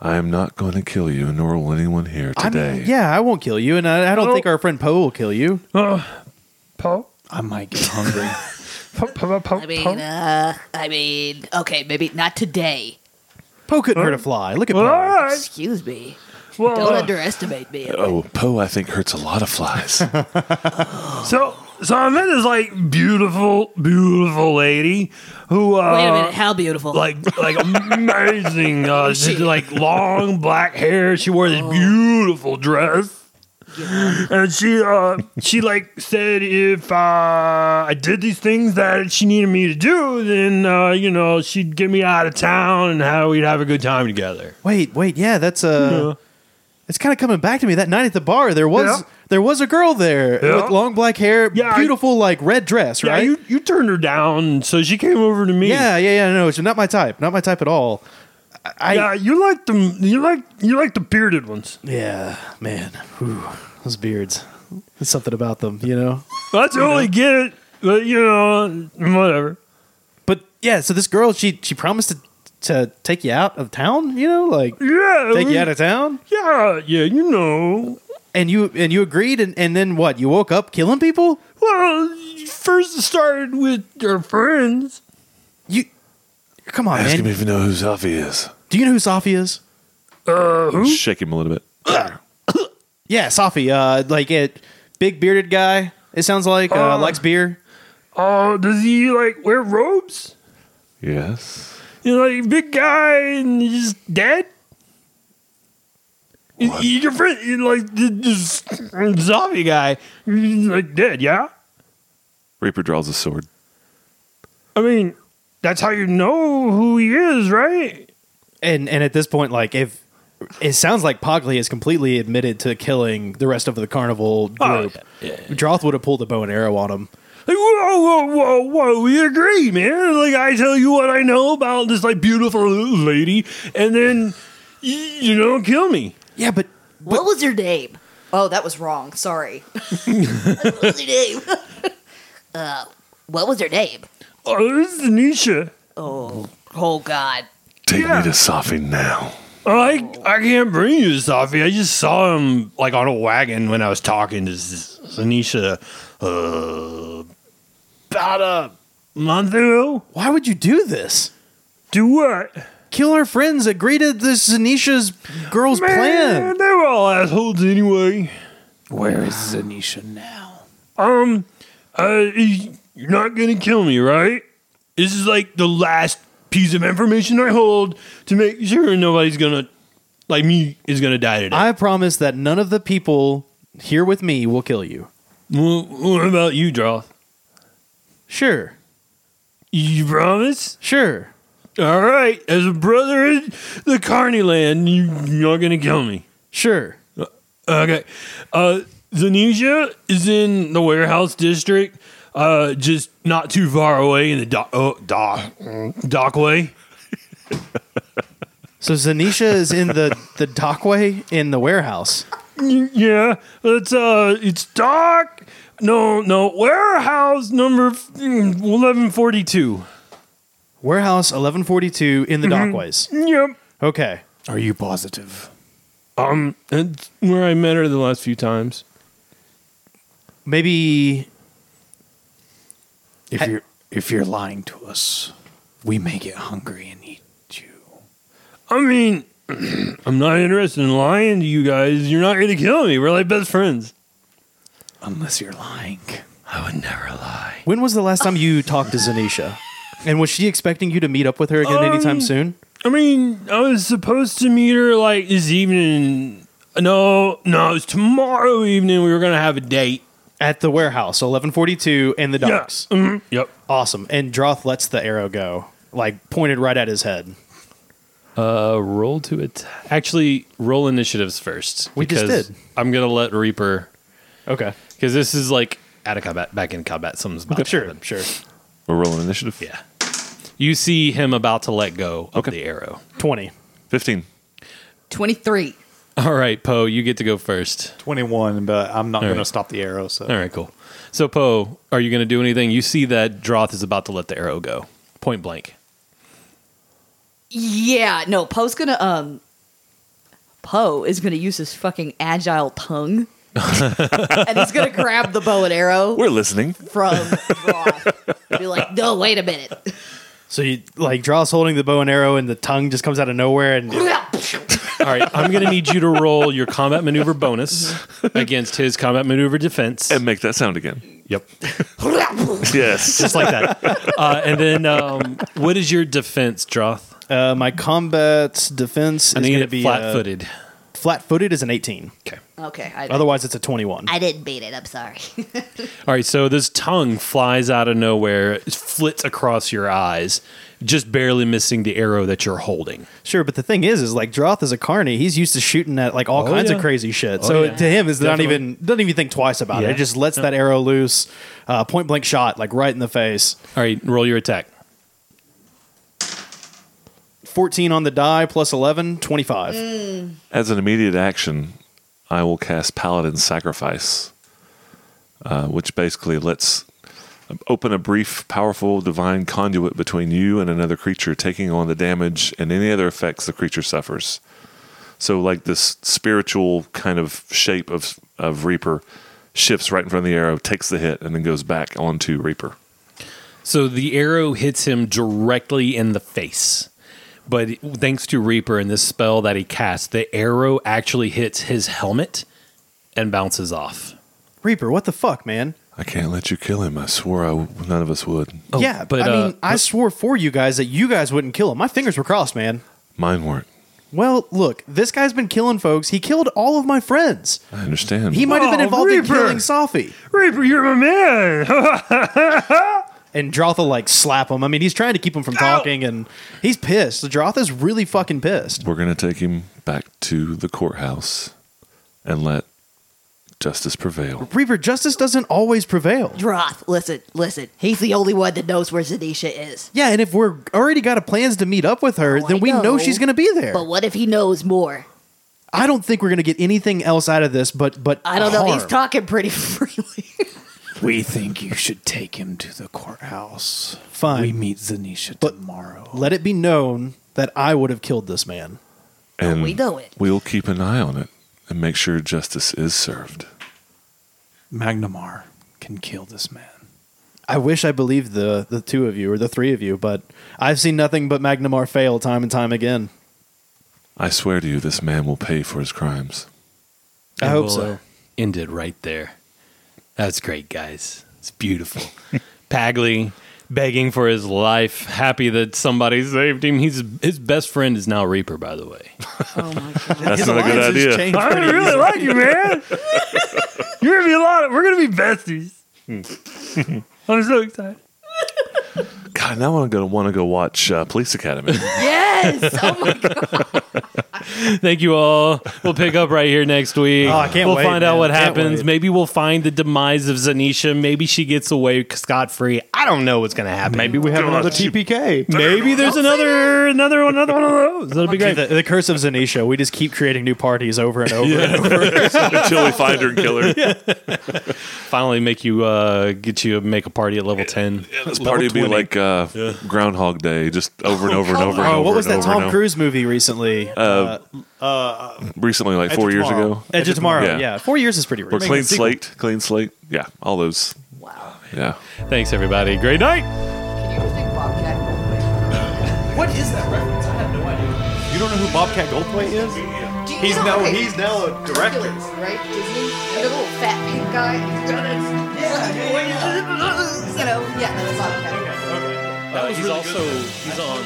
Speaker 1: I am not going to kill you, nor will anyone here
Speaker 2: I
Speaker 1: today.
Speaker 2: mean, yeah, I won't kill you, and I, I don't
Speaker 7: Well-
Speaker 2: think our friend Poe will kill you.
Speaker 7: Oh, Paul.
Speaker 3: I might get hungry.
Speaker 7: Po, po, po, po,
Speaker 4: I mean, uh, I mean, okay, maybe not today.
Speaker 2: Poe couldn't hurt a fly. Look at
Speaker 7: Well, all
Speaker 2: Poe.
Speaker 7: right.
Speaker 4: Excuse me.
Speaker 7: Well,
Speaker 4: Don't
Speaker 7: uh,
Speaker 4: underestimate me.
Speaker 1: Oh, Poe, I think hurts a lot of flies.
Speaker 7: so so I met this like beautiful, beautiful lady who uh,
Speaker 4: Wait a minute, how beautiful.
Speaker 7: like like amazing, uh,
Speaker 4: She-
Speaker 7: just, like long black hair. She wore this beautiful dress. And she uh she like said if uh, I did these things that she needed me to do, then uh, you know she'd get me out of town and how we'd have a good time together.
Speaker 2: Wait, wait, yeah, that's uh it's kind of coming back to me. That night at the bar, there was
Speaker 7: Yeah.
Speaker 2: there was a girl there
Speaker 7: Yeah.
Speaker 2: with long black hair,
Speaker 7: Yeah, I-
Speaker 2: beautiful like red dress,
Speaker 7: Yeah,
Speaker 2: right?
Speaker 7: you you turned her down, so she came over to me.
Speaker 2: yeah, yeah, yeah. No, it's not my type. Not my type at all. I
Speaker 7: yeah,
Speaker 2: yeah,
Speaker 7: you like the you like you like the bearded ones.
Speaker 2: man. Whew. Those beards. There's something about them, you know.
Speaker 7: I totally get it, but you know, whatever.
Speaker 2: But yeah, so this girl, she she promised to to take you out of town. You know, like
Speaker 7: Yeah,
Speaker 2: take you out of town,
Speaker 7: yeah, yeah. You know,
Speaker 2: and you and you agreed, and and then what? You woke up killing people.
Speaker 7: well, first it started with your friends.
Speaker 2: You come on,
Speaker 1: Ask
Speaker 2: man.
Speaker 1: him if you know who Sophie is.
Speaker 2: Do you know who Safi is?
Speaker 1: Shake him a little bit.
Speaker 2: Yeah, Safi. Uh, like it, big bearded guy. It sounds like uh, likes beer.
Speaker 7: Oh, does he like wear robes?
Speaker 1: Yes.
Speaker 7: He's like big guy and he's dead. He-
Speaker 1: What?
Speaker 7: he- your friend, he, like this this zombie guy, he's like dead. Yeah,
Speaker 1: Reaper draws his sword.
Speaker 7: I mean, that's how you know who he is, right?
Speaker 2: And and at this point, like if it sounds like Pogley has completely admitted to killing the rest of the carnival
Speaker 7: Oh,
Speaker 2: group. Droth would have pulled a bow and arrow on him.
Speaker 7: Like, whoa, whoa, whoa, whoa, we agree, man. Like, I tell you what I know about this, like, beautiful lady, and then you, you don't kill me.
Speaker 2: Yeah, but
Speaker 8: What was your name?
Speaker 4: Oh, that was wrong. Sorry.
Speaker 8: What was your name? uh,
Speaker 4: Uh,
Speaker 8: what was your name?
Speaker 7: Oh, this is Nisha.
Speaker 8: Oh, oh God.
Speaker 1: Take
Speaker 7: Yeah.
Speaker 1: me to Sophie now.
Speaker 7: Oh, I, I can't bring you to Sophie. I just saw him, like, on a wagon when I was talking to S- Nisha uh, about a month ago.
Speaker 2: why would you do this?
Speaker 7: Do what?
Speaker 2: Kill our friends. Agree to this Zanisha's girl's
Speaker 7: Man,
Speaker 2: plan.
Speaker 7: they were all assholes anyway.
Speaker 3: Where is Zanisha now?
Speaker 7: um, uh, you're not gonna kill me, right? This is like the last piece of information I hold to make sure nobody's gonna, like me, is gonna die today.
Speaker 2: I promise that none of the people here with me will kill you.
Speaker 7: Wha- what about you, Droth?
Speaker 2: Sure,
Speaker 7: You promise?
Speaker 2: sure.
Speaker 7: All right, as a brother in the Carney land, you, you're not gonna kill me.
Speaker 2: Sure.
Speaker 7: Okay. Uh, Zanisha is in the warehouse district, uh, just not too far away in the dock, oh, dock, dockway.
Speaker 2: So Zanisha is in the the dockway in the warehouse.
Speaker 7: Yeah, it's uh, it's dock. No, no, warehouse number eleven forty two.
Speaker 2: Warehouse 1142 in the dockways.
Speaker 7: Yep.
Speaker 2: Okay.
Speaker 3: Are you positive?
Speaker 7: Um, that's where I met her the last few times.
Speaker 2: Maybe
Speaker 3: If you're if you're lying to us, we may get hungry and eat you.
Speaker 7: I mean, I'm not interested in lying to you guys. You're not gonna kill me. We're like best friends.
Speaker 3: Unless you're lying.
Speaker 7: I would never lie.
Speaker 2: when was the last time you talked to Zanisha? And was she expecting you to meet up with her again anytime soon?
Speaker 7: I mean, I was supposed to meet her like this evening. No, no, it was tomorrow evening. We were gonna have a date.
Speaker 2: At the warehouse 1142 in the docks.
Speaker 7: Yeah. Mhm. Yep.
Speaker 2: Awesome. And Droth lets the arrow go, like pointed right at his head.
Speaker 7: Uh, roll to it.
Speaker 5: Actually, roll initiatives first.
Speaker 2: We just
Speaker 5: because
Speaker 2: did.
Speaker 5: I'm gonna let Reaper
Speaker 2: Okay.
Speaker 5: because this is like out of combat, back in combat. Something's about to
Speaker 2: Sure,
Speaker 5: happen.
Speaker 2: sure.
Speaker 1: We're rolling initiative.
Speaker 5: Yeah. You see him about to let go of
Speaker 1: Okay.
Speaker 5: the arrow.
Speaker 2: 20.
Speaker 1: 15.
Speaker 4: 23.
Speaker 5: All right, Poe, you get to go first.
Speaker 3: Twenty one, but I'm not
Speaker 5: All
Speaker 3: gonna
Speaker 5: right.
Speaker 3: stop the arrow, so
Speaker 5: All right, cool. So Poe, are you gonna do anything? You see that Droth is about to let the arrow go, point blank.
Speaker 4: Yeah, no, Poe's gonna um Poe is gonna use his fucking agile tongue. and he's gonna grab the bow and arrow
Speaker 1: We're listening.
Speaker 4: from Roth. Be like, no, wait a minute.
Speaker 2: So you like Droth's holding the bow and arrow and the tongue just comes out of nowhere and
Speaker 5: All right, I'm gonna need you to roll your combat maneuver bonus against his combat maneuver defense.
Speaker 1: And make that sound again.
Speaker 5: Yep.
Speaker 1: Yes.
Speaker 5: just like that. Uh, and then, um, what is your defense, Droth?
Speaker 2: uh, my combat defense
Speaker 5: I
Speaker 2: is
Speaker 5: need
Speaker 2: going to
Speaker 5: it
Speaker 2: be uh,
Speaker 5: flat-footed.
Speaker 2: Flat footed is an 18.
Speaker 5: okay.
Speaker 4: Okay, I
Speaker 2: Otherwise, it's a 21.
Speaker 8: I didn't beat it. I'm sorry.
Speaker 5: All right. So this tongue flies out of nowhere, it flits across your eyes, just barely missing the arrow that you're holding.
Speaker 2: Sure, but the thing is, is like Droth is a carney. He's used to shooting at like all
Speaker 5: Oh,
Speaker 2: kinds of
Speaker 5: yeah.
Speaker 2: crazy shit. so
Speaker 5: yeah.
Speaker 2: to him, is not
Speaker 5: Definitely.
Speaker 2: even doesn't even think twice about it.
Speaker 5: Yeah.
Speaker 2: It just lets that arrow loose, uh, point blank shot, like right in the face.
Speaker 5: All right. Roll your attack.
Speaker 2: Fourteen on the die plus 11, 25.
Speaker 1: As an immediate action, I will cast Paladin Sacrifice uh, which basically lets um, open a brief, powerful divine conduit between you and another creature, taking on the damage and any other effects the creature suffers. So, like this spiritual kind of shape of of Reaper shifts right in front of the arrow, takes the hit, and then goes back onto Reaper.
Speaker 5: So the arrow hits him directly in the face. But thanks to Reaper and this spell that he cast, the arrow actually hits his helmet and bounces off.
Speaker 2: Reaper, what the fuck, man?
Speaker 1: I can't let you kill him. I swore I w- none of us would.
Speaker 2: yeah,
Speaker 5: but,
Speaker 2: but I mean,
Speaker 5: uh,
Speaker 2: I swore for you guys that you guys wouldn't kill him. My fingers were crossed, man.
Speaker 1: Mine weren't.
Speaker 2: Well, look, this guy's been killing folks. He killed all of my friends.
Speaker 1: I understand.
Speaker 2: He might have been
Speaker 5: Oh,
Speaker 2: involved in
Speaker 5: Reaper.
Speaker 2: killing Safi.
Speaker 5: Reaper, you're my man.
Speaker 2: And Drotha like slap him. I mean, he's trying to keep him from talking, and he's pissed. Drotha's really fucking pissed.
Speaker 1: We're going to take him back to the courthouse and let justice prevail.
Speaker 2: Reaper, justice doesn't always prevail.
Speaker 9: Droth, listen, listen. He's the only one that knows where Zadisha is.
Speaker 2: Yeah, and if we're already got a plans to meet up with her,
Speaker 9: Oh,
Speaker 2: then
Speaker 9: I
Speaker 2: we know.
Speaker 9: know.
Speaker 2: she's going to be there.
Speaker 9: But what if he knows more?
Speaker 2: I don't think we're going to get anything else out of this, but but
Speaker 9: I don't know. He's
Speaker 2: harm.
Speaker 9: talking pretty freely.
Speaker 7: We think you should take him to the courthouse.
Speaker 2: Fine.
Speaker 7: We meet Zanisha
Speaker 2: But-
Speaker 7: tomorrow.
Speaker 2: Let it be known that I would have killed this man.
Speaker 1: And
Speaker 9: we know it.
Speaker 1: We'll keep an eye on it and make sure justice is served.
Speaker 7: Magnamar can kill this man.
Speaker 2: I wish I believed the the two of you or the three of you, but I've seen nothing but Magnamar fail time and time again.
Speaker 1: I swear to you, this man will pay for his crimes.
Speaker 2: I
Speaker 5: And
Speaker 2: hope
Speaker 5: we'll, uh,
Speaker 2: so.
Speaker 5: End it right there. That's great, guys. It's beautiful. Pagli begging for his life, happy that somebody saved him. He's his best friend is now Reaper, by the way.
Speaker 4: Oh my god.
Speaker 1: That's not a good
Speaker 2: alliances
Speaker 1: idea.
Speaker 2: change pretty easily.
Speaker 5: like you, man. You're gonna be a lot. Of, we're gonna be besties.
Speaker 2: Hmm.
Speaker 5: I'm so excited.
Speaker 1: God, now I'm going to want to go watch uh, Police Academy.
Speaker 4: Yes. Oh my god.
Speaker 5: Thank you all. We'll pick up right here next week.
Speaker 2: Oh, I can't
Speaker 5: we'll
Speaker 2: wait,
Speaker 5: find out
Speaker 2: man.
Speaker 5: what
Speaker 2: Can't
Speaker 5: happens.
Speaker 2: wait.
Speaker 5: Maybe we'll find the demise of Zanisha. Maybe she gets away scot free. I don't know what's gonna happen. Maybe we have another
Speaker 7: TPK.
Speaker 5: Maybe there's another another one, another one of those. That'll be great.
Speaker 2: The, the curse of Zanisha. We just keep creating new parties over and over. and over.
Speaker 1: Until we find her and kill her.
Speaker 5: Finally, make you uh, get you make a party at level ten.
Speaker 1: This party would be like uh, Groundhog Day, just over and over and over and
Speaker 2: Oh,
Speaker 1: over.
Speaker 2: what
Speaker 1: and over
Speaker 2: was that
Speaker 1: and
Speaker 2: Tom
Speaker 1: over.
Speaker 2: Cruise movie recently?
Speaker 1: Recently, like Uh, four
Speaker 7: Edge of
Speaker 1: years
Speaker 7: Tomorrow.
Speaker 1: ago.
Speaker 2: Edge of Tomorrow.
Speaker 1: Yeah.
Speaker 2: Yeah. four years is pretty
Speaker 1: Or
Speaker 2: recent.
Speaker 1: Clean Slate. Clean Slate. Yeah, all those.
Speaker 4: Wow.
Speaker 1: Yeah.
Speaker 5: Thanks, everybody. Great night.
Speaker 4: Can you think Bobcat?
Speaker 7: What is that reference? I have no idea. You don't know who Bobcat Goldthwait is?
Speaker 4: Do you
Speaker 7: He's
Speaker 4: know-
Speaker 7: now
Speaker 4: okay,
Speaker 7: he's now a director.
Speaker 4: Hercules, right? Disney. You know the little fat pink guy. He's done it. You know. Yeah. That's Bobcat.
Speaker 5: Uh, he's also he's on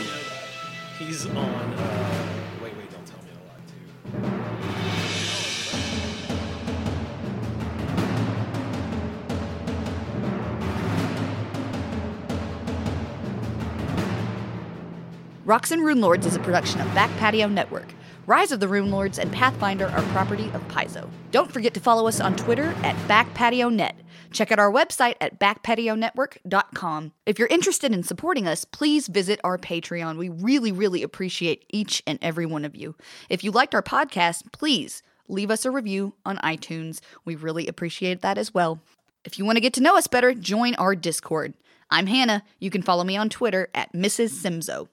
Speaker 5: he's on. Uh, wait, wait, don't tell me a lot too.
Speaker 4: Rocks and Rune Lords is a production of Back Patio Network. Rise of the Rune Lords and Pathfinder are property of Paizo. Don't forget to follow us on Twitter at BackpatioNet. Check out our website at backpationetwork.com. If you're interested in supporting us, please visit our Patreon. We really, really appreciate each and every one of you. If you liked our podcast, please leave us a review on iTunes. We really appreciate that as well. If you want to get to know us better, join our Discord. I'm Hannah. You can follow me on Twitter at Mrs. Simzo.